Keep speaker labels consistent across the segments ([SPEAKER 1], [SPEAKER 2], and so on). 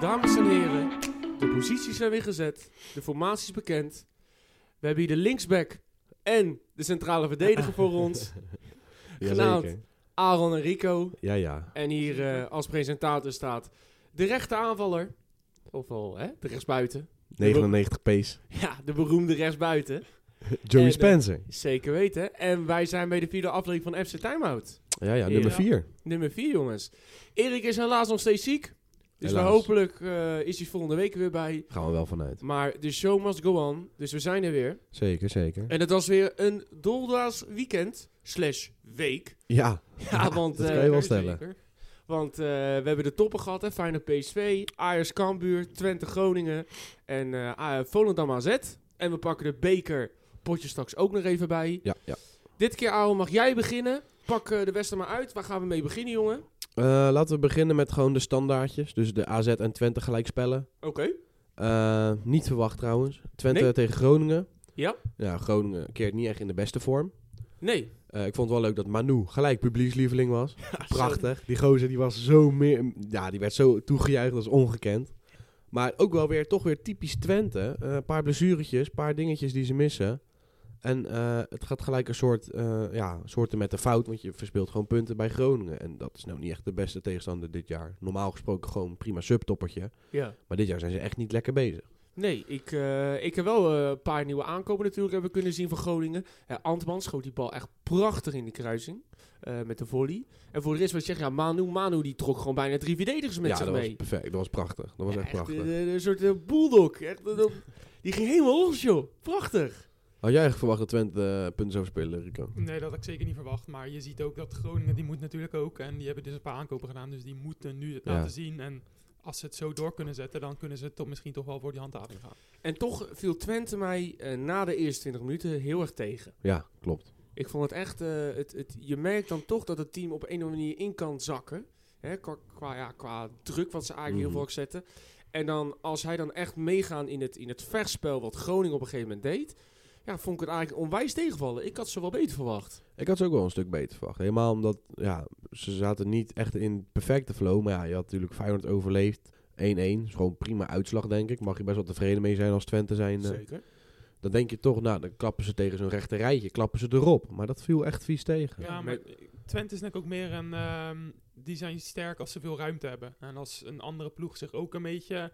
[SPEAKER 1] Dames en heren, de posities zijn weer gezet. De formaties bekend. We hebben hier de linksback en de centrale verdediger voor ons. Genaamd.
[SPEAKER 2] Jazeker.
[SPEAKER 1] Aaron en Rico.
[SPEAKER 2] Ja, ja.
[SPEAKER 1] En hier eh, als presentator staat de rechte aanvaller. Ofwel, hè, de rechtsbuiten.
[SPEAKER 2] 99 pace.
[SPEAKER 1] Ja, de beroemde rechtsbuiten.
[SPEAKER 2] Joey
[SPEAKER 1] eh,
[SPEAKER 2] Spencer.
[SPEAKER 1] Zeker weten. En wij zijn bij de vierde aflevering van FC Timeout.
[SPEAKER 2] Ja, ja,
[SPEAKER 1] ja.
[SPEAKER 2] nummer 4.
[SPEAKER 1] Nummer vier, jongens. Erik is helaas nog steeds ziek. Dus we
[SPEAKER 2] Helaas.
[SPEAKER 1] hopelijk eh, is hij volgende week weer bij.
[SPEAKER 2] Gaan we wel vanuit.
[SPEAKER 1] Maar de show must go on. Dus we zijn er weer.
[SPEAKER 2] Zeker, zeker.
[SPEAKER 1] En het was weer een doldaas weekend slash week.
[SPEAKER 2] Ja,
[SPEAKER 1] Ja, want...
[SPEAKER 2] dat
[SPEAKER 1] eh,
[SPEAKER 2] kan je wel stellen.
[SPEAKER 1] zeker. Want eh, we hebben de toppen gehad, hè. Feyenoord PSV, Ajax Cambuur, Twente Groningen en eh, A- Volendam AZ. En we pakken de beker potje straks ook nog even bij.
[SPEAKER 2] Ja, ja.
[SPEAKER 1] Dit keer, Aaron, mag jij beginnen? Pak eh, de westen maar uit. Waar gaan we mee beginnen, jongen?
[SPEAKER 2] Eh, laten we beginnen met gewoon de standaardjes. Dus de AZ en Twente gelijkspellen.
[SPEAKER 1] Oké.
[SPEAKER 2] Eh, niet verwacht trouwens. Twente
[SPEAKER 1] Nee?
[SPEAKER 2] tegen Groningen.
[SPEAKER 1] Ja.
[SPEAKER 2] Ja, Groningen keert niet echt in de beste vorm.
[SPEAKER 1] Nee.
[SPEAKER 2] Eh, ik vond het wel leuk dat Manu gelijk publiekslieveling was. Prachtig. Die gozer die was zo meer. Ja, die werd zo toegejuicht als ongekend. Maar ook wel weer toch weer typisch Twente. Eh, Een paar blessuretjes, een paar dingetjes die ze missen. En eh, het gaat gelijk een soort, eh ja, soorten met de fout, want je verspeelt gewoon punten bij Groningen. En dat is nou niet echt de beste tegenstander dit jaar. Normaal gesproken gewoon een prima subtoppertje.
[SPEAKER 1] Ja.
[SPEAKER 2] Maar dit jaar zijn ze echt niet lekker bezig.
[SPEAKER 1] Nee, ik, eh, ik heb wel eh, een paar nieuwe aankopen natuurlijk hebben kunnen zien van Groningen. Eh, Antman schoot die bal echt prachtig in de kruising eh, met de volley. En voor de rest wat ik zeg, ja, Manu, Manu die trok gewoon bijna drie verdedigers met
[SPEAKER 2] ja,
[SPEAKER 1] zich
[SPEAKER 2] dat
[SPEAKER 1] mee.
[SPEAKER 2] was perfect. Dat was prachtig. Dat was
[SPEAKER 1] Ja,
[SPEAKER 2] echt prachtig.
[SPEAKER 1] Een, een- een soort eh, bulldog. Echt, eh, dat- die ging helemaal los, joh. Prachtig.
[SPEAKER 2] Had jij echt verwacht dat Twente eh, punten zou spelen, Rico?
[SPEAKER 3] Nee, dat had ik zeker niet verwacht. Maar je ziet ook dat Groningen, die moet natuurlijk ook. En die hebben dus een paar aankopen gedaan. Dus die moeten nu het
[SPEAKER 2] Ja.
[SPEAKER 3] laten zien. En als ze het zo door kunnen zetten, dan kunnen ze toch misschien toch wel voor die handhaving gaan.
[SPEAKER 1] En toch viel Twente mij eh, na de eerste 20 minuten heel erg tegen.
[SPEAKER 2] Ja, klopt.
[SPEAKER 1] Ik vond het echt, eh, het, het, je merkt dan toch dat het team op een of andere manier in kan zakken. Hè, qua, qua, ja, qua druk wat ze eigenlijk heel
[SPEAKER 2] Mhm.
[SPEAKER 1] vaak zetten. En dan als hij dan echt meegaan in het, in het vechtspel wat Groningen op een gegeven moment deed. Ja, vond ik het eigenlijk onwijs tegenvallen. Ik had ze wel beter verwacht.
[SPEAKER 2] Ik had ze ook wel een stuk beter verwacht. Helemaal omdat ja, ze zaten niet echt in perfecte flow. Maar ja, je had natuurlijk Feyenoord overleefd. 1-1. Is gewoon prima uitslag, denk ik. Mag je best wel tevreden mee zijn als Twente zijn. eh.
[SPEAKER 1] Zeker.
[SPEAKER 2] Dan denk je toch, nou, dan klappen ze tegen zo'n rechte rijtje. Klappen ze erop. Maar dat viel echt vies tegen.
[SPEAKER 3] Ja, maar Twente is natuurlijk ook meer een... ehm, die zijn sterk als ze veel ruimte hebben. En als een andere ploeg zich ook een beetje...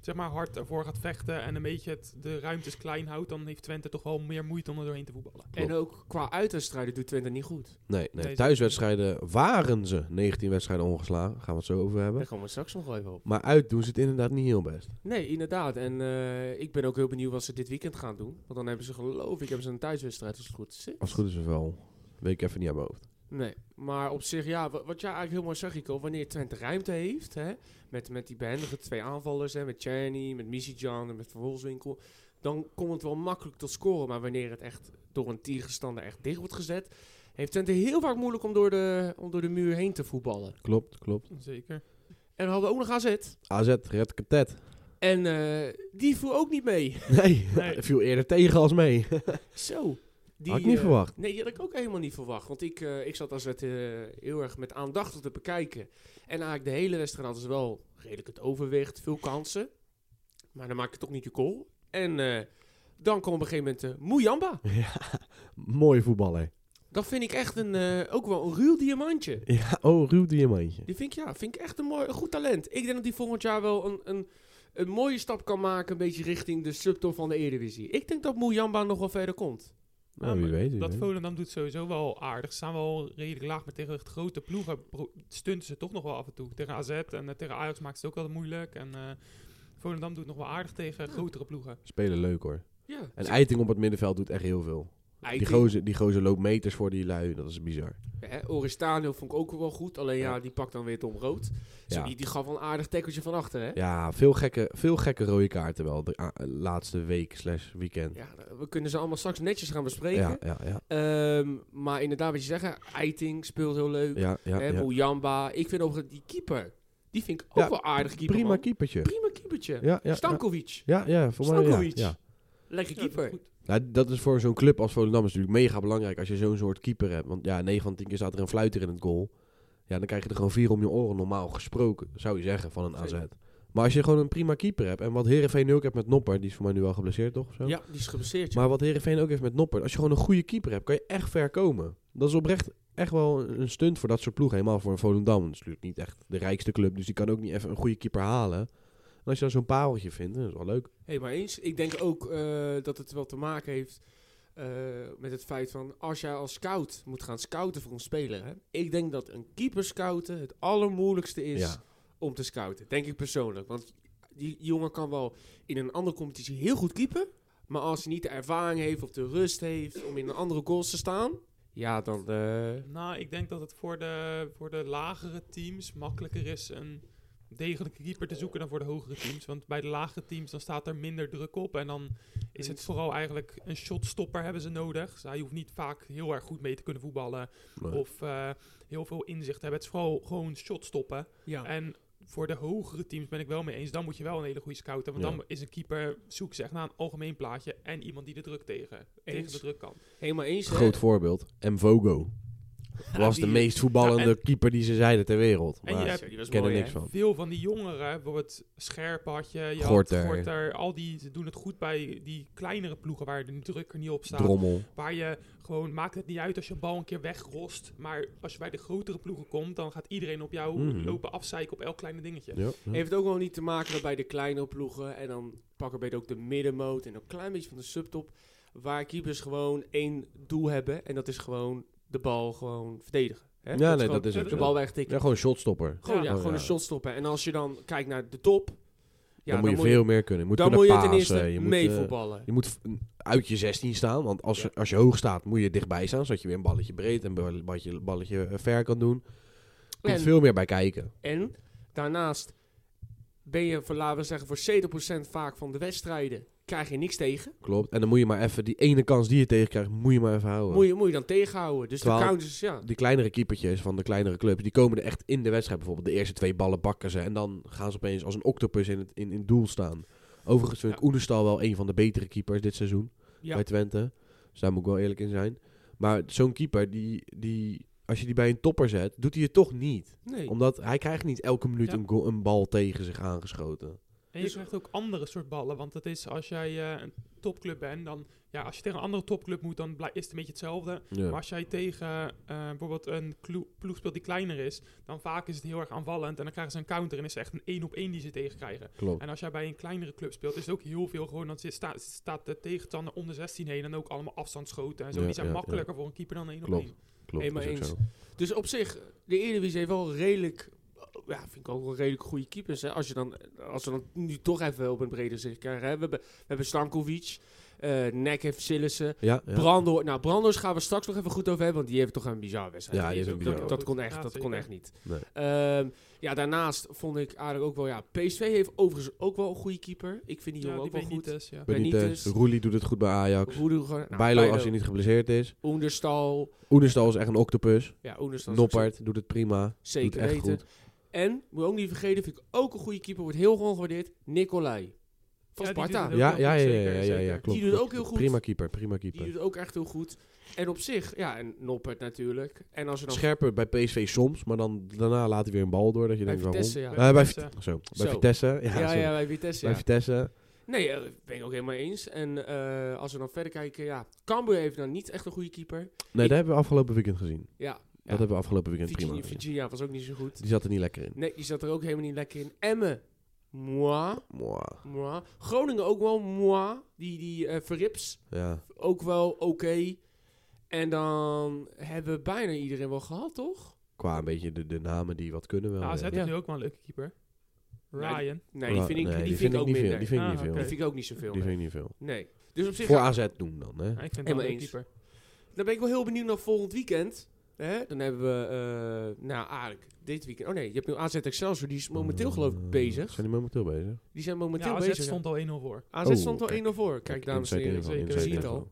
[SPEAKER 3] Zeg maar hard ervoor gaat vechten en een beetje het, de ruimtes klein houdt, dan heeft Twente toch wel meer moeite om er doorheen te voetballen.
[SPEAKER 1] En ook qua uitwedstrijden doet Twente niet goed.
[SPEAKER 2] Nee, nee.
[SPEAKER 3] Deze-
[SPEAKER 2] Thuiswedstrijden waren ze 19 wedstrijden ongeslagen. Gaan we het zo over
[SPEAKER 1] Daar
[SPEAKER 2] hebben.
[SPEAKER 1] gaan we straks nog wel even op.
[SPEAKER 2] Maar uit doen ze het inderdaad niet heel best.
[SPEAKER 1] Nee, inderdaad. En eh, ik ben ook heel benieuwd wat ze dit weekend gaan doen. Want dan hebben ze geloof ik hebben ze een thuiswedstrijd als het goed is.
[SPEAKER 2] Als het goed is het wel. Weet ik even niet aan mijn hoofd.
[SPEAKER 1] Nee, maar op zich, ja, wa- wat jij eigenlijk heel mooi zegt, Rico, wanneer Twente ruimte heeft, hè, met, met die behendige twee aanvallers, hè, met Chani, met Misijan en met Van Wolfswinkel, dan komt het wel makkelijk tot scoren. Maar wanneer het echt door een tegenstander echt dicht wordt gezet, heeft Twente heel vaak moeilijk om door de, om door de muur heen te voetballen.
[SPEAKER 2] Klopt, klopt.
[SPEAKER 3] Zeker.
[SPEAKER 1] En we hadden ook nog AZ.
[SPEAKER 2] AZ, Red Katet.
[SPEAKER 1] En eh, die voer ook niet mee.
[SPEAKER 2] Nee,
[SPEAKER 3] Nee.
[SPEAKER 2] viel eerder tegen als mee.
[SPEAKER 1] Zo. Die,
[SPEAKER 2] Had ik niet
[SPEAKER 1] eh,
[SPEAKER 2] verwacht.
[SPEAKER 1] Nee, die had ik ook helemaal niet verwacht. Want ik, eh, ik zat als het eh, heel erg met aandachtig te bekijken. En eigenlijk de hele wedstrijd hadden ze wel redelijk het overwicht. Veel kansen. Maar dan maak je toch niet je goal. En eh, dan kwam op een gegeven moment eh, Moejamba.
[SPEAKER 2] Ja, mooie voetballer.
[SPEAKER 1] Dat vind ik echt een, eh, ook wel een ruw diamantje.
[SPEAKER 2] Ja, oh, ruw diamantje.
[SPEAKER 1] Die vind ik, ja, vind ik echt een, mooi, een goed talent. Ik denk dat die volgend jaar wel een, een, een mooie stap kan maken. Een beetje richting de subtop van de Eredivisie. Ik denk dat Moejamba nog wel verder komt.
[SPEAKER 2] Nou,
[SPEAKER 3] Ja,
[SPEAKER 2] wie
[SPEAKER 3] maar
[SPEAKER 2] weet. wie
[SPEAKER 3] dat
[SPEAKER 2] weet.
[SPEAKER 3] Volendam doet sowieso wel aardig. Ze staan wel redelijk laag, maar tegen echt grote ploegen pro- stunten ze toch nog wel af en toe. Tegen AZ en eh, tegen Ajax maakt ze het ook altijd moeilijk. En eh, Volendam doet nog wel aardig tegen grotere ploegen.
[SPEAKER 2] Spelen leuk hoor.
[SPEAKER 1] Ja.
[SPEAKER 2] En Eiting op het middenveld doet echt heel veel. Die gozer, die gozer loopt meters voor die lui. Dat is bizar.
[SPEAKER 1] Hè, Oristano vond ik ook wel goed. Alleen ja, die pakt dan weer Tom Rood. Zo,
[SPEAKER 2] Ja.
[SPEAKER 1] die, die gaf wel een aardig tackeltje van achter, hè? Ja.
[SPEAKER 2] Ja, veel gekke, veel gekke rode kaarten wel. De a- laatste week slash weekend.
[SPEAKER 1] we kunnen ze allemaal straks netjes gaan bespreken.
[SPEAKER 2] Ja, ja, ja.
[SPEAKER 1] Ehm, maar inderdaad, wat je zegt, Eiting speelt heel leuk.
[SPEAKER 2] ja, ja,
[SPEAKER 1] hè,
[SPEAKER 2] ja.
[SPEAKER 1] Boujamba. Ik vind overigens die keeper, die vind ik ook
[SPEAKER 2] Ja,
[SPEAKER 1] wel aardig keeper,
[SPEAKER 2] Prima
[SPEAKER 1] man.
[SPEAKER 2] keepertje.
[SPEAKER 1] Prima keepertje.
[SPEAKER 2] Ja, ja, ja.
[SPEAKER 1] Stankovic,
[SPEAKER 2] Ja, ja, voor mij ja,
[SPEAKER 1] Stankovic.
[SPEAKER 2] ja.
[SPEAKER 1] lekker
[SPEAKER 3] Ja, dat is
[SPEAKER 1] keeper.
[SPEAKER 3] goed.
[SPEAKER 2] Nou, dat is voor zo'n club als Volendam is natuurlijk mega belangrijk als je zo'n soort keeper hebt. Want ja, 9 van 10 keer staat er een fluiter in het goal. Ja, dan krijg je er gewoon vier om je oren normaal gesproken, zou je zeggen, van een AZ.
[SPEAKER 1] Zeker.
[SPEAKER 2] Maar als je gewoon een prima keeper hebt. En wat Herenveen nu ook heeft met Noppert. Die is voor mij nu wel geblesseerd, toch? Of zo?
[SPEAKER 1] Ja, die is geblesseerd. ja.
[SPEAKER 2] Maar wat Herenveen ook heeft met Noppert. Als je gewoon een goede keeper hebt, kan je echt ver komen. Dat is oprecht echt wel een een stunt voor dat soort ploegen. Helemaal voor een Volendam. Dat is natuurlijk niet echt de rijkste club. Dus die kan ook niet even een goede keeper halen. En als je dan zo'n pareltje vindt, dat is wel leuk.
[SPEAKER 1] Hey, maar eens. Ik denk ook eh, dat het wel te maken heeft eh, met het feit van als jij als scout moet gaan scouten voor een speler. Hè? Ik denk dat een keeper scouten het allermoeilijkste is
[SPEAKER 2] Ja.
[SPEAKER 1] om te scouten. Denk ik persoonlijk. Want die jongen kan wel in een andere competitie heel goed keepen. Maar als hij niet de ervaring heeft of de rust heeft om in een andere goals te staan. Ja, dan. eh,
[SPEAKER 3] Nou, ik denk dat het voor de, voor de lagere teams makkelijker is een degelijke keeper te zoeken dan voor de hogere teams. Want bij de lagere teams dan staat er minder druk op. En dan is het vooral eigenlijk een shotstopper hebben ze nodig. Dus hij hoeft niet vaak heel erg goed mee te kunnen voetballen
[SPEAKER 2] Maar-
[SPEAKER 3] of eh, heel veel inzicht te hebben. Het is vooral gewoon shotstoppen.
[SPEAKER 1] ja.
[SPEAKER 3] En voor de hogere teams ben ik wel mee eens. Dan moet je wel een hele goede scout hebben. Want
[SPEAKER 2] Ja.
[SPEAKER 3] dan is een keeper zoek zeg naar een algemeen plaatje en iemand die de druk tegen, tegen
[SPEAKER 1] Eens.
[SPEAKER 3] de druk kan.
[SPEAKER 1] Helemaal eens. hè?
[SPEAKER 2] Groot voorbeeld. Mvogo. Was
[SPEAKER 1] eh, die-
[SPEAKER 2] de meest voetballende
[SPEAKER 3] Ja, en-
[SPEAKER 2] keeper die ze zeiden ter wereld.
[SPEAKER 3] En
[SPEAKER 2] Maar
[SPEAKER 3] je
[SPEAKER 2] ik
[SPEAKER 3] hebt-
[SPEAKER 1] Zo, die was
[SPEAKER 2] ken er
[SPEAKER 1] mooi,
[SPEAKER 2] niks
[SPEAKER 1] hè?
[SPEAKER 2] van.
[SPEAKER 3] Veel van die jongeren, bijvoorbeeld Scherp had je, je
[SPEAKER 2] Gorter.
[SPEAKER 3] Had Gorter, al die ze doen het goed bij die kleinere ploegen waar de druk er niet op staat.
[SPEAKER 2] Drommel.
[SPEAKER 3] Waar je gewoon, maakt het niet uit als je een bal een keer wegrost, maar als je bij de grotere ploegen komt, dan gaat iedereen op jou
[SPEAKER 2] Mhm.
[SPEAKER 3] lopen afzeiken op elk kleine dingetje.
[SPEAKER 2] Ja, ja.
[SPEAKER 1] Heeft het ook wel niet te maken dat bij de kleinere ploegen en dan pakken we ook de middenmoot en een klein beetje van de subtop, waar keepers gewoon één doel hebben en dat is gewoon de bal gewoon verdedigen. Hè?
[SPEAKER 2] Ja,
[SPEAKER 1] is
[SPEAKER 2] nee,
[SPEAKER 1] gewoon
[SPEAKER 2] dat is ook
[SPEAKER 1] De
[SPEAKER 2] zo.
[SPEAKER 1] bal wegtikken.
[SPEAKER 2] Ja, gewoon een shotstopper.
[SPEAKER 1] Gewoon, ja,
[SPEAKER 2] Ja.
[SPEAKER 1] gewoon
[SPEAKER 2] Ja.
[SPEAKER 1] een shot stoppen. En als je dan kijkt naar de top, ja,
[SPEAKER 2] dan moet je veel meer kunnen. Je moet
[SPEAKER 1] dan
[SPEAKER 2] kunnen
[SPEAKER 1] moet je ten
[SPEAKER 2] pasen,
[SPEAKER 1] eerste
[SPEAKER 2] je moet,
[SPEAKER 1] mee
[SPEAKER 2] eh,
[SPEAKER 1] voetballen.
[SPEAKER 2] Je moet v- uit je 16 staan, want als,
[SPEAKER 1] Ja.
[SPEAKER 2] als je hoog staat, moet je dichtbij staan, zodat je weer een balletje breed en een balletje, balletje eh, ver kan doen. Er komt
[SPEAKER 1] En-
[SPEAKER 2] veel meer bij kijken.
[SPEAKER 1] En daarnaast ben je, voor, laten we zeggen, voor 70% vaak van de wedstrijden krijg je niks tegen.
[SPEAKER 2] Klopt. En dan moet je maar even die ene kans die je tegenkrijgt, moet je maar even houden.
[SPEAKER 1] Moet je, moet je dan tegenhouden. Dus
[SPEAKER 2] Terwijl-
[SPEAKER 1] de counters, ja.
[SPEAKER 2] Die kleinere keepertjes van de kleinere clubs, die komen er echt in de wedstrijd. Bijvoorbeeld de eerste twee ballen bakken ze en dan gaan ze opeens als een octopus in het, in, in het doel staan. Overigens vind ik Oenestal wel een van de betere keepers dit seizoen.
[SPEAKER 1] Ja.
[SPEAKER 2] bij Twente. Dus daar moet ik wel eerlijk in zijn. Maar zo'n keeper, die, die, als je die bij een topper zet, doet hij het toch niet.
[SPEAKER 1] Nee.
[SPEAKER 2] Omdat hij krijgt niet elke minuut
[SPEAKER 3] Ja.
[SPEAKER 2] een, goal- een bal tegen zich aangeschoten.
[SPEAKER 3] En je
[SPEAKER 1] Dus-
[SPEAKER 3] krijgt ook andere soort ballen. Want het is als jij eh, een topclub bent, dan ja, als je tegen een andere topclub moet, dan blij- is het een beetje hetzelfde. Maar
[SPEAKER 2] Ja.
[SPEAKER 3] als jij tegen eh, bijvoorbeeld een klo- ploeg speelt die kleiner is, dan vaak is het heel erg aanvallend. En dan krijgen ze een counter en is het echt een 1 op 1 die ze tegenkrijgen.
[SPEAKER 2] Klopt.
[SPEAKER 3] En als jij bij een kleinere club speelt, is het ook heel veel gewoon. Dan zit- staat, staat de tegenstander om de 16 heen en ook allemaal afstandsschoten en zo.
[SPEAKER 2] Ja,
[SPEAKER 3] die zijn
[SPEAKER 2] ja, ja.
[SPEAKER 3] makkelijker voor een keeper dan 1 op
[SPEAKER 2] Klopt.
[SPEAKER 3] 1.
[SPEAKER 2] Klopt.
[SPEAKER 1] Helemaal
[SPEAKER 2] is ook
[SPEAKER 1] eens.
[SPEAKER 2] zo.
[SPEAKER 1] Dus op zich, de Eredivisie heeft wel redelijk... Ja, vind ik ook wel redelijk goede keepers. Hè. Als, je dan, als we dan nu toch even op een breder zicht krijgen. Hè. We hebben, we hebben Stankovic, eh Nek heeft Sillissen,
[SPEAKER 2] Ja, ja.
[SPEAKER 1] Brando. Nou, Brando's gaan we straks nog even goed over hebben, want die heeft toch een bizarre wedstrijd.
[SPEAKER 2] Ja, die is ook
[SPEAKER 1] dat,
[SPEAKER 2] bizar.
[SPEAKER 1] dat kon echt,
[SPEAKER 3] Ja,
[SPEAKER 1] dat kon
[SPEAKER 3] zeker.
[SPEAKER 1] echt niet.
[SPEAKER 2] Nee.
[SPEAKER 1] Ehm, ja, daarnaast vond ik eigenlijk ook wel... Ja, PSV heeft overigens ook wel een goede keeper. Ik vind die
[SPEAKER 3] Ja,
[SPEAKER 1] jongen
[SPEAKER 3] die eh,
[SPEAKER 1] ook wel goed.
[SPEAKER 3] Benitez, dus, ja.
[SPEAKER 2] Benitez.
[SPEAKER 1] Benitez.
[SPEAKER 2] Roelie doet het goed bij Ajax.
[SPEAKER 1] Roedo, nou,
[SPEAKER 2] Bijlo als hij niet geblesseerd is.
[SPEAKER 1] Oenderstal.
[SPEAKER 2] Oenestal is echt een octopus.
[SPEAKER 1] Ja, Oenderstal. is ook
[SPEAKER 2] Noppert doet het prima.
[SPEAKER 1] Zeker
[SPEAKER 2] doet echt
[SPEAKER 1] weten.
[SPEAKER 2] goed.
[SPEAKER 1] En, moet je ook niet vergeten, vind ik ook een goede keeper, wordt heel gewoon gewaardeerd, Nicolai. Van
[SPEAKER 3] Ja, die
[SPEAKER 1] Sparta.
[SPEAKER 3] doet
[SPEAKER 1] Die
[SPEAKER 2] Ja,
[SPEAKER 3] het goed,
[SPEAKER 2] ja, ja, ja,
[SPEAKER 3] zeker,
[SPEAKER 2] ja, ja,
[SPEAKER 3] zeker.
[SPEAKER 2] ja,
[SPEAKER 3] Die
[SPEAKER 2] klopt.
[SPEAKER 1] doet het
[SPEAKER 2] klopt,
[SPEAKER 1] ook heel
[SPEAKER 2] klopt.
[SPEAKER 1] goed.
[SPEAKER 2] Prima keeper, prima
[SPEAKER 1] doet,
[SPEAKER 2] keeper.
[SPEAKER 1] het ook echt heel goed. En op zich, ja, en Noppert natuurlijk. En als je dan...
[SPEAKER 2] Scherper bij PSV soms, maar dan daarna laat hij weer een bal door. Dat je
[SPEAKER 1] Bij
[SPEAKER 2] denkt, waarom?
[SPEAKER 1] Vitesse, ja.
[SPEAKER 2] Eh,
[SPEAKER 3] Bij
[SPEAKER 2] bij,
[SPEAKER 3] Vitesse.
[SPEAKER 2] Vit- zo, bij
[SPEAKER 1] Zo.
[SPEAKER 2] Vitesse. Ja,
[SPEAKER 1] ja,
[SPEAKER 2] sorry.
[SPEAKER 1] ja, bij Vitesse,
[SPEAKER 2] Bij
[SPEAKER 1] ja.
[SPEAKER 2] Vitesse.
[SPEAKER 1] Nee, eh, ben ik ook helemaal eens. En eh, als we dan verder kijken, ja, Cambuur heeft nou niet echt een goede keeper.
[SPEAKER 2] Nee,
[SPEAKER 1] Ik-
[SPEAKER 2] dat hebben we afgelopen weekend gezien.
[SPEAKER 1] Ja,
[SPEAKER 2] Dat hebben we afgelopen weekend prima
[SPEAKER 1] Virginia,
[SPEAKER 2] gezien.
[SPEAKER 1] Virginia was ook niet zo goed.
[SPEAKER 2] Die zat er niet lekker in.
[SPEAKER 1] Nee, die zat er ook helemaal niet lekker in. Emmen, moi,
[SPEAKER 2] Mwah.
[SPEAKER 1] moi. Groningen ook wel, moi. Die, die eh, Verrips,
[SPEAKER 2] Ja.
[SPEAKER 1] ook wel oké. En dan hebben we bijna iedereen wel gehad, toch?
[SPEAKER 2] Qua een beetje de, de namen die wat kunnen wel.
[SPEAKER 3] AZ
[SPEAKER 2] ja.
[SPEAKER 3] heeft
[SPEAKER 1] Ja.
[SPEAKER 3] nu ook wel een leuke keeper.
[SPEAKER 1] Ja,
[SPEAKER 3] Ryan.
[SPEAKER 1] Nee, die
[SPEAKER 2] Ah,
[SPEAKER 1] vind ik,
[SPEAKER 2] nee,
[SPEAKER 1] die vind ik ook
[SPEAKER 2] niet
[SPEAKER 1] minder.
[SPEAKER 2] veel. Die vind ik
[SPEAKER 3] Ah,
[SPEAKER 2] niet veel.
[SPEAKER 1] Die
[SPEAKER 3] oké.
[SPEAKER 1] vind ik ook niet zoveel.
[SPEAKER 2] Die
[SPEAKER 1] meer.
[SPEAKER 2] vind ik niet veel.
[SPEAKER 1] Nee. Dus op zich,
[SPEAKER 2] Voor
[SPEAKER 1] ja,
[SPEAKER 2] AZ doen dan, hè?
[SPEAKER 3] Ja, ik vind hem wel
[SPEAKER 1] Helemaal
[SPEAKER 3] een leuke
[SPEAKER 1] eens.
[SPEAKER 3] keeper.
[SPEAKER 1] dan ben ik wel heel benieuwd naar volgend weekend. Hè? Dan hebben we, eh, nou eigenlijk dit weekend. Oh nee, je hebt nu AZ Excelsior, die is momenteel geloof ik
[SPEAKER 2] Eh,
[SPEAKER 1] bezig.
[SPEAKER 2] Zijn die momenteel bezig?
[SPEAKER 1] Die zijn
[SPEAKER 3] Ja,
[SPEAKER 1] momenteel
[SPEAKER 3] AZ
[SPEAKER 1] bezig.
[SPEAKER 3] stond al 1-0 voor.
[SPEAKER 1] ja. AZ
[SPEAKER 2] Oh,
[SPEAKER 1] stond al
[SPEAKER 2] kijk.
[SPEAKER 1] 1-0 voor. Kijk, dames en
[SPEAKER 2] inside
[SPEAKER 1] heren.
[SPEAKER 2] info,
[SPEAKER 3] zeker.
[SPEAKER 2] inside
[SPEAKER 1] Zie je
[SPEAKER 2] info.
[SPEAKER 1] wel.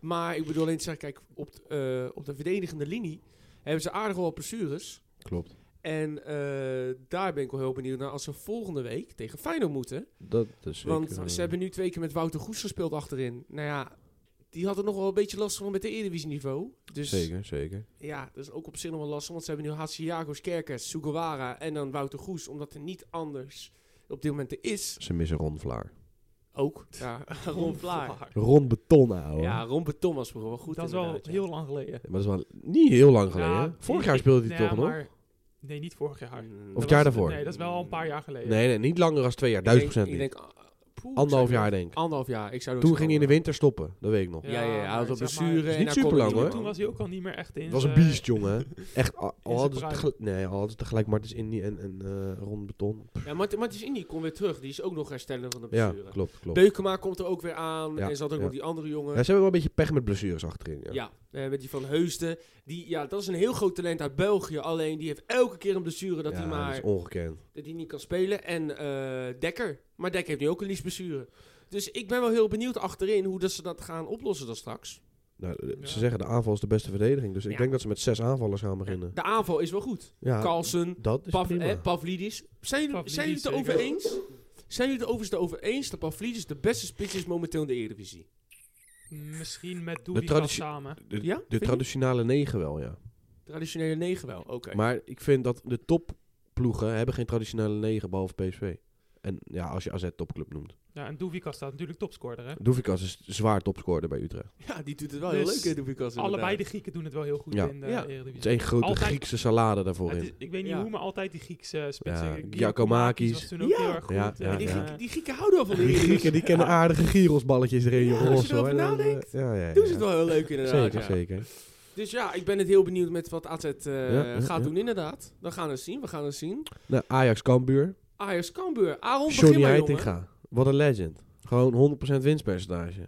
[SPEAKER 1] Maar ik bedoel alleen te zeggen, kijk, op, t- eh, op de verdedigende linie hebben ze aardig wel wat blessures.
[SPEAKER 2] Klopt.
[SPEAKER 1] En eh, daar ben ik wel heel benieuwd naar als ze volgende week tegen Feyenoord moeten.
[SPEAKER 2] Dat is zeker,
[SPEAKER 1] Want
[SPEAKER 2] eh,
[SPEAKER 1] ze hebben nu twee keer met Wouter Goes gespeeld achterin. Nou ja, die hadden nog wel een beetje last van met de Eredivisie-niveau. Dus
[SPEAKER 2] Zeker, zeker.
[SPEAKER 1] ja, dat is ook op zich nog wel lastig. Want ze hebben nu Hatsiakos, Kerkers, Sugawara en dan Wouter Goes. Omdat er niet anders op dit moment er is,
[SPEAKER 2] Ze missen Ron Vlaar.
[SPEAKER 1] ook. Ja, Ron
[SPEAKER 2] Oh,
[SPEAKER 1] Vlaar.
[SPEAKER 2] Ron Betonnen, ouwe.
[SPEAKER 1] Ja, Ron Beton was vroeger wel goed
[SPEAKER 3] dat is wel
[SPEAKER 1] inderdaad, ja.
[SPEAKER 3] heel lang geleden.
[SPEAKER 2] Maar dat is wel niet heel lang geleden.
[SPEAKER 3] Ja,
[SPEAKER 2] hè? Vorig
[SPEAKER 3] ik-
[SPEAKER 2] jaar speelde hij
[SPEAKER 3] nou ja,
[SPEAKER 2] toch nog?
[SPEAKER 3] maar- Nee, niet vorig jaar. Dat
[SPEAKER 1] Mm,
[SPEAKER 2] Of het
[SPEAKER 1] dat
[SPEAKER 2] jaar
[SPEAKER 3] was-
[SPEAKER 2] daarvoor?
[SPEAKER 3] Nee, dat is wel al een paar jaar geleden.
[SPEAKER 2] Nee, nee, niet langer dan twee jaar.
[SPEAKER 1] was- eh, ik
[SPEAKER 2] Duizend
[SPEAKER 1] denk-
[SPEAKER 2] procent
[SPEAKER 1] ik
[SPEAKER 2] niet.
[SPEAKER 1] denk, ah, poeh,
[SPEAKER 2] Anderhalf
[SPEAKER 1] zeg
[SPEAKER 2] jaar,
[SPEAKER 1] maar.
[SPEAKER 2] denk ik.
[SPEAKER 1] Anderhalf jaar. Ik zou er
[SPEAKER 2] Toen
[SPEAKER 1] ook
[SPEAKER 2] ging hij in de
[SPEAKER 1] zeggen,
[SPEAKER 2] winter stoppen, dat weet ik nog.
[SPEAKER 1] Ja, ja, ja, hij had
[SPEAKER 3] maar
[SPEAKER 1] wel
[SPEAKER 3] zeg maar,
[SPEAKER 1] blessure.
[SPEAKER 2] is
[SPEAKER 1] en daar kon
[SPEAKER 2] niet
[SPEAKER 1] hij
[SPEAKER 2] superlang,
[SPEAKER 1] niet
[SPEAKER 2] hoor.
[SPEAKER 1] meer
[SPEAKER 3] Toen
[SPEAKER 1] aan.
[SPEAKER 3] was hij ook al niet meer echt in. eh,
[SPEAKER 2] Het was een
[SPEAKER 3] zijn-
[SPEAKER 2] beest, jongen. Echt, al, al
[SPEAKER 3] zijn
[SPEAKER 2] hadden ze
[SPEAKER 3] prime.
[SPEAKER 2] tegelijk, nee, al hadden ze tegelijk Martens Indy en, en eh Ron Beton.
[SPEAKER 1] Ja, Mart- Martens Indy komt weer terug. Die is ook nog herstellen van de
[SPEAKER 2] Ja,
[SPEAKER 1] blessure.
[SPEAKER 2] klopt, klopt.
[SPEAKER 1] Beukema komt er ook weer aan.
[SPEAKER 2] Ja,
[SPEAKER 1] En zat ook
[SPEAKER 2] ja.
[SPEAKER 1] nog die andere
[SPEAKER 2] Ja,
[SPEAKER 1] jongen.
[SPEAKER 2] ze hebben wel een beetje pech met blessures achterin. Ja.
[SPEAKER 1] Ja, eh, met die van Heusden. Die, ja, dat is een heel groot talent uit België. Alleen die heeft elke keer een blessure dat
[SPEAKER 2] Ja,
[SPEAKER 1] hij maar
[SPEAKER 2] is ongekend.
[SPEAKER 1] dat hij niet kan spelen. En eh, Dekker. Maar Dekker heeft nu ook een liesblessure. Dus ik ben wel heel benieuwd achterin hoe dat ze dat gaan oplossen dan straks.
[SPEAKER 2] Nou, eh,
[SPEAKER 3] Ja.
[SPEAKER 2] Ze zeggen de aanval is de beste verdediging. Dus ik
[SPEAKER 1] Ja.
[SPEAKER 2] denk dat ze met zes aanvallers gaan beginnen.
[SPEAKER 1] De aanval is wel goed.
[SPEAKER 2] Ja,
[SPEAKER 1] Carlsen,
[SPEAKER 2] dat is
[SPEAKER 1] Pav
[SPEAKER 2] prima.
[SPEAKER 1] eh, Pavlidis. Zijn jullie,
[SPEAKER 3] Dus Pavlidis,
[SPEAKER 1] zijn jullie het erover
[SPEAKER 3] zeker.
[SPEAKER 1] eens? Zijn jullie het overigens erover eens dat Pavlidis de beste spits is momenteel in de Eredivisie?
[SPEAKER 3] Misschien met
[SPEAKER 2] De
[SPEAKER 3] Doelwit
[SPEAKER 2] traditie-
[SPEAKER 3] samen.
[SPEAKER 2] de
[SPEAKER 1] Ja,
[SPEAKER 2] de
[SPEAKER 1] vind je?
[SPEAKER 2] traditionele negen wel, ja.
[SPEAKER 1] Traditionele 9 wel, oké.
[SPEAKER 2] Maar ik vind dat de topploegen hebben geen traditionele negen, behalve PSV. En ja, als je AZ topclub noemt.
[SPEAKER 3] Ja, en Doevica staat natuurlijk topscorer, hè?
[SPEAKER 2] Doevikas is zwaar topscorer bij Utrecht.
[SPEAKER 1] Ja, die doet het wel
[SPEAKER 3] Dus
[SPEAKER 1] heel leuk in de Picasso.
[SPEAKER 3] Allebei de Grieken doen het wel heel goed
[SPEAKER 2] Ja.
[SPEAKER 3] in de
[SPEAKER 1] Ja.
[SPEAKER 2] Het is
[SPEAKER 3] Eredivisie.
[SPEAKER 2] één grote
[SPEAKER 3] Altijd-
[SPEAKER 2] Griekse salade daarvoor
[SPEAKER 3] Het
[SPEAKER 2] in.
[SPEAKER 3] is- ik weet niet
[SPEAKER 1] Ja.
[SPEAKER 3] hoe, maar altijd die Griekse spitsen.
[SPEAKER 2] Ja,
[SPEAKER 3] Giacomakis
[SPEAKER 2] Giacomakis.
[SPEAKER 3] was toen ook
[SPEAKER 1] Ja.
[SPEAKER 3] heel erg goed.
[SPEAKER 2] Ja,
[SPEAKER 3] eh,
[SPEAKER 2] ja,
[SPEAKER 1] die,
[SPEAKER 2] ja.
[SPEAKER 1] Grieken, die Grieken houden wel van de
[SPEAKER 2] Die
[SPEAKER 1] Eredivisie.
[SPEAKER 2] Grieken die kennen aardige gyrosballetjes erin.
[SPEAKER 1] Ja,
[SPEAKER 2] joh,
[SPEAKER 1] als je
[SPEAKER 2] hoor.
[SPEAKER 1] erover
[SPEAKER 2] Dat, eh,
[SPEAKER 1] nadenkt,
[SPEAKER 2] Ja, ja, ja.
[SPEAKER 1] Doen ze het wel heel leuk inderdaad.
[SPEAKER 2] Zeker,
[SPEAKER 1] ja.
[SPEAKER 2] zeker.
[SPEAKER 1] Dus ja, ik ben het heel benieuwd met wat AZ eh,
[SPEAKER 2] ja,
[SPEAKER 1] gaat
[SPEAKER 2] ja.
[SPEAKER 1] doen inderdaad. We gaan het zien, we gaan het zien.
[SPEAKER 2] Nou, Ajax Cambuur.
[SPEAKER 1] Ajax Cambuur, Aaron
[SPEAKER 2] Johnny
[SPEAKER 1] begin maar, jongen.
[SPEAKER 2] Heitinga. Wat een legend. Gewoon 100% winstpercentage.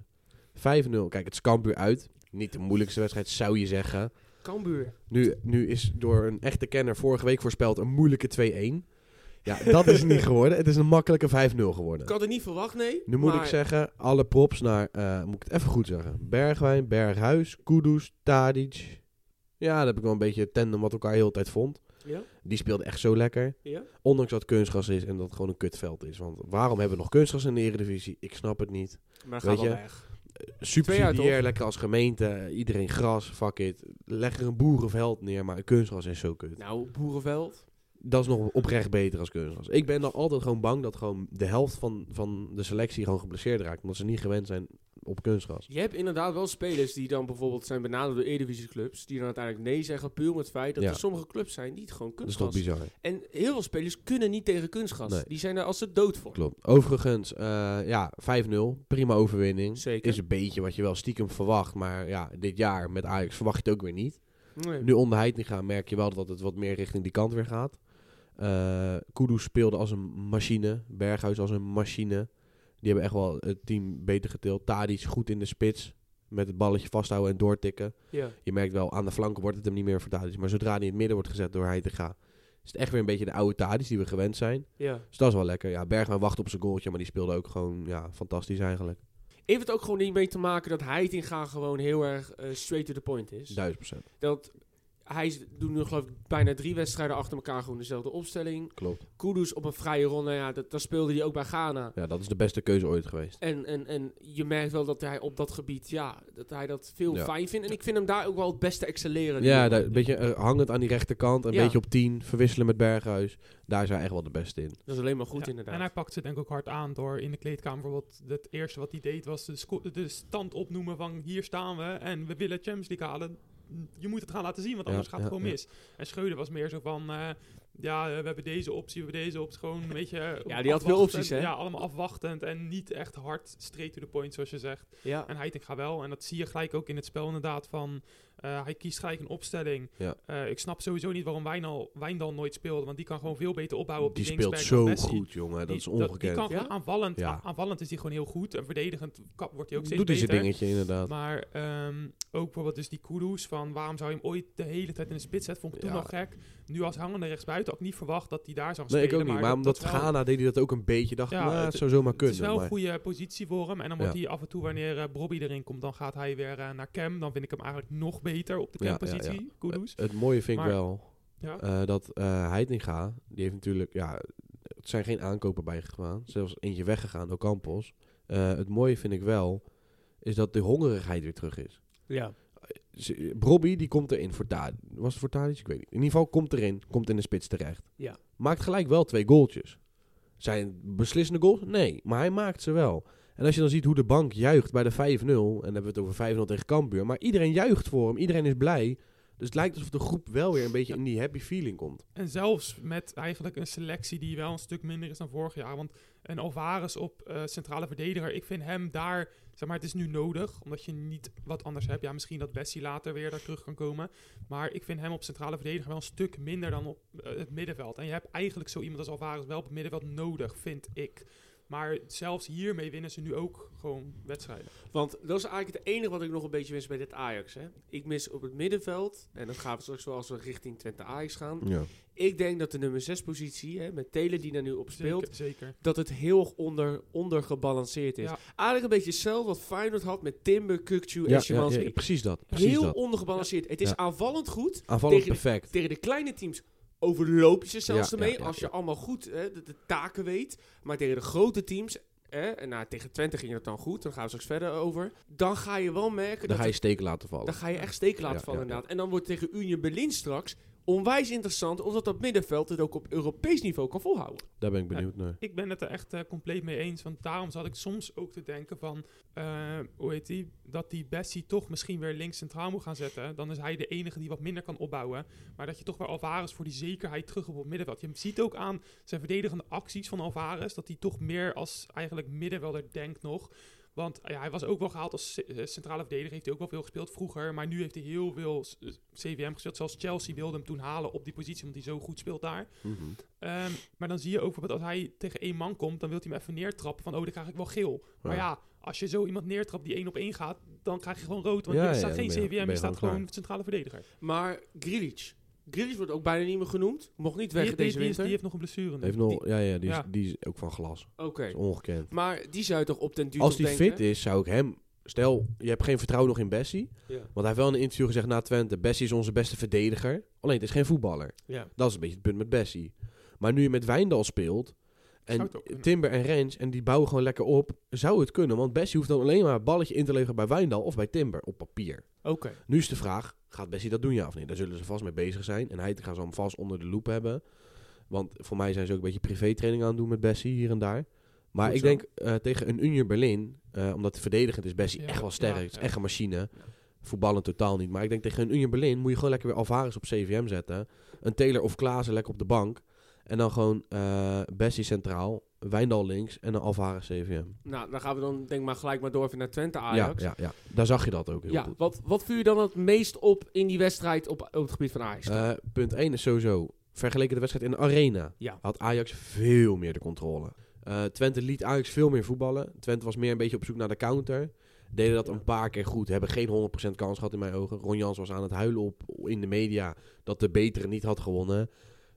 [SPEAKER 2] 5-0. Kijk, het is Cambuur uit. Niet de moeilijkste wedstrijd, zou je zeggen.
[SPEAKER 1] Cambuur.
[SPEAKER 2] Nu, nu is door een echte kenner vorige week voorspeld een moeilijke 2-1. Ja, dat is het niet geworden. Het is een makkelijke 5-0 geworden.
[SPEAKER 1] Ik had het niet verwacht, nee.
[SPEAKER 2] Nu moet
[SPEAKER 1] maar
[SPEAKER 2] ik zeggen, alle props naar, eh, moet ik het even goed zeggen, Bergwijn, Berghuis, Kudus, Tadic. Ja, dat heb ik wel een beetje het tandem wat elkaar heel de tijd vond.
[SPEAKER 1] Ja,
[SPEAKER 2] Die speelde echt zo lekker.
[SPEAKER 1] ja.
[SPEAKER 2] Ondanks dat het kunstgras is en dat het gewoon een kutveld is. Want waarom hebben we nog kunstgras in de Eredivisie? Ik snap het niet.
[SPEAKER 1] Maar
[SPEAKER 2] Weet
[SPEAKER 1] gaat wel
[SPEAKER 2] je?
[SPEAKER 1] weg. Twee jaar,
[SPEAKER 2] Subsidiair, lekker als gemeente, iedereen gras, fuck it. Leg er een boerenveld neer, maar kunstgras is zo kut.
[SPEAKER 1] Nou, Boerenveld.
[SPEAKER 2] Dat is nog oprecht beter als kunstgras. Ik ben dan altijd gewoon bang dat gewoon de helft van, van de selectie gewoon geblesseerd raakt. Omdat ze niet gewend zijn op kunstgras.
[SPEAKER 1] Je hebt inderdaad wel spelers die dan bijvoorbeeld zijn benaderd door Eredivisieclubs. Die dan uiteindelijk nee zeggen, puur om het feit dat
[SPEAKER 2] Ja.
[SPEAKER 1] er sommige clubs zijn die het gewoon
[SPEAKER 2] Dat is
[SPEAKER 1] kunstgas.
[SPEAKER 2] toch bizar.
[SPEAKER 1] En heel veel spelers kunnen niet tegen kunstgas.
[SPEAKER 2] Nee.
[SPEAKER 1] Die zijn daar als ze dood voor.
[SPEAKER 2] Klopt. Overigens, eh, ja, 5-0. Prima overwinning.
[SPEAKER 1] Zeker.
[SPEAKER 2] Is een beetje wat je wel stiekem verwacht. Maar ja, dit jaar met Ajax verwacht je het ook weer niet.
[SPEAKER 1] Nee.
[SPEAKER 2] Nu onder Heitinga merk je wel dat het wat meer richting die kant weer gaat. Eh Kudus speelde als een machine. Berghuis als een machine. Die hebben echt wel het team beter getild. Tadic goed in de spits. Met het balletje vasthouden en doortikken.
[SPEAKER 1] Ja.
[SPEAKER 2] Je merkt wel, aan de flanken wordt het hem niet meer voor Tadic. Maar zodra hij in het midden wordt gezet door Heitinga... is het echt weer een beetje de oude Tadic die we gewend zijn.
[SPEAKER 1] ja.
[SPEAKER 2] Dus dat is wel lekker. Ja, Bergman wacht op zijn goaltje, maar die speelde ook gewoon ja, fantastisch eigenlijk.
[SPEAKER 1] Heeft het ook gewoon niet mee te maken dat Heitinga gewoon heel erg eh, straight to the point is?
[SPEAKER 2] Duizend procent.
[SPEAKER 1] Dat hij is- doet nu geloof ik bijna drie wedstrijden achter elkaar gewoon dezelfde opstelling.
[SPEAKER 2] Klopt.
[SPEAKER 1] Kudus op een vrije ronde, ja, dat, dat speelde hij ook bij Ghana.
[SPEAKER 2] Ja, dat is de beste keuze ooit geweest.
[SPEAKER 1] En, en, en je merkt wel dat hij op dat gebied, ja, dat hij dat veel
[SPEAKER 2] Ja.
[SPEAKER 1] fijn vindt. En ik vind hem daar ook wel het beste excelleren. die
[SPEAKER 2] Ja,
[SPEAKER 1] jongen.
[SPEAKER 2] daar, een beetje eh, hangend aan die rechterkant, een
[SPEAKER 1] Ja.
[SPEAKER 2] beetje op 10, verwisselen met Berghuis. Daar is hij echt wel de beste in.
[SPEAKER 1] dat is alleen maar goed
[SPEAKER 3] Ja,
[SPEAKER 1] inderdaad.
[SPEAKER 3] En hij pakt ze denk ik ook hard aan door in de kleedkamer bijvoorbeeld... Het eerste wat hij deed was de, sco- de stand opnoemen van hier staan we en we willen Champions League halen. Je moet het gaan laten zien, want
[SPEAKER 2] Ja,
[SPEAKER 3] anders gaat het
[SPEAKER 2] ja,
[SPEAKER 3] gewoon
[SPEAKER 2] ja.
[SPEAKER 3] mis. En Schreuder was meer zo van... eh, ja, eh, we hebben deze optie, we hebben deze optie. Gewoon een beetje... eh,
[SPEAKER 1] Ja, die had veel
[SPEAKER 3] afwachtend.
[SPEAKER 1] opties, hè?
[SPEAKER 3] Ja, allemaal afwachtend en niet echt hard straight to the point, zoals je zegt.
[SPEAKER 1] ja.
[SPEAKER 3] En Heitinga wel. En dat zie je gelijk ook in het spel inderdaad. Van, eh, hij kiest gelijk een opstelling.
[SPEAKER 2] Ja.
[SPEAKER 3] Eh, ik snap sowieso niet waarom Wijnal, Wijndal nooit speelde. Want die kan gewoon veel beter opbouwen op
[SPEAKER 2] Die
[SPEAKER 3] die,
[SPEAKER 2] speelt
[SPEAKER 3] linksback dan
[SPEAKER 2] zo
[SPEAKER 3] Messi.
[SPEAKER 2] goed, jongen. Dat
[SPEAKER 3] Die-
[SPEAKER 2] is
[SPEAKER 3] Die
[SPEAKER 2] ongekend.
[SPEAKER 3] kan gewoon
[SPEAKER 1] Ja?
[SPEAKER 3] aanvallend,
[SPEAKER 2] Ja.
[SPEAKER 3] a- aanvallend is hij gewoon heel goed. En verdedigend ka- wordt hij ook steeds
[SPEAKER 2] Doet hij zijn
[SPEAKER 3] beter.
[SPEAKER 2] dingetje inderdaad.
[SPEAKER 3] Maar ehm, ook bijvoorbeeld dus die kudos van waarom zou je hem ooit de hele tijd in de spits zetten? Vond ik toen
[SPEAKER 2] Ja.
[SPEAKER 3] nog gek. Nu als hangende rechtsbuiten had ik niet verwacht dat hij daar
[SPEAKER 2] Nee,
[SPEAKER 3] zou
[SPEAKER 2] ik
[SPEAKER 3] spelen.
[SPEAKER 2] ook niet. Maar
[SPEAKER 3] dat-
[SPEAKER 2] omdat
[SPEAKER 3] dat wel-
[SPEAKER 2] Ghana deed hij dat ook een beetje. Dacht,
[SPEAKER 3] Ja,
[SPEAKER 2] nou,
[SPEAKER 3] het-
[SPEAKER 2] het zou zomaar kunnen.
[SPEAKER 3] het is wel
[SPEAKER 2] maar-
[SPEAKER 3] een goede positie voor hem. En dan wordt
[SPEAKER 2] Ja.
[SPEAKER 3] hij af en toe, wanneer eh Bobby erin komt, dan gaat hij weer eh, naar Cam. Dan vind ik hem eigenlijk nog beter op de
[SPEAKER 2] Ja, ja,
[SPEAKER 3] Cam-positie. Kudus.
[SPEAKER 2] Het mooie vind ik
[SPEAKER 3] Maar-
[SPEAKER 2] wel
[SPEAKER 3] Ja.
[SPEAKER 2] eh, dat eh Heitinga, die heeft natuurlijk, ja, het zijn geen aankopen bijgegaan. Zelfs eentje weggegaan, Ocampos. Eh het mooie vind ik wel, is dat de hongerigheid weer terug is.
[SPEAKER 1] ja.
[SPEAKER 2] Ze- Brobby, die komt erin voor Tadic. Was het voor Tadic? Ik weet niet. In ieder geval komt erin, komt in de spits terecht.
[SPEAKER 1] Ja.
[SPEAKER 2] Maakt gelijk wel twee goaltjes. Zijn beslissende goals? Nee, maar hij maakt ze wel. En als je dan ziet hoe de bank juicht bij de 5-0, en dan hebben we het over 5-0 tegen Cambuur, maar iedereen juicht voor hem, iedereen is blij. Dus het lijkt alsof de groep wel weer een beetje in die happy feeling komt.
[SPEAKER 3] En zelfs met eigenlijk een selectie die wel een stuk minder is dan vorig jaar. Want een Alvarez op eh, centrale verdediger, ik vind hem daar, zeg maar, het is nu nodig. Omdat je niet wat anders hebt. Ja, misschien dat Bessie later weer daar terug kan komen. Maar ik vind hem op centrale verdediger wel een stuk minder dan op eh, het middenveld. En je hebt eigenlijk zo iemand als Alvarez wel op het middenveld nodig, vind ik. Maar zelfs hiermee winnen ze nu ook gewoon wedstrijden.
[SPEAKER 1] Want dat is eigenlijk het enige wat ik nog een beetje mis bij dit Ajax. Hè? Ik mis op het middenveld, en dat gaan we straks wel als we richting Twente Ajax gaan.
[SPEAKER 2] Ja.
[SPEAKER 1] Ik denk dat de nummer 6 positie, hè, met Telen die daar nu op speelt,
[SPEAKER 3] Zeker, zeker.
[SPEAKER 1] dat het heel erg onder, ondergebalanceerd is.
[SPEAKER 3] Ja.
[SPEAKER 1] Eigenlijk een beetje hetzelfde wat Feyenoord had met Timber, Kukcu
[SPEAKER 2] Ja,
[SPEAKER 1] en Szymanski.
[SPEAKER 2] ja, ja, precies dat. Precies
[SPEAKER 1] heel
[SPEAKER 2] dat.
[SPEAKER 1] ondergebalanceerd. Het is
[SPEAKER 2] Ja.
[SPEAKER 1] aanvallend goed.
[SPEAKER 2] Aanvallend
[SPEAKER 1] tegen de-
[SPEAKER 2] perfect.
[SPEAKER 1] Tegen de kleine teams overloop je ze zelfs
[SPEAKER 2] Ja,
[SPEAKER 1] ermee.
[SPEAKER 2] ja, ja,
[SPEAKER 1] als je
[SPEAKER 2] ja.
[SPEAKER 1] allemaal goed hè, de, de taken weet. Maar tegen de grote teams... Hè, en nou, tegen Twente ging dat dan goed. Dan gaan we straks verder over. Dan ga je wel merken...
[SPEAKER 2] Dan
[SPEAKER 1] dat
[SPEAKER 2] ga je
[SPEAKER 1] het-
[SPEAKER 2] steken laten vallen.
[SPEAKER 1] dan ga je echt steken laten
[SPEAKER 2] Ja,
[SPEAKER 1] vallen
[SPEAKER 2] ja, ja.
[SPEAKER 1] inderdaad. En dan wordt tegen Union Berlin straks... Onwijs interessant, omdat dat middenveld het ook op Europees niveau kan volhouden.
[SPEAKER 2] Daar ben ik benieuwd naar.
[SPEAKER 3] Ik ben het er echt eh, compleet mee eens. Want daarom zat ik soms ook te denken van... eh, hoe heet die? Dat die Bessie toch misschien weer links centraal moet gaan zetten. Dan is hij de enige die wat minder kan opbouwen. Maar dat je toch wel Alvarez voor die zekerheid terug op het middenveld. Je ziet ook aan zijn verdedigende acties van Alvarez... dat hij toch meer als eigenlijk middenvelder denkt nog... Want eh, ja, hij was ook wel gehaald als ce- eh, centrale verdediger. Heeft hij ook wel veel gespeeld vroeger. Maar nu heeft hij heel veel s- eh, CVM gespeeld. Zelfs Chelsea wilde hem toen halen op die positie. Omdat hij zo goed speelt daar.
[SPEAKER 2] Mhm.
[SPEAKER 3] Ehm, maar dan zie je ook bijvoorbeeld als hij tegen één man komt, dan wil hij hem even neertrappen. Van, oh, dan krijg ik wel geel. Maar
[SPEAKER 2] Ja.
[SPEAKER 3] ja, als je zo iemand neertrapt die één op één gaat, dan krijg je gewoon rood. Want
[SPEAKER 2] Ja,
[SPEAKER 3] je
[SPEAKER 2] ja,
[SPEAKER 3] staat
[SPEAKER 2] dan
[SPEAKER 3] geen
[SPEAKER 2] ben je-
[SPEAKER 3] CVM, je,
[SPEAKER 2] ben je
[SPEAKER 3] staat
[SPEAKER 2] gewoon
[SPEAKER 3] gewoon centrale verdediger.
[SPEAKER 1] Maar Grilich. Grilich wordt ook bijna niet meer genoemd. Mocht niet weg
[SPEAKER 3] die, die-
[SPEAKER 1] deze
[SPEAKER 3] die is-
[SPEAKER 1] winter.
[SPEAKER 3] die heeft nog een blessure. nu.
[SPEAKER 2] Heeft nog, ja, ja, die,
[SPEAKER 3] ja.
[SPEAKER 2] Is, die is ook van glas. Dat
[SPEAKER 1] Oké.
[SPEAKER 2] is ongekend.
[SPEAKER 1] Maar die zou je toch op den duur
[SPEAKER 2] Als
[SPEAKER 1] toch
[SPEAKER 2] die
[SPEAKER 1] denken?
[SPEAKER 2] fit is, zou ik hem... Stel, je hebt geen vertrouwen nog in Bessie.
[SPEAKER 1] Ja.
[SPEAKER 2] Want hij heeft wel in een interview gezegd na Twente... Bessie is onze beste verdediger. Alleen, het is geen voetballer.
[SPEAKER 1] Ja.
[SPEAKER 2] Dat is een beetje het punt met Bessie. Maar nu je met Wijndal speelt...
[SPEAKER 3] Zou
[SPEAKER 2] En
[SPEAKER 3] het ook kunnen.
[SPEAKER 2] Timber en Rens, en die bouwen gewoon lekker op... zou het kunnen. Want Bessie hoeft dan alleen maar een balletje in te leveren bij Wijndal... of bij Timber, op papier.
[SPEAKER 1] Oké.
[SPEAKER 2] Nu is de vraag, gaat Bessie dat doen, ja of nee? Daar zullen ze vast mee bezig zijn. En hij gaan ze hem vast onder de loep hebben. Want voor mij zijn ze ook een beetje privé-training aan het doen met Bessie hier en daar. Maar
[SPEAKER 1] Goed
[SPEAKER 2] ik
[SPEAKER 1] zo.
[SPEAKER 2] denk eh, tegen een Union Berlin, eh, omdat de verdedigend is Bessie
[SPEAKER 3] Ja,
[SPEAKER 2] echt wel sterk.
[SPEAKER 3] ja,
[SPEAKER 2] is
[SPEAKER 3] ja.
[SPEAKER 2] echt een machine. Voetballen totaal niet. Maar ik denk tegen een Union Berlin moet je gewoon lekker weer Alvarez op CVM zetten. Een Taylor of Klaassen lekker op de bank. En dan gewoon eh, Bessie centraal, Wijndal links en dan Alvarez CVM.
[SPEAKER 1] Nou, dan gaan we dan denk ik maar gelijk maar door even naar Twente
[SPEAKER 2] Ja,
[SPEAKER 1] Ajax.
[SPEAKER 2] ja, ja, daar zag je dat ook heel
[SPEAKER 1] Ja,
[SPEAKER 2] goed.
[SPEAKER 1] wat, wat viel je dan het meest op in die wedstrijd op, op het gebied van Ajax?
[SPEAKER 2] Eh, punt 1 is sowieso, vergeleken de wedstrijd in de arena,
[SPEAKER 1] Ja.
[SPEAKER 2] had Ajax veel meer de controle. Eh, Twente liet Ajax veel meer voetballen. Twente was meer een beetje op zoek naar de counter. Deden dat een paar keer goed. Hebben geen 100% kans gehad in mijn ogen. Ron Jans was aan het huilen op in de media dat de betere niet had gewonnen.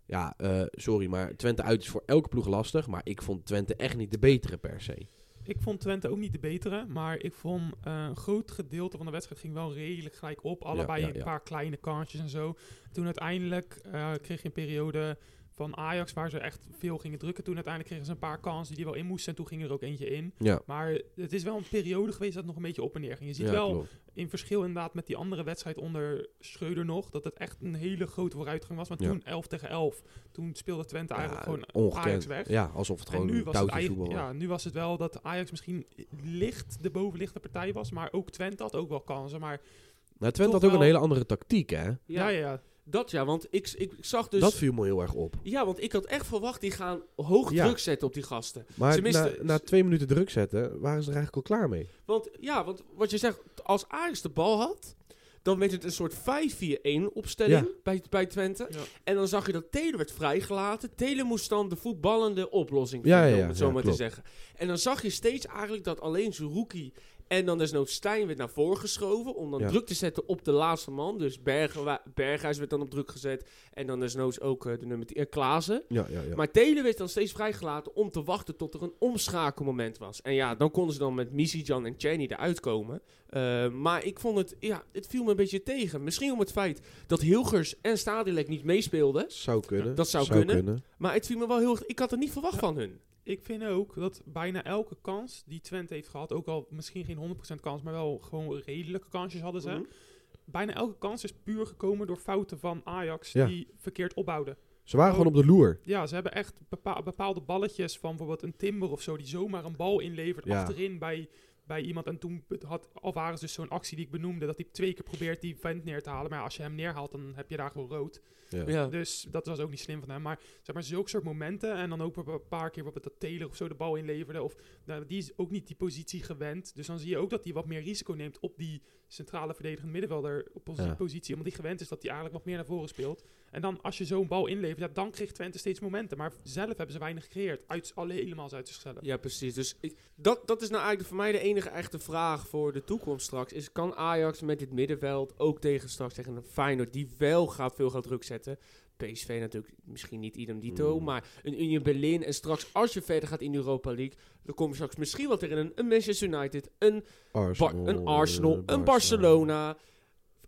[SPEAKER 2] Ja, eh, sorry, maar Twente uit is voor elke ploeg lastig. Maar ik vond Twente echt niet de betere per se.
[SPEAKER 3] Ik vond Twente ook niet de betere, maar ik vond eh, een groot gedeelte van de wedstrijd ging wel redelijk gelijk op. Allebei
[SPEAKER 2] ja, ja.
[SPEAKER 3] een paar kleine kansjes en zo. Toen uiteindelijk eh, kreeg je een periode van Ajax waar ze echt veel gingen drukken. Toen uiteindelijk kregen ze een paar kansen die er wel in moesten en toen ging er ook eentje in.
[SPEAKER 2] Ja,
[SPEAKER 3] Maar het is wel een periode geweest dat het nog een beetje op en neer ging. Je ziet
[SPEAKER 2] ja,
[SPEAKER 3] wel
[SPEAKER 2] klopt.
[SPEAKER 3] in verschil inderdaad met die andere wedstrijd onder Schreuder nog... dat het echt een hele grote vooruitgang was. Maar
[SPEAKER 2] Ja.
[SPEAKER 3] toen 11 tegen 11, toen speelde Twente eigenlijk
[SPEAKER 2] Ja,
[SPEAKER 3] gewoon Ajax weg.
[SPEAKER 2] Ja, alsof het
[SPEAKER 3] En
[SPEAKER 2] gewoon
[SPEAKER 3] nu
[SPEAKER 2] een
[SPEAKER 3] was, het
[SPEAKER 2] touwtje
[SPEAKER 3] eigen-
[SPEAKER 2] voetbal was.
[SPEAKER 3] ja, nu was het wel dat Ajax misschien licht de bovenliggende partij was. Maar ook Twente had ook wel kansen. Maar
[SPEAKER 2] Nou, Twente
[SPEAKER 3] toch
[SPEAKER 2] had ook een
[SPEAKER 3] wel-
[SPEAKER 2] hele andere tactiek, hè?
[SPEAKER 3] ja, ja, ja.
[SPEAKER 1] Dat ja, want ik, ik, ik zag dus...
[SPEAKER 2] Dat viel me heel erg op.
[SPEAKER 1] Ja, want ik had echt verwacht, die gaan hoog
[SPEAKER 2] Ja.
[SPEAKER 1] druk zetten op die gasten.
[SPEAKER 2] Maar
[SPEAKER 1] Tenminste,
[SPEAKER 2] na, na
[SPEAKER 1] s-
[SPEAKER 2] twee minuten druk zetten, waren ze er eigenlijk al klaar mee.
[SPEAKER 1] Want ja, want wat je zegt, als Ajax de bal had... Dan werd het een soort 5-4-1 opstelling bij, bij Twente.
[SPEAKER 3] Ja.
[SPEAKER 1] En dan zag je dat Telen werd vrijgelaten. Telen moest dan de voetballende oplossing
[SPEAKER 2] Ja,
[SPEAKER 1] vinden,
[SPEAKER 2] ja, ja,
[SPEAKER 1] om het
[SPEAKER 2] ja,
[SPEAKER 1] zo maar te
[SPEAKER 2] klopt.
[SPEAKER 1] zeggen. En dan zag je steeds eigenlijk dat alleen Zerouki en dan desnoods Stijn werd naar voren geschoven... om dan
[SPEAKER 2] Ja.
[SPEAKER 1] druk te zetten op de laatste man. Dus Bergenwa- Berghuis werd dan op druk gezet. En dan desnoods ook eh, de nummer 10, eh, Klaassen.
[SPEAKER 2] Ja, ja, ja.
[SPEAKER 1] Maar Telen werd dan steeds vrijgelaten om te wachten tot er een omschakelmoment was. En ja, dan konden ze dan met Misijan en Cheney eruit komen. Eh, maar ik vond het, ja, het viel me een beetje tegen. Misschien om het feit dat Hilgers en Stadilek niet meespeelden.
[SPEAKER 2] zou kunnen.
[SPEAKER 1] Dat zou kunnen. Maar het viel me wel heel erg... Ik had het niet verwacht van hun.
[SPEAKER 3] Ik vind ook dat bijna elke kans die Twente heeft gehad... ook al misschien geen 100% kans, maar wel gewoon redelijke kansjes hadden ze...
[SPEAKER 1] Mhm.
[SPEAKER 3] Bijna elke kans is puur gekomen door fouten van Ajax
[SPEAKER 2] Ja.
[SPEAKER 3] die verkeerd opbouwden.
[SPEAKER 2] Ze waren
[SPEAKER 3] Oh.
[SPEAKER 2] gewoon op de loer.
[SPEAKER 3] Ja, ze hebben echt bepa- bepaalde balletjes van bijvoorbeeld een timber of zo, die zomaar een bal inlevert
[SPEAKER 2] Ja.
[SPEAKER 3] achterin bij, bij iemand. En toen be- had Alvarez dus zo'n actie die ik benoemde, dat hij twee keer probeert die vent neer te halen. Maar ja, als je hem neerhaalt, dan heb je daar gewoon rood.
[SPEAKER 1] Ja.
[SPEAKER 3] Dus dat was ook niet slim van hem. Maar zeg maar, zulke soort momenten en dan ook een paar keer bijvoorbeeld dat Taylor of zo de bal inleverde. Of nou, die is ook niet die positie gewend. Dus dan zie je ook dat hij wat meer risico neemt op die centrale verdedigende middenvelder op onze
[SPEAKER 2] Ja.
[SPEAKER 3] positie. Omdat hij gewend is dat hij eigenlijk wat meer naar voren speelt. En dan als je zo'n bal inlevert, ja, dan kreeg Twente steeds momenten. Maar zelf hebben ze weinig gecreëerd. Uit, alle helemaal uit zichzelf.
[SPEAKER 1] Ja, precies. Dus ik, dat, dat is nou eigenlijk voor mij de enige echte vraag voor de toekomst straks. Is kan Ajax met dit middenveld ook tegen straks tegen een Feyenoord die wel gaat veel gaat druk zetten? PSV natuurlijk misschien niet idem dito,
[SPEAKER 2] Mm.
[SPEAKER 1] maar een Union Berlin. En straks als je verder gaat in Europa League, dan kom je straks misschien wel tegen een, een Manchester United, een, Bar- een Arsenal, een Barcelona.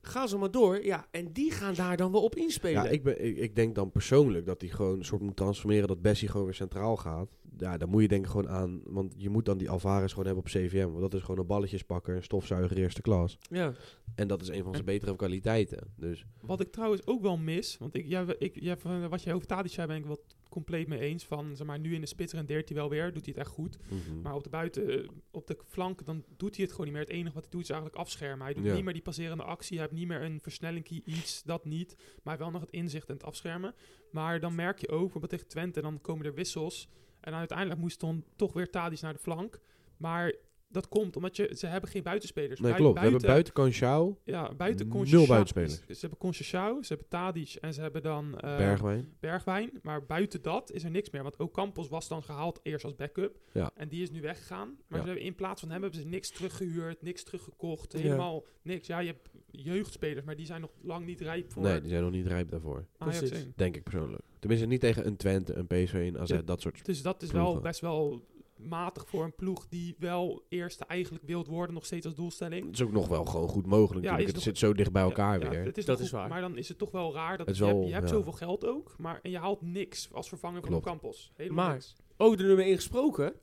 [SPEAKER 1] Ga zo maar door. Ja, en die gaan daar dan wel op inspelen.
[SPEAKER 2] Ja, ik, ben, ik, ik denk dan persoonlijk dat hij gewoon een soort moet transformeren dat Bessie gewoon weer centraal gaat. Ja, dan moet je denk ik gewoon aan, want je moet dan die Alvarez gewoon hebben op CVM. Want dat is gewoon een balletjespakker, een stofzuiger eerste klas.
[SPEAKER 1] ja.
[SPEAKER 2] En dat is een van zijn betere kwaliteiten. Dus
[SPEAKER 3] Wat ik trouwens ook wel mis, want ik, ja, ik, ja, van wat jij over Tadic zei ben ik wel compleet mee eens. Van, zeg maar, nu in de spits rendeert hij wel weer, doet hij het echt goed. Maar op de buiten, eh, op de flank, dan doet hij het gewoon niet meer. Het enige wat hij doet is eigenlijk afschermen. Hij doet
[SPEAKER 2] Ja.
[SPEAKER 3] niet meer die passerende actie. Hij heeft niet meer een versnelling key, iets, dat niet. Maar hij heeft wel nog het inzicht en het afschermen. Maar dan merk je ook, bijvoorbeeld tegen Twente, dan komen er wissels. En uiteindelijk moest dan toch weer Tadic naar de flank. Maar dat komt omdat je, ze hebben geen buitenspelers.
[SPEAKER 2] nee,
[SPEAKER 3] Bui-
[SPEAKER 2] klopt. We hebben buiten Canciao,
[SPEAKER 1] eh,
[SPEAKER 3] ja, buiten
[SPEAKER 2] nul
[SPEAKER 3] Conceicao-
[SPEAKER 2] buitenspelers.
[SPEAKER 3] Ze hebben Conceicao, ze hebben Tadic en ze hebben dan... eh,
[SPEAKER 2] Bergwijn.
[SPEAKER 3] Bergwijn. Maar buiten dat is er niks meer. Want ook Campos was dan gehaald eerst als backup.
[SPEAKER 2] Ja.
[SPEAKER 3] En die is nu weggegaan. Maar
[SPEAKER 2] Ja.
[SPEAKER 3] ze hebben, in plaats van hem hebben ze niks teruggehuurd, niks teruggekocht.
[SPEAKER 1] Ja.
[SPEAKER 3] Helemaal niks. Ja, je hebt jeugdspelers, maar die zijn nog lang niet rijp voor
[SPEAKER 2] Nee, die zijn nog niet rijp daarvoor.
[SPEAKER 3] Ajax
[SPEAKER 1] precies.
[SPEAKER 3] 1.
[SPEAKER 2] Denk ik persoonlijk. Tenminste, niet tegen een Twente, een PSV, een AZ,
[SPEAKER 3] Ja.
[SPEAKER 2] dat soort
[SPEAKER 3] Dus dat is wel
[SPEAKER 2] Ploegen.
[SPEAKER 3] best wel matig voor een ploeg die wel eerste eigenlijk wilt worden, nog steeds als doelstelling.
[SPEAKER 2] Het is ook nog wel gewoon goed mogelijk.
[SPEAKER 3] Ja,
[SPEAKER 2] natuurlijk.
[SPEAKER 3] is
[SPEAKER 2] het
[SPEAKER 3] nog-
[SPEAKER 2] zit zo dicht bij elkaar
[SPEAKER 3] Ja, ja,
[SPEAKER 2] weer.
[SPEAKER 3] het is
[SPEAKER 1] Dat
[SPEAKER 3] nog
[SPEAKER 1] is
[SPEAKER 3] goed,
[SPEAKER 1] waar.
[SPEAKER 3] Maar dan is het toch wel raar dat
[SPEAKER 2] Het is
[SPEAKER 3] je, hebt,
[SPEAKER 2] wel-
[SPEAKER 3] je hebt
[SPEAKER 2] ja.
[SPEAKER 3] zoveel geld ook, maar en je haalt niks als vervanger van
[SPEAKER 2] Klopt.
[SPEAKER 3] Campos. Helemaal
[SPEAKER 1] Maar
[SPEAKER 3] niks.
[SPEAKER 1] over de nummer 1 gesproken,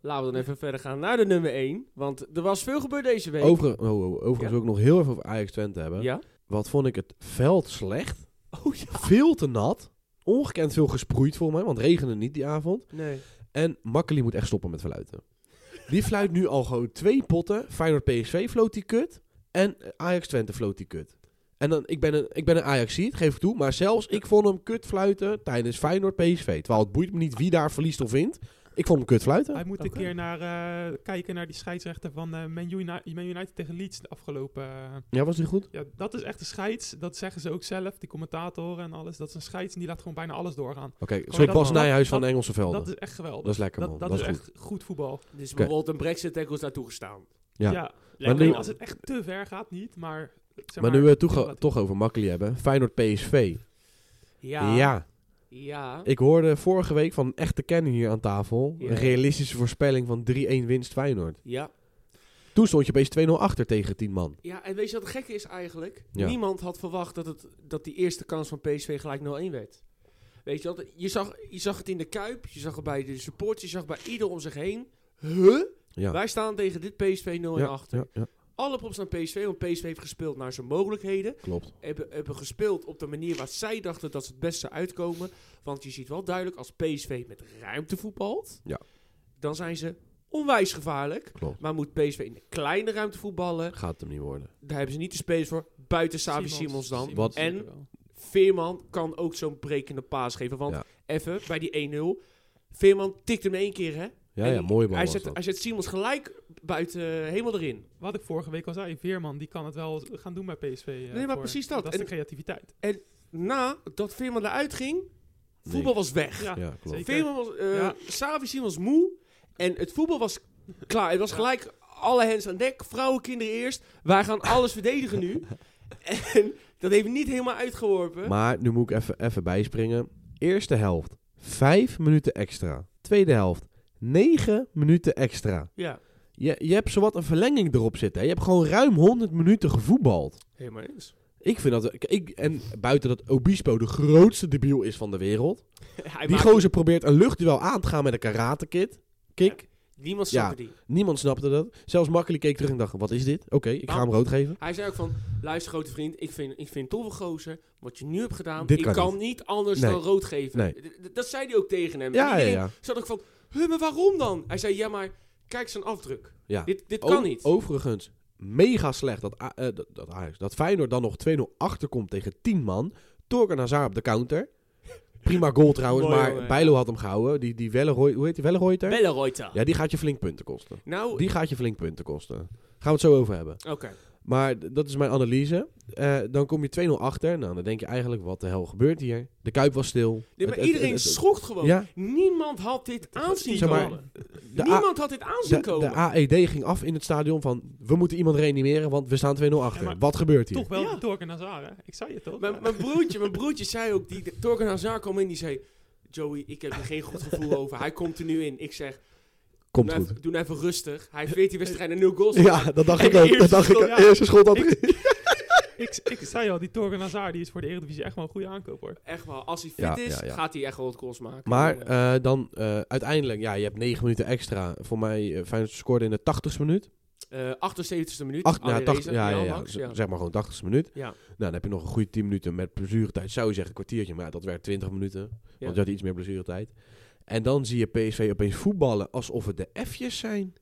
[SPEAKER 1] laten we dan even verder gaan naar de nummer 1. Want er was veel gebeurd deze week.
[SPEAKER 2] Overigens, oh, oh, overigens
[SPEAKER 1] Ja.
[SPEAKER 2] wil ik nog heel even over Ajax Twente hebben.
[SPEAKER 1] Ja?
[SPEAKER 2] Wat vond ik het veld slecht.
[SPEAKER 1] Oh ja.
[SPEAKER 2] Veel te nat. Ongekend veel gesproeid voor mij, want het regende niet die avond.
[SPEAKER 1] Nee.
[SPEAKER 2] En Makkeli moet echt stoppen met fluiten. Die fluit nu al gewoon twee potten. Feyenoord PSV floot die kut. En Ajax Twente floot die kut. En dan, ik ben een, ik ben een ajax geef ik toe. Maar zelfs ik vond hem kut fluiten tijdens Feyenoord PSV. Terwijl het boeit me niet wie daar verliest of wint. Ik vond hem kut fluiten.
[SPEAKER 3] Hij moet
[SPEAKER 1] Oké.
[SPEAKER 3] een keer naar, eh, kijken naar die scheidsrechter van eh Man, Uni- Man United tegen Leeds de afgelopen... eh,
[SPEAKER 2] Ja, was die goed?
[SPEAKER 3] ja, dat is echt een scheids. Dat zeggen ze ook zelf, die commentatoren en alles. Dat is een scheids en die laat gewoon bijna alles doorgaan.
[SPEAKER 2] Oké,
[SPEAKER 3] dat
[SPEAKER 2] zo Bas
[SPEAKER 3] wel.
[SPEAKER 2] Nijhuis
[SPEAKER 3] Dat-
[SPEAKER 2] van de Engelse velden.
[SPEAKER 3] Dat
[SPEAKER 2] Dat is,
[SPEAKER 3] is echt geweldig.
[SPEAKER 2] lekker, man.
[SPEAKER 3] dat,
[SPEAKER 2] Dat,
[SPEAKER 3] dat
[SPEAKER 2] is,
[SPEAKER 3] is
[SPEAKER 2] goed.
[SPEAKER 3] echt goed voetbal.
[SPEAKER 1] Dus bijvoorbeeld een Brexit-tackle is daar toegestaan.
[SPEAKER 2] Ja.
[SPEAKER 3] Ja.
[SPEAKER 1] Lekker,
[SPEAKER 2] nu-
[SPEAKER 3] Alleen
[SPEAKER 1] man.
[SPEAKER 3] als het echt te ver gaat, niet. Maar, zeg
[SPEAKER 2] maar nu eh, we het
[SPEAKER 3] ik wil
[SPEAKER 2] toch,
[SPEAKER 3] dat-
[SPEAKER 2] toch over Makkeli hebben. Feyenoord PSV. Ja.
[SPEAKER 1] Ja. Ja.
[SPEAKER 2] Ik hoorde vorige week van een echte kennen hier aan tafel.
[SPEAKER 1] Ja.
[SPEAKER 2] Een realistische voorspelling van 3-1 winst Feyenoord.
[SPEAKER 1] Ja.
[SPEAKER 2] Toen stond je opeens 2-0 achter tegen 10 man.
[SPEAKER 1] Ja, en weet je wat het gekke is eigenlijk?
[SPEAKER 2] Ja.
[SPEAKER 1] Niemand had verwacht dat, het, dat die eerste kans van PSV gelijk 0-1 werd. Weet je wat? Je zag, je zag het in de Kuip, je zag het bij de supporters, je zag het bij ieder om zich heen. Huh?
[SPEAKER 2] Ja.
[SPEAKER 1] Wij staan tegen dit PSV 0-1
[SPEAKER 2] ja,
[SPEAKER 1] achter.
[SPEAKER 2] ja, ja,
[SPEAKER 1] Alle props aan PSV, want PSV heeft gespeeld naar zijn mogelijkheden.
[SPEAKER 2] klopt.
[SPEAKER 1] hebben, hebben gespeeld op de manier waar zij dachten dat ze het beste uitkomen. Want je ziet wel duidelijk, als PSV met ruimte voetbalt,
[SPEAKER 2] Ja.
[SPEAKER 1] dan zijn ze onwijs gevaarlijk.
[SPEAKER 2] Klopt.
[SPEAKER 1] Maar moet PSV in de kleine ruimte voetballen,
[SPEAKER 2] Gaat hem niet worden.
[SPEAKER 1] daar hebben ze niet de spelers voor. Buiten Savi Simons, dan.
[SPEAKER 2] Wat-
[SPEAKER 3] zeker
[SPEAKER 1] en-
[SPEAKER 3] wel.
[SPEAKER 1] Veerman kan ook zo'n brekende paas geven. Want
[SPEAKER 2] Ja.
[SPEAKER 1] even, bij die 1-0, Veerman tikt hem één keer, hè?
[SPEAKER 2] Ja,
[SPEAKER 1] En
[SPEAKER 2] ja,
[SPEAKER 1] die-
[SPEAKER 2] mooie bal
[SPEAKER 1] hij
[SPEAKER 2] was
[SPEAKER 1] zet,
[SPEAKER 2] dat.
[SPEAKER 1] hij zet Simons gelijk buiten, eh, helemaal erin.
[SPEAKER 3] Wat ik vorige week al zei, Veerman die kan het wel gaan doen bij PSV. eh,
[SPEAKER 1] maar
[SPEAKER 3] voor-
[SPEAKER 1] precies dat.
[SPEAKER 3] Dat is de
[SPEAKER 1] En-
[SPEAKER 3] creativiteit.
[SPEAKER 1] Na dat Veerman eruit ging, voetbal was weg.
[SPEAKER 3] Ja,
[SPEAKER 2] Ja, klopt.
[SPEAKER 3] zeker.
[SPEAKER 1] Veerman was, eh
[SPEAKER 3] Ja.
[SPEAKER 1] Savi Simons moe. En het voetbal was klaar. Het was
[SPEAKER 3] Ja.
[SPEAKER 1] gelijk alle hens aan dek. Vrouwen, kinderen eerst. Wij gaan alles verdedigen nu. En dat heeft niet helemaal uitgeworpen.
[SPEAKER 2] Maar nu moet ik even, even bijspringen. Eerste helft, 5 minuten extra. Tweede helft, 9 minuten extra.
[SPEAKER 1] ja,
[SPEAKER 2] Je, je hebt zowat een verlenging erop zitten. hè. Je hebt gewoon ruim 100 minuten gevoetbald.
[SPEAKER 1] helemaal eens.
[SPEAKER 2] Ik vind dat... Ik, en buiten dat Obispo de grootste debiel is van de wereld.
[SPEAKER 1] Hij
[SPEAKER 2] die
[SPEAKER 1] maakt-
[SPEAKER 2] gozer probeert een luchtduel aan te gaan met een karate kid, kick.
[SPEAKER 1] Niemand
[SPEAKER 2] Ja.
[SPEAKER 1] snapte die.
[SPEAKER 2] Niemand snapte dat. Zelfs makkelijk keek terug en dacht, wat is dit? Oké, ik ga hem rood geven.
[SPEAKER 1] Hij zei ook van, luister grote vriend, ik vind, ik vind het toffe gozer. Wat je nu hebt gedaan,
[SPEAKER 2] Dit
[SPEAKER 1] ik
[SPEAKER 2] kan
[SPEAKER 1] kan, niet. anders
[SPEAKER 2] Nee.
[SPEAKER 1] dan rood geven.
[SPEAKER 2] Nee.
[SPEAKER 1] D- d- Dat zei hij ook tegen hem.
[SPEAKER 2] Ja,
[SPEAKER 1] En
[SPEAKER 2] ja,
[SPEAKER 1] iedereen
[SPEAKER 2] ja.
[SPEAKER 1] zat ook van, huh, maar waarom dan? Hij zei, ja maar, kijk zijn afdruk.
[SPEAKER 2] ja.
[SPEAKER 1] Dit, dit kan
[SPEAKER 2] O-
[SPEAKER 1] niet.
[SPEAKER 2] Overigens, mega slecht dat, A- eh, dat, dat, Ajax- dat Feyenoord dan nog 2-0 achterkomt tegen 10 man. Torken Hazard op de counter. Prima goal trouwens,
[SPEAKER 1] Mooi,
[SPEAKER 2] maar
[SPEAKER 1] jongen.
[SPEAKER 2] Bijlo had hem gehouden. Die, die Welleroy, hoe heet die Welleroyter?
[SPEAKER 1] Belleroyta.
[SPEAKER 2] Ja, die gaat je flink punten kosten.
[SPEAKER 1] Nou,
[SPEAKER 2] Die gaat je flink punten kosten. Gaan we het zo over hebben.
[SPEAKER 1] oké.
[SPEAKER 2] Maar d- dat is mijn analyse. Eh, dan kom je 2-0 achter. Nou, dan denk je eigenlijk, wat de hel gebeurt hier? De Kuip was stil.
[SPEAKER 1] Nee,
[SPEAKER 2] Het-
[SPEAKER 1] maar
[SPEAKER 2] het-
[SPEAKER 1] iedereen
[SPEAKER 2] het- het-
[SPEAKER 1] schokt gewoon.
[SPEAKER 2] Ja,
[SPEAKER 1] Niemand had dit aanzien
[SPEAKER 2] Zeg maar,
[SPEAKER 1] komen.
[SPEAKER 2] de, A-
[SPEAKER 1] Niemand had dit aanzien
[SPEAKER 2] de,
[SPEAKER 1] komen.
[SPEAKER 2] de AED ging af in het stadion van... We moeten iemand reanimeren, want we staan 2-0 achter.
[SPEAKER 3] Ja, maar-
[SPEAKER 2] wat gebeurt hier?
[SPEAKER 3] Toch wel
[SPEAKER 1] Ja.
[SPEAKER 3] die Torken Hazard, hè? Ik zei het toch?
[SPEAKER 1] Mijn, mijn broertje, mijn broertje zei ook, die Torgan Hazard kwam in, die zei... Joey, ik heb er geen goed gevoel over. Hij komt er nu in. Ik zeg, doe
[SPEAKER 2] Komt
[SPEAKER 1] nou
[SPEAKER 2] goed. Eh,
[SPEAKER 1] even, doe nou even rustig. Hij heeft 14 wedstrijden en 0 goals.
[SPEAKER 2] Ja, dat dacht ik ook. Dat
[SPEAKER 3] Eerste
[SPEAKER 2] dacht ik
[SPEAKER 3] schot,
[SPEAKER 2] ook.
[SPEAKER 3] ja.
[SPEAKER 2] Eerste schot dat
[SPEAKER 3] Ik-
[SPEAKER 2] erin.
[SPEAKER 3] ik, ik zei al, die Torken Hazard die is voor de Eredivisie echt wel een goede aankoop, hoor.
[SPEAKER 1] Echt wel, als hij fit
[SPEAKER 2] Ja,
[SPEAKER 1] is,
[SPEAKER 2] ja, ja.
[SPEAKER 1] gaat hij echt wel wat goals maken.
[SPEAKER 2] Maar
[SPEAKER 1] En, eh,
[SPEAKER 2] eh, dan eh, uiteindelijk, ja, je hebt 9 minuten extra. Voor mij, eh, Feyenoord scoorde in de 80ste minuut.
[SPEAKER 1] eh, 78e minuut.
[SPEAKER 2] Acht, nou,
[SPEAKER 1] Alireza,
[SPEAKER 2] 80, ja, ja, ja,
[SPEAKER 1] Max,
[SPEAKER 2] z- zeg maar gewoon 80ste minuut.
[SPEAKER 1] Ja.
[SPEAKER 2] Nou, dan heb je nog een goede 10 minuten met blessuretijd. Zou je zeggen, een kwartiertje, maar ja, dat werd 20 minuten.
[SPEAKER 1] Ja.
[SPEAKER 2] Want je had iets meer blessuretijd. En dan zie je PSV opeens voetballen alsof het de F'jes zijn.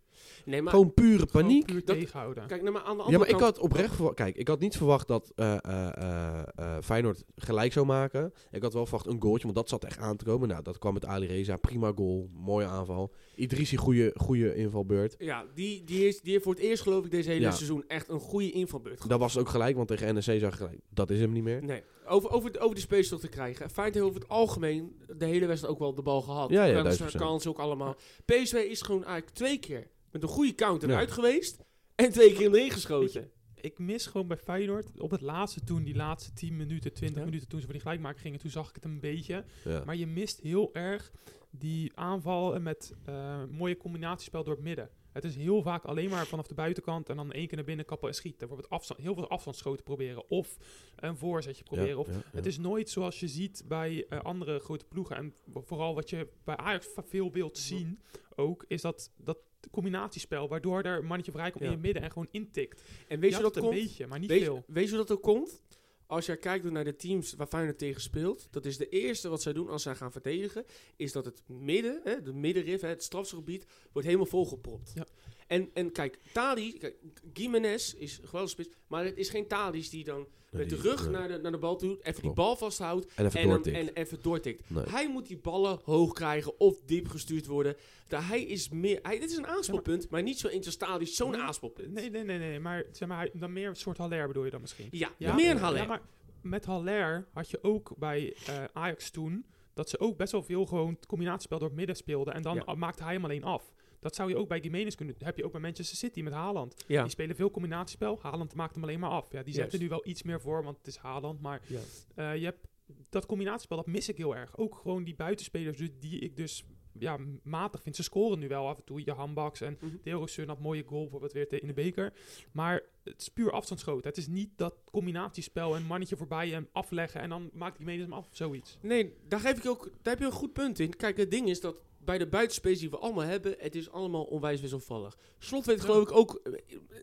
[SPEAKER 1] Nee, maar
[SPEAKER 2] gewoon pure
[SPEAKER 3] Gewoon
[SPEAKER 2] paniek.
[SPEAKER 3] puur
[SPEAKER 1] Dat-
[SPEAKER 3] tegenhouden.
[SPEAKER 1] kijk, nou, maar aan de andere
[SPEAKER 2] Ja, maar ik
[SPEAKER 1] kant...
[SPEAKER 2] had oprecht verwacht... Kijk, ik had niet verwacht dat eh, eh, eh, eh, Feyenoord gelijk zou maken. Ik had wel verwacht een goaltje, want dat zat echt aan te komen. Nou, dat kwam met Ali Reza. Prima goal, mooie aanval. Idrissi, goede, goede invalbeurt.
[SPEAKER 1] Ja, die, die, is, die heeft voor het eerst geloof ik deze hele
[SPEAKER 2] Ja.
[SPEAKER 1] seizoen echt een goede invalbeurt gehad.
[SPEAKER 2] Dat was ook gelijk, want tegen NEC zag ik gelijk... Dat is hem niet meer.
[SPEAKER 1] Nee, over, over, de- over de space toch te krijgen. Feyenoord heeft over het algemeen de hele wedstrijd ook wel de bal gehad.
[SPEAKER 2] Ja, ja,
[SPEAKER 1] Kansen,
[SPEAKER 2] 1000%.
[SPEAKER 1] kansen ook allemaal. PSV is gewoon eigenlijk twee keer met een goede counter
[SPEAKER 2] Ja.
[SPEAKER 1] uit geweest en twee keer erin
[SPEAKER 3] Weet
[SPEAKER 1] geschoten.
[SPEAKER 3] Ik mis gewoon bij Feyenoord op het laatste toen, die laatste 10 minuten, 20
[SPEAKER 1] Ja.
[SPEAKER 3] minuten toen ze voor die gelijkmaker gingen, toen zag ik het een beetje.
[SPEAKER 2] Ja.
[SPEAKER 3] Maar je mist heel erg die aanval met eh, mooie combinatiespel door het midden. Het is heel vaak alleen maar vanaf de buitenkant en dan één keer naar binnen kappen en schieten. Bijvoorbeeld afstand, heel veel afstandsschoten proberen of een voorzetje proberen. Of
[SPEAKER 2] Ja, ja, ja.
[SPEAKER 3] Het is nooit zoals je ziet bij eh, andere grote ploegen. En wo- vooral wat je bij Ajax va- veel wilt
[SPEAKER 1] Mhm.
[SPEAKER 3] zien ook, is dat, dat combinatiespel. Waardoor er een mannetje vrij komt
[SPEAKER 1] Ja.
[SPEAKER 3] in het midden en gewoon intikt.
[SPEAKER 1] En weet je,
[SPEAKER 3] had
[SPEAKER 1] dat
[SPEAKER 3] het
[SPEAKER 1] komt?
[SPEAKER 3] een beetje, maar niet
[SPEAKER 1] weet,
[SPEAKER 3] veel.
[SPEAKER 1] weet je hoe dat ook komt? Als jij kijkt naar de teams waar Feyenoord tegen speelt, dat is de eerste wat zij doen als zij gaan verdedigen, is dat het midden, hè, de middenrif, hè, het strafgebied, wordt helemaal volgepropt.
[SPEAKER 3] Ja.
[SPEAKER 1] En, en kijk, Tadic, kijk, Gimenez is geweldig spits, maar het is geen Tadic die dan
[SPEAKER 2] Nee,
[SPEAKER 1] met de
[SPEAKER 2] die-
[SPEAKER 1] rug
[SPEAKER 2] nee.
[SPEAKER 1] naar, de, naar de bal toe, even die
[SPEAKER 2] Klopt.
[SPEAKER 1] bal vasthoudt
[SPEAKER 2] En even
[SPEAKER 1] en, hem,
[SPEAKER 2] doortikt.
[SPEAKER 1] en even doortikt.
[SPEAKER 2] Nee.
[SPEAKER 1] Hij moet die ballen hoog krijgen of diep gestuurd worden. Daar, hij is meer, hij, dit is een aanspoelpunt, maar, niet zo interstadisch, zo'n
[SPEAKER 3] Nee,
[SPEAKER 1] aanspoelpunt.
[SPEAKER 3] Nee, nee, nee, nee. Maar, zeg maar hij- dan meer een soort Haller bedoel je dan misschien?
[SPEAKER 1] Ja, meer een Haller.
[SPEAKER 3] Ja, maar met Haller had je ook bij eh, Ajax toen... dat ze ook best wel veel gewoon het combinatiespel door het midden speelden. En dan
[SPEAKER 1] Ja.
[SPEAKER 3] a- maakte hij hem alleen af. Dat zou je ook bij Gimenez kunnen... heb je ook bij Manchester City met Haaland.
[SPEAKER 1] ja.
[SPEAKER 3] Die spelen veel combinatiespel. Haaland maakt hem alleen maar af. Ja, die zet er
[SPEAKER 1] Juist.
[SPEAKER 3] nu wel iets meer voor, want het is Haaland. Maar
[SPEAKER 1] Ja.
[SPEAKER 3] eh, je hebt dat combinatiespel, dat mis ik heel erg. Ook gewoon die buitenspelers die- die ik dus ja, m- matig vind. Ze scoren nu wel af en toe. Je handbaks en
[SPEAKER 1] Mhm.
[SPEAKER 3] Derosun had mooie goal bijvoorbeeld weer te- in de beker. Maar het is puur afstandsschoten. Het is niet dat combinatiespel en mannetje voorbij en afleggen en dan maakt die menus hem af. Zoiets.
[SPEAKER 1] Nee, daar, geef ik ook, daar heb je een goed punt in. Kijk, het ding is dat bij de buitenspace die we allemaal hebben, het is allemaal onwijs wisselvallig. Slot weet geloof ik ook eh, eh,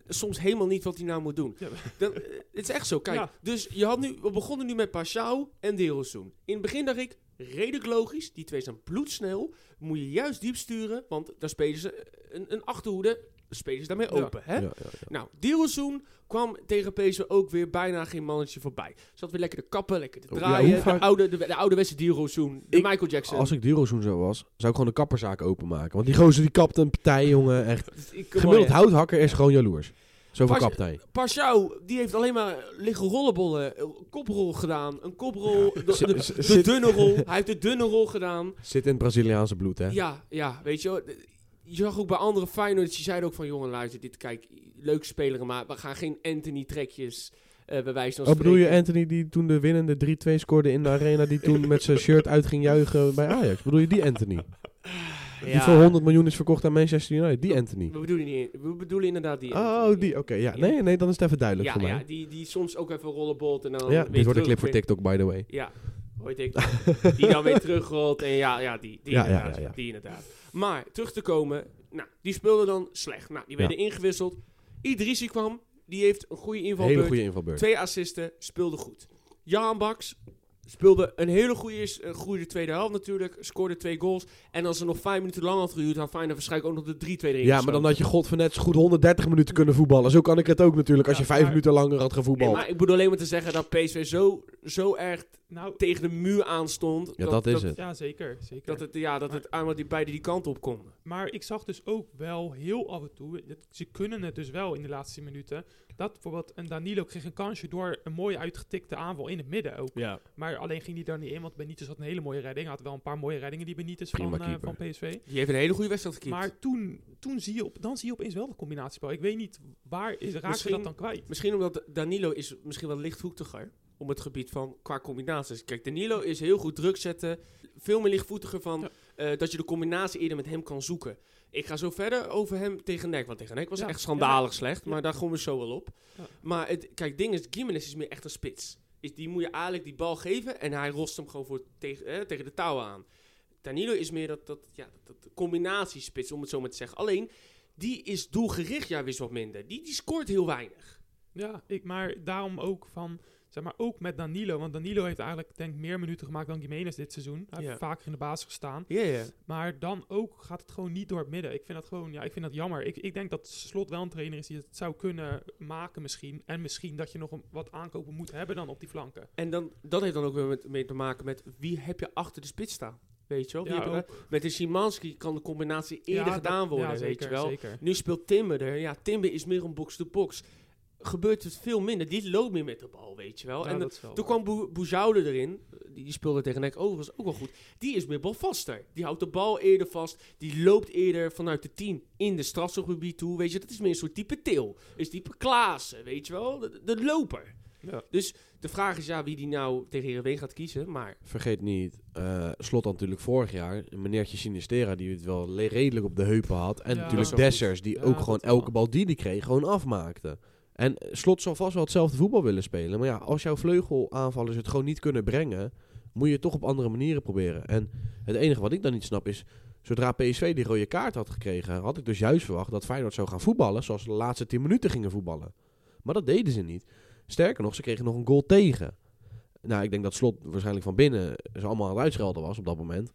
[SPEAKER 1] soms helemaal niet wat hij nou moet doen.
[SPEAKER 3] Ja.
[SPEAKER 1] Dan, eh, het is echt zo, kijk.
[SPEAKER 3] Ja.
[SPEAKER 1] Dus je had nu, we begonnen nu met Pashao en Derosun. In het begin dacht ik, redelijk logisch, die twee zijn bloedsnel. Moet je juist diep sturen, want dan spelen ze eh, een, een achterhoede, spelen ze daarmee
[SPEAKER 3] Ja.
[SPEAKER 1] open. Hè?
[SPEAKER 2] Ja, ja, ja.
[SPEAKER 1] Nou, Dilrozoen kwam tegen PSV ook weer bijna geen mannetje voorbij. Zat weer lekker te kappen, lekker te
[SPEAKER 2] Oh, Ja,
[SPEAKER 1] draaien.
[SPEAKER 2] hoe vaak-
[SPEAKER 1] de, oude, de, de ouderwetse Dilrozoen, de
[SPEAKER 2] Ik-
[SPEAKER 1] Michael Jackson.
[SPEAKER 2] Als ik Durozoen zo was, zou ik gewoon de kapperzaak openmaken. Want die gozer die kapt een partij, jongen. Echt.
[SPEAKER 1] Ik- kom
[SPEAKER 2] Gemiddeld
[SPEAKER 1] maar,
[SPEAKER 2] houthakker is gewoon jaloers. Zoveel
[SPEAKER 1] Pas-
[SPEAKER 2] kapt hij.
[SPEAKER 1] Pashao, die heeft alleen maar liggen rollenbollen. eh, Koprol gedaan, een koprol, de, de,
[SPEAKER 2] Z-
[SPEAKER 1] de
[SPEAKER 2] zit-
[SPEAKER 1] dunne rol. Hij heeft de dunne rol gedaan.
[SPEAKER 2] Zit in het Braziliaanse bloed, hè?
[SPEAKER 1] Ja, ja, weet je wel. d- Je zag ook bij andere Feyenoorders, die zeiden ook van... jongen, luister, dit, kijk, leuk spelers, maar we gaan geen Anthony-trekjes eh bewijzen.
[SPEAKER 2] Wat bedoel je Anthony die toen de winnende 3-2 scoorde in de arena, die toen met zijn shirt uit ging juichen bij Ajax? Bedoel je die Anthony? Die voor 100 miljoen is verkocht aan Manchester United, die Anthony.
[SPEAKER 1] We bedoelen, niet, we bedoelen inderdaad die.
[SPEAKER 2] Oh, die, oké, ja. Nee, nee, dan is het even duidelijk
[SPEAKER 1] ja,
[SPEAKER 2] voor mij.
[SPEAKER 1] ja die, die soms ook even rollenbolt en dan.
[SPEAKER 2] Ja,
[SPEAKER 1] weer
[SPEAKER 2] dit wordt een
[SPEAKER 1] terug-
[SPEAKER 2] clip voor TikTok, by the way.
[SPEAKER 1] Ja. weet ik, wat, die dan weer terugrolt. En ja, ja, die, die,
[SPEAKER 2] Ja, ja,
[SPEAKER 1] inderdaad,
[SPEAKER 2] ja, ja.
[SPEAKER 1] die inderdaad. Maar terug te komen, nou, die speelden dan slecht. Nou, die werden ingewisseld. Idrissi kwam, die heeft een goede
[SPEAKER 2] Hele
[SPEAKER 1] invalbeurt.
[SPEAKER 2] goede invalbeurt.
[SPEAKER 1] Twee assisten, speelde goed. Jan Baks speelde een hele goede, is- een goede tweede helft natuurlijk. Scoorde twee goals. En als ze nog vijf minuten lang had geduurd, had Feyenoord waarschijnlijk ook nog de 3-2 erin
[SPEAKER 2] Ja, maar dan had je god van net zo goed 130 minuten kunnen voetballen. Zo kan ik het ook natuurlijk, als
[SPEAKER 3] Ja,
[SPEAKER 2] je vijf
[SPEAKER 3] maar-
[SPEAKER 2] minuten langer had
[SPEAKER 1] Nee,
[SPEAKER 2] gevoetbald.
[SPEAKER 1] maar ik bedoel alleen maar te zeggen dat PSV zo, zo erg
[SPEAKER 3] Nou,
[SPEAKER 1] tegen de muur aanstond.
[SPEAKER 2] ja, dat, is het.
[SPEAKER 3] ja, zeker. zeker.
[SPEAKER 1] Dat het, ja, dat het aan die beide die kant op konden.
[SPEAKER 3] Maar ik zag dus ook wel heel af en toe, dat- ze kunnen het dus wel in de laatste minuten, dat bijvoorbeeld een Danilo kreeg een kansje door een mooie uitgetikte aanval in het midden ook.
[SPEAKER 1] Ja.
[SPEAKER 3] Maar alleen ging die daar niet in, want Benitez had een hele mooie redding. Hij had wel een paar mooie reddingen die Benitez
[SPEAKER 2] Prima
[SPEAKER 3] van, eh,
[SPEAKER 2] keeper.
[SPEAKER 3] van PSV.
[SPEAKER 1] Die heeft een hele goede wedstrijd gekiept.
[SPEAKER 3] Maar toen, toen zie je op, dan zie je opeens wel de combinatiespel. Ik weet niet, waar is, raak je
[SPEAKER 1] Misschien-
[SPEAKER 3] dat dan kwijt?
[SPEAKER 1] Misschien omdat Danilo is misschien wel lichtvoetiger om het gebied van qua combinaties. Kijk, Danilo is heel goed druk zetten. Veel meer lichtvoetiger van
[SPEAKER 3] Ja.
[SPEAKER 1] eh, dat je de combinatie eerder met hem kan zoeken. Ik ga zo verder over hem tegen Nek. Want tegen Nek was
[SPEAKER 3] Ja,
[SPEAKER 1] echt
[SPEAKER 3] ja,
[SPEAKER 1] schandalig slecht.
[SPEAKER 3] ja.
[SPEAKER 1] Maar daar komen we zo wel op.
[SPEAKER 3] Ja.
[SPEAKER 1] Maar het, kijk, het ding is, Gimenez is meer echt een spits. Is, die moet je eigenlijk die bal geven en hij rost hem gewoon voor, tegen, eh, tegen de touwen aan. Danilo is meer dat, dat, ja, dat, dat combinatiespits, om het zo maar te zeggen. Alleen, die is doelgericht juist wat minder. Die, die scoort heel weinig.
[SPEAKER 3] Ja, ik, maar daarom ook van, zeg maar, ook met Danilo. Want Danilo heeft eigenlijk, denk ik, meer minuten gemaakt dan Gimenez dit seizoen. Hij
[SPEAKER 1] Ja.
[SPEAKER 3] heeft vaker in de basis gestaan.
[SPEAKER 1] Ja, ja.
[SPEAKER 3] Maar dan ook gaat het gewoon niet door het midden. Ik vind dat gewoon, ja, ik vind dat jammer. Ik, ik denk dat Slot wel een trainer is die het zou kunnen maken misschien. En misschien dat je nog een, wat aankopen moet hebben dan op die flanken.
[SPEAKER 1] En dan, dat heeft dan ook weer met, mee te maken met wie heb je achter de spits staan. Weet je wel? Wie
[SPEAKER 3] Ja,
[SPEAKER 1] heb je- met de Szymanski kan de combinatie eerder
[SPEAKER 3] Ja,
[SPEAKER 1] gedaan
[SPEAKER 3] dat-
[SPEAKER 1] worden, weet
[SPEAKER 3] ja,
[SPEAKER 1] je
[SPEAKER 3] zeker,
[SPEAKER 1] wel. Nou,
[SPEAKER 3] Zeker.
[SPEAKER 1] Nu speelt Timber er. Ja, Timber is meer een box-to-box. Gebeurt het veel minder. Die loopt meer met de bal, weet je wel.
[SPEAKER 3] Ja,
[SPEAKER 1] en
[SPEAKER 3] dat is wel
[SPEAKER 1] toen
[SPEAKER 3] waar.
[SPEAKER 1] kwam Bou- Boujoude erin. Die, die speelde tegen Nek overigens ook wel goed. Die is meer balvaster. Die houdt de bal eerder vast. Die loopt eerder vanuit de 10 in de strafschopgebied toe. Weet je, dat is meer een soort type Til. Is type Klaassen, weet je wel. De, de loper.
[SPEAKER 3] Ja.
[SPEAKER 1] Dus de vraag is ja wie die nou tegen Heerenveen gaat kiezen. Maar
[SPEAKER 2] Vergeet niet, eh, Slot had natuurlijk vorig jaar, een meneertje Sinistera, die het wel le- redelijk op de heupen had. En
[SPEAKER 3] Ja.
[SPEAKER 2] natuurlijk
[SPEAKER 1] Dat is wel
[SPEAKER 2] Dessers, die
[SPEAKER 3] Ja,
[SPEAKER 2] ook
[SPEAKER 3] dat
[SPEAKER 2] gewoon
[SPEAKER 3] wel.
[SPEAKER 2] elke bal die die kreeg, gewoon afmaakte. En eh, Slot zal vast wel hetzelfde voetbal willen spelen. Maar ja, als jouw vleugelaanvallers het gewoon niet kunnen brengen, moet je het toch op andere manieren proberen. En het enige wat ik dan niet snap is, zodra PSV die rode kaart had gekregen, had ik dus juist verwacht dat Feyenoord zou gaan voetballen zoals ze de laatste 10 minuten gingen voetballen. Maar dat deden ze niet. Sterker nog, ze kregen nog een goal tegen. Nou, ik denk dat Slot waarschijnlijk van binnen ze allemaal aan het uitschelden was op dat moment.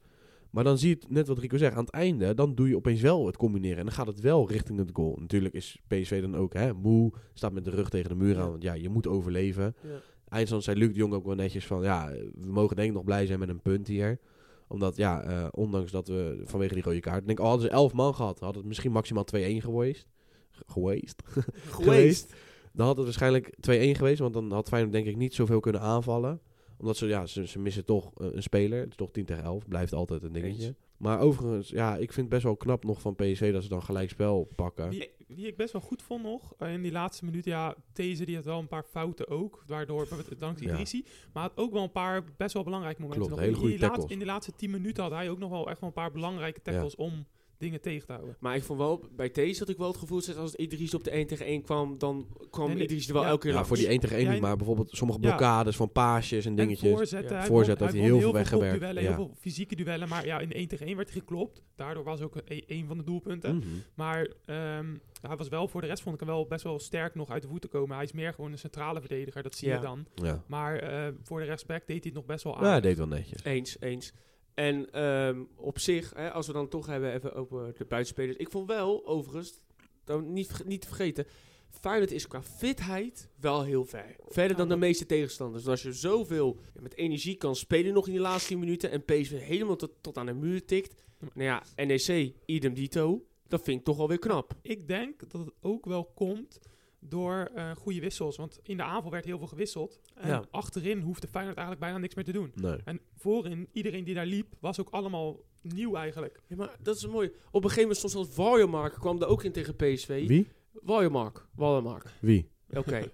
[SPEAKER 2] Maar dan zie je het, net wat Rico zegt, aan het einde, dan doe je opeens wel het combineren. En dan gaat het wel richting het goal. Natuurlijk is PSV dan ook hè, moe, staat met de rug tegen de muur aan. Want ja, je moet overleven.
[SPEAKER 1] Ja.
[SPEAKER 2] Eindstand zei Luc de Jong ook wel netjes van, ja, we mogen denk ik nog blij zijn met een punt hier. Omdat, ja, eh, ondanks dat we vanwege die rode kaart, denk ik, al hadden ze 11 man gehad, had het misschien maximaal 2-1 geweest. Ge- Geweest geweest. Dan had het waarschijnlijk 2-1 geweest, want dan had Feyenoord denk ik niet zoveel kunnen aanvallen. Omdat ze, ja, ze, ze missen toch eh, een speler. Het is toch 10 tegen 11, blijft altijd een dingetje.
[SPEAKER 1] Eens.
[SPEAKER 2] Maar overigens, ja, ik vind het best wel knap nog van PSV dat ze dan gelijk spel pakken.
[SPEAKER 3] Wie, wie ik best wel goed vond nog, eh, in die laatste minuut, ja, These die had wel een paar fouten ook, waardoor, dankzij
[SPEAKER 2] Ja.
[SPEAKER 3] Idrissi, maar had ook wel een paar best wel belangrijke momenten.
[SPEAKER 2] Klopt,
[SPEAKER 3] nog.
[SPEAKER 2] hele
[SPEAKER 3] In die
[SPEAKER 2] goede
[SPEAKER 3] laat-
[SPEAKER 2] tackles.
[SPEAKER 3] in de laatste tien minuten had hij ook nog wel echt wel een paar belangrijke tackles om dingen tegen te houden.
[SPEAKER 1] Maar ik vond wel, bij deze had ik wel het gevoel dat als het Idris op de 1 tegen 1 kwam, dan kwam
[SPEAKER 3] Nee, nee,
[SPEAKER 1] Idris er wel
[SPEAKER 3] ja.
[SPEAKER 1] elke keer
[SPEAKER 2] Ja,
[SPEAKER 1] langs.
[SPEAKER 2] voor die 1 tegen 1
[SPEAKER 3] Ja,
[SPEAKER 2] niet, maar bijvoorbeeld sommige
[SPEAKER 3] ja.
[SPEAKER 2] blokkades van paasjes en
[SPEAKER 3] En
[SPEAKER 2] dingetjes.
[SPEAKER 3] voorzetten.
[SPEAKER 1] Ja.
[SPEAKER 3] Hij
[SPEAKER 2] Voorzet
[SPEAKER 3] won-
[SPEAKER 2] had
[SPEAKER 3] hij
[SPEAKER 2] hij
[SPEAKER 3] won
[SPEAKER 2] heel veel weggewerkt,
[SPEAKER 3] kopduellen,
[SPEAKER 2] ja.
[SPEAKER 3] Heel veel fysieke duellen, maar ja, in 1 tegen 1 werd hij geklopt. Daardoor was ook een, een van de doelpunten.
[SPEAKER 2] Mhm.
[SPEAKER 3] Maar ehm, hij was wel, voor de rest vond ik hem wel best wel sterk nog uit de voeten komen. Hij is meer gewoon een centrale verdediger, dat zie
[SPEAKER 1] Ja.
[SPEAKER 3] je dan.
[SPEAKER 2] Ja.
[SPEAKER 3] Maar eh, voor de rechtsback deed hij het nog best wel
[SPEAKER 2] ja,
[SPEAKER 3] aan.
[SPEAKER 2] hij deed wel netjes.
[SPEAKER 1] Eens, eens. En ehm, op zich, hè, als we dan toch hebben even over de buitenspelers. Ik vond wel, overigens, dan niet, verge- niet te vergeten, Feyenoord is qua fitheid wel heel ver. Verder dan de meeste tegenstanders. Dus als je zoveel met energie kan spelen nog in die laatste 10 minuten en PSV helemaal tot, tot aan de muur tikt. Nou ja, NEC, idem dito, dat vind ik toch alweer knap.
[SPEAKER 3] Ik denk dat het ook wel komt door eh, goede wissels. Want in de aanval werd heel veel gewisseld. En
[SPEAKER 1] Ja.
[SPEAKER 3] achterin hoefde Feyenoord eigenlijk bijna niks meer te doen.
[SPEAKER 2] Nee.
[SPEAKER 3] En voorin, iedereen die daar liep, was ook allemaal nieuw eigenlijk.
[SPEAKER 1] Ja, maar dat is mooi. Op een gegeven moment stond zelfs Warjemark, kwam daar ook in tegen PSV.
[SPEAKER 2] Wie?
[SPEAKER 1] Warjemark, Warjemark.
[SPEAKER 2] Wie?
[SPEAKER 1] Oké.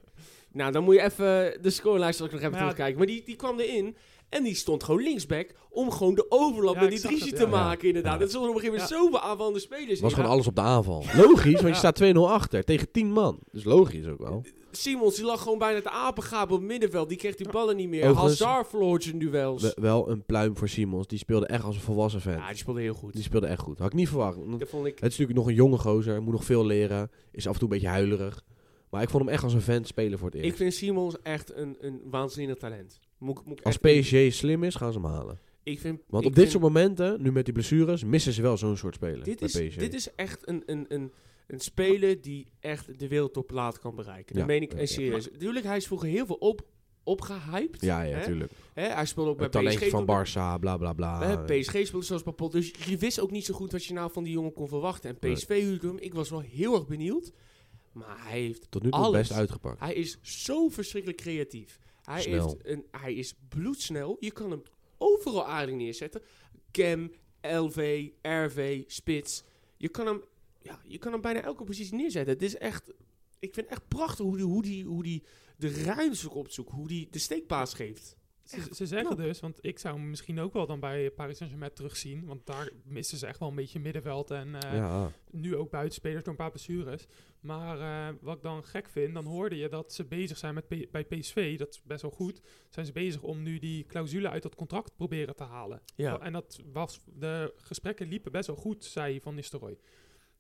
[SPEAKER 1] nou, dan moet je even de scorelijst ook nog even
[SPEAKER 3] Maar ja,
[SPEAKER 1] terugkijken. Maar die, die kwam erin. En die stond gewoon linksback om gewoon de overlap
[SPEAKER 3] Ja,
[SPEAKER 1] met
[SPEAKER 3] ik
[SPEAKER 1] die
[SPEAKER 3] zag
[SPEAKER 1] Driesje
[SPEAKER 3] het,
[SPEAKER 1] te
[SPEAKER 3] ja.
[SPEAKER 1] maken, inderdaad. Dat stond op een gegeven moment zoveel aanvallende spelers.
[SPEAKER 2] was
[SPEAKER 1] in.
[SPEAKER 2] gewoon alles op de aanval. Logisch, want
[SPEAKER 3] Ja.
[SPEAKER 2] je staat 2-0 achter tegen 10 man. Dus logisch ook wel.
[SPEAKER 1] Simons die lag gewoon bijna te apengapen op het middenveld. Die kreeg die ballen niet meer.
[SPEAKER 2] Overigens-
[SPEAKER 1] Hazard verloor zijn duels.
[SPEAKER 2] We- wel een pluim voor Simons. Die speelde echt als een volwassen fan.
[SPEAKER 1] ja, die speelde heel goed.
[SPEAKER 2] Die speelde echt goed. Had ik niet verwacht. Want
[SPEAKER 1] Dat vond ik...
[SPEAKER 2] Het is natuurlijk nog een jonge gozer. Moet nog veel leren. Is af en toe een beetje huilerig. Maar ik vond hem echt als een fan spelen voor het
[SPEAKER 1] Ik
[SPEAKER 2] eerst.
[SPEAKER 1] vind Simons echt een, een waanzinnig talent. Moet, ik- moet ik
[SPEAKER 2] Als
[SPEAKER 1] echt-
[SPEAKER 2] PSG slim is, gaan ze hem halen.
[SPEAKER 1] Ik vind,
[SPEAKER 2] Want
[SPEAKER 1] ik
[SPEAKER 2] op dit
[SPEAKER 1] vind-
[SPEAKER 2] soort momenten, nu met die blessures, missen ze wel zo'n soort speler.
[SPEAKER 1] Dit
[SPEAKER 2] bij
[SPEAKER 1] is,
[SPEAKER 2] PSG.
[SPEAKER 1] dit is echt een, een, een, een speler die echt de wereldtoplaat kan bereiken. Dat
[SPEAKER 2] Ja,
[SPEAKER 1] meen ik
[SPEAKER 2] ja,
[SPEAKER 1] en
[SPEAKER 2] ja.
[SPEAKER 1] serieus. Natuurlijk, hij is vroeger heel veel op, opgehyped.
[SPEAKER 2] ja, ja,
[SPEAKER 1] hè?
[SPEAKER 2] natuurlijk.
[SPEAKER 1] Hè, hij speelde ook bij
[SPEAKER 2] Het
[SPEAKER 1] PSG.
[SPEAKER 2] talentje van eh.
[SPEAKER 1] toen-
[SPEAKER 2] Barça, bla bla bla.
[SPEAKER 1] hè, PSG speelde zoals Papot. Dus je wist ook niet zo goed wat je nou van die jongen kon verwachten. En PSV huurde hem. Ik was wel heel erg benieuwd. Maar hij, heeft,
[SPEAKER 2] Tot nu toe
[SPEAKER 1] alles.
[SPEAKER 2] best uitgepakt.
[SPEAKER 1] hij is zo verschrikkelijk creatief. Hij,
[SPEAKER 2] Snel.
[SPEAKER 1] heeft een, hij is bloedsnel. Je kan hem overal aardig neerzetten. Cam, LV, RV, Spits. Je kan hem, ja, je kan hem bijna elke positie neerzetten. Het is echt, ik vind echt prachtig hoe die, hoe die, hoe die de ruimte opzoekt. Hoe die de steekpaas geeft.
[SPEAKER 3] Ze, ze zeggen dus, want ik zou hem misschien ook wel dan bij Paris Saint-Germain terugzien. Want daar missen ze echt wel een beetje middenveld. En eh,
[SPEAKER 2] ja.
[SPEAKER 3] nu ook buitenspelers door een paar blessures. Maar eh, wat ik dan gek vind, dan hoorde je dat ze bezig zijn met P- bij PSV. Dat is best wel goed. Zijn ze bezig om nu die clausule uit dat contract te proberen te halen.
[SPEAKER 1] Ja.
[SPEAKER 3] En dat was, de gesprekken liepen best wel goed, zei Van Nistelrooy.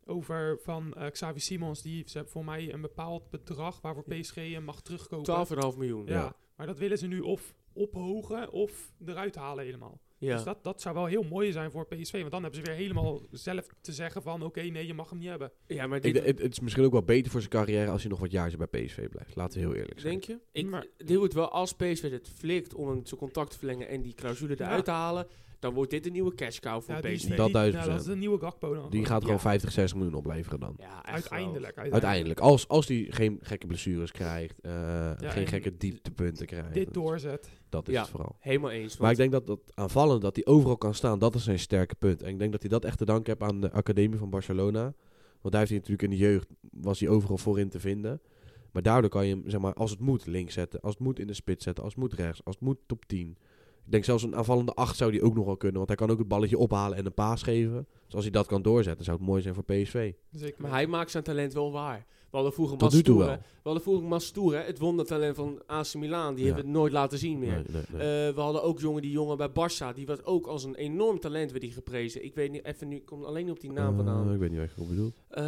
[SPEAKER 3] Over van eh, Xavi Simons, die ze hebben voor mij een bepaald bedrag waarvoor PSG hem mag terugkopen.
[SPEAKER 1] 12,5 miljoen.
[SPEAKER 3] Ja, maar dat willen ze nu of ophogen of eruit halen helemaal.
[SPEAKER 1] Ja.
[SPEAKER 3] Dus dat, dat zou wel heel mooi zijn voor PSV. Want dan hebben ze weer helemaal zelf te zeggen van... oké, nee, je mag hem niet hebben.
[SPEAKER 1] ja, maar
[SPEAKER 2] Ik,
[SPEAKER 1] dit,
[SPEAKER 2] d- het, het is misschien ook wel beter voor zijn carrière als hij nog wat jaartjes bij PSV blijft. Laten we heel eerlijk zijn.
[SPEAKER 1] denk je? Ik,
[SPEAKER 3] Maar-
[SPEAKER 1] dit wordt wel als PSV het flikt om hem zijn contact te verlengen en die clausule eruit
[SPEAKER 3] Ja.
[SPEAKER 1] te halen. Dan wordt dit een nieuwe cash cow voor
[SPEAKER 3] die,
[SPEAKER 1] PSV.
[SPEAKER 2] Dat duizend
[SPEAKER 3] die- nou, dat is
[SPEAKER 2] procent.
[SPEAKER 3] een nieuwe Gakpo dan.
[SPEAKER 2] Die gaat gewoon
[SPEAKER 1] Ja.
[SPEAKER 2] 50, 60 miljoen opleveren dan.
[SPEAKER 1] ja, echt wel.
[SPEAKER 3] uiteindelijk, uiteindelijk.
[SPEAKER 2] Uiteindelijk. Als, als hij geen gekke blessures krijgt. eh, geen
[SPEAKER 3] en
[SPEAKER 2] gekke dieptepunten krijgt.
[SPEAKER 3] Dit doorzet.
[SPEAKER 2] Dat is
[SPEAKER 1] Ja.
[SPEAKER 2] het vooral.
[SPEAKER 1] Helemaal eens.
[SPEAKER 2] Maar
[SPEAKER 1] want-
[SPEAKER 2] ik denk dat, dat aanvallend, dat hij overal kan staan, dat is zijn sterke punt. En ik denk dat hij dat echt te danken heeft aan de academie van Barcelona. Want daar heeft hij natuurlijk in de jeugd, was hij overal voorin te vinden. Maar daardoor kan je hem, zeg maar, als het moet links zetten, als het moet in de spits zetten, als het moet rechts, als het moet top 10. Ik denk zelfs een aanvallende 8 zou hij ook nog wel kunnen, want hij kan ook het balletje ophalen en een paas geven. Dus als hij dat kan doorzetten, zou het mooi zijn voor PSV.
[SPEAKER 3] Dus ik,
[SPEAKER 1] Maar hij maakt zijn talent wel waar. We hadden vroeger
[SPEAKER 2] Tot nu toe
[SPEAKER 1] Mastoure.
[SPEAKER 2] wel.
[SPEAKER 1] We hadden vroeger Mastoure, het wondertalent van AC Milan. Die
[SPEAKER 2] Ja.
[SPEAKER 1] hebben het nooit laten zien meer.
[SPEAKER 2] Nee, nee, nee.
[SPEAKER 1] Eh, we hadden ook jongen, die jongen bij Barça. Die was ook als een enorm talent werd die geprezen. Ik weet niet, even nu, ik kom alleen op die naam vandaan.
[SPEAKER 2] Eh, ik weet niet wat je op bedoelt.
[SPEAKER 1] Eh,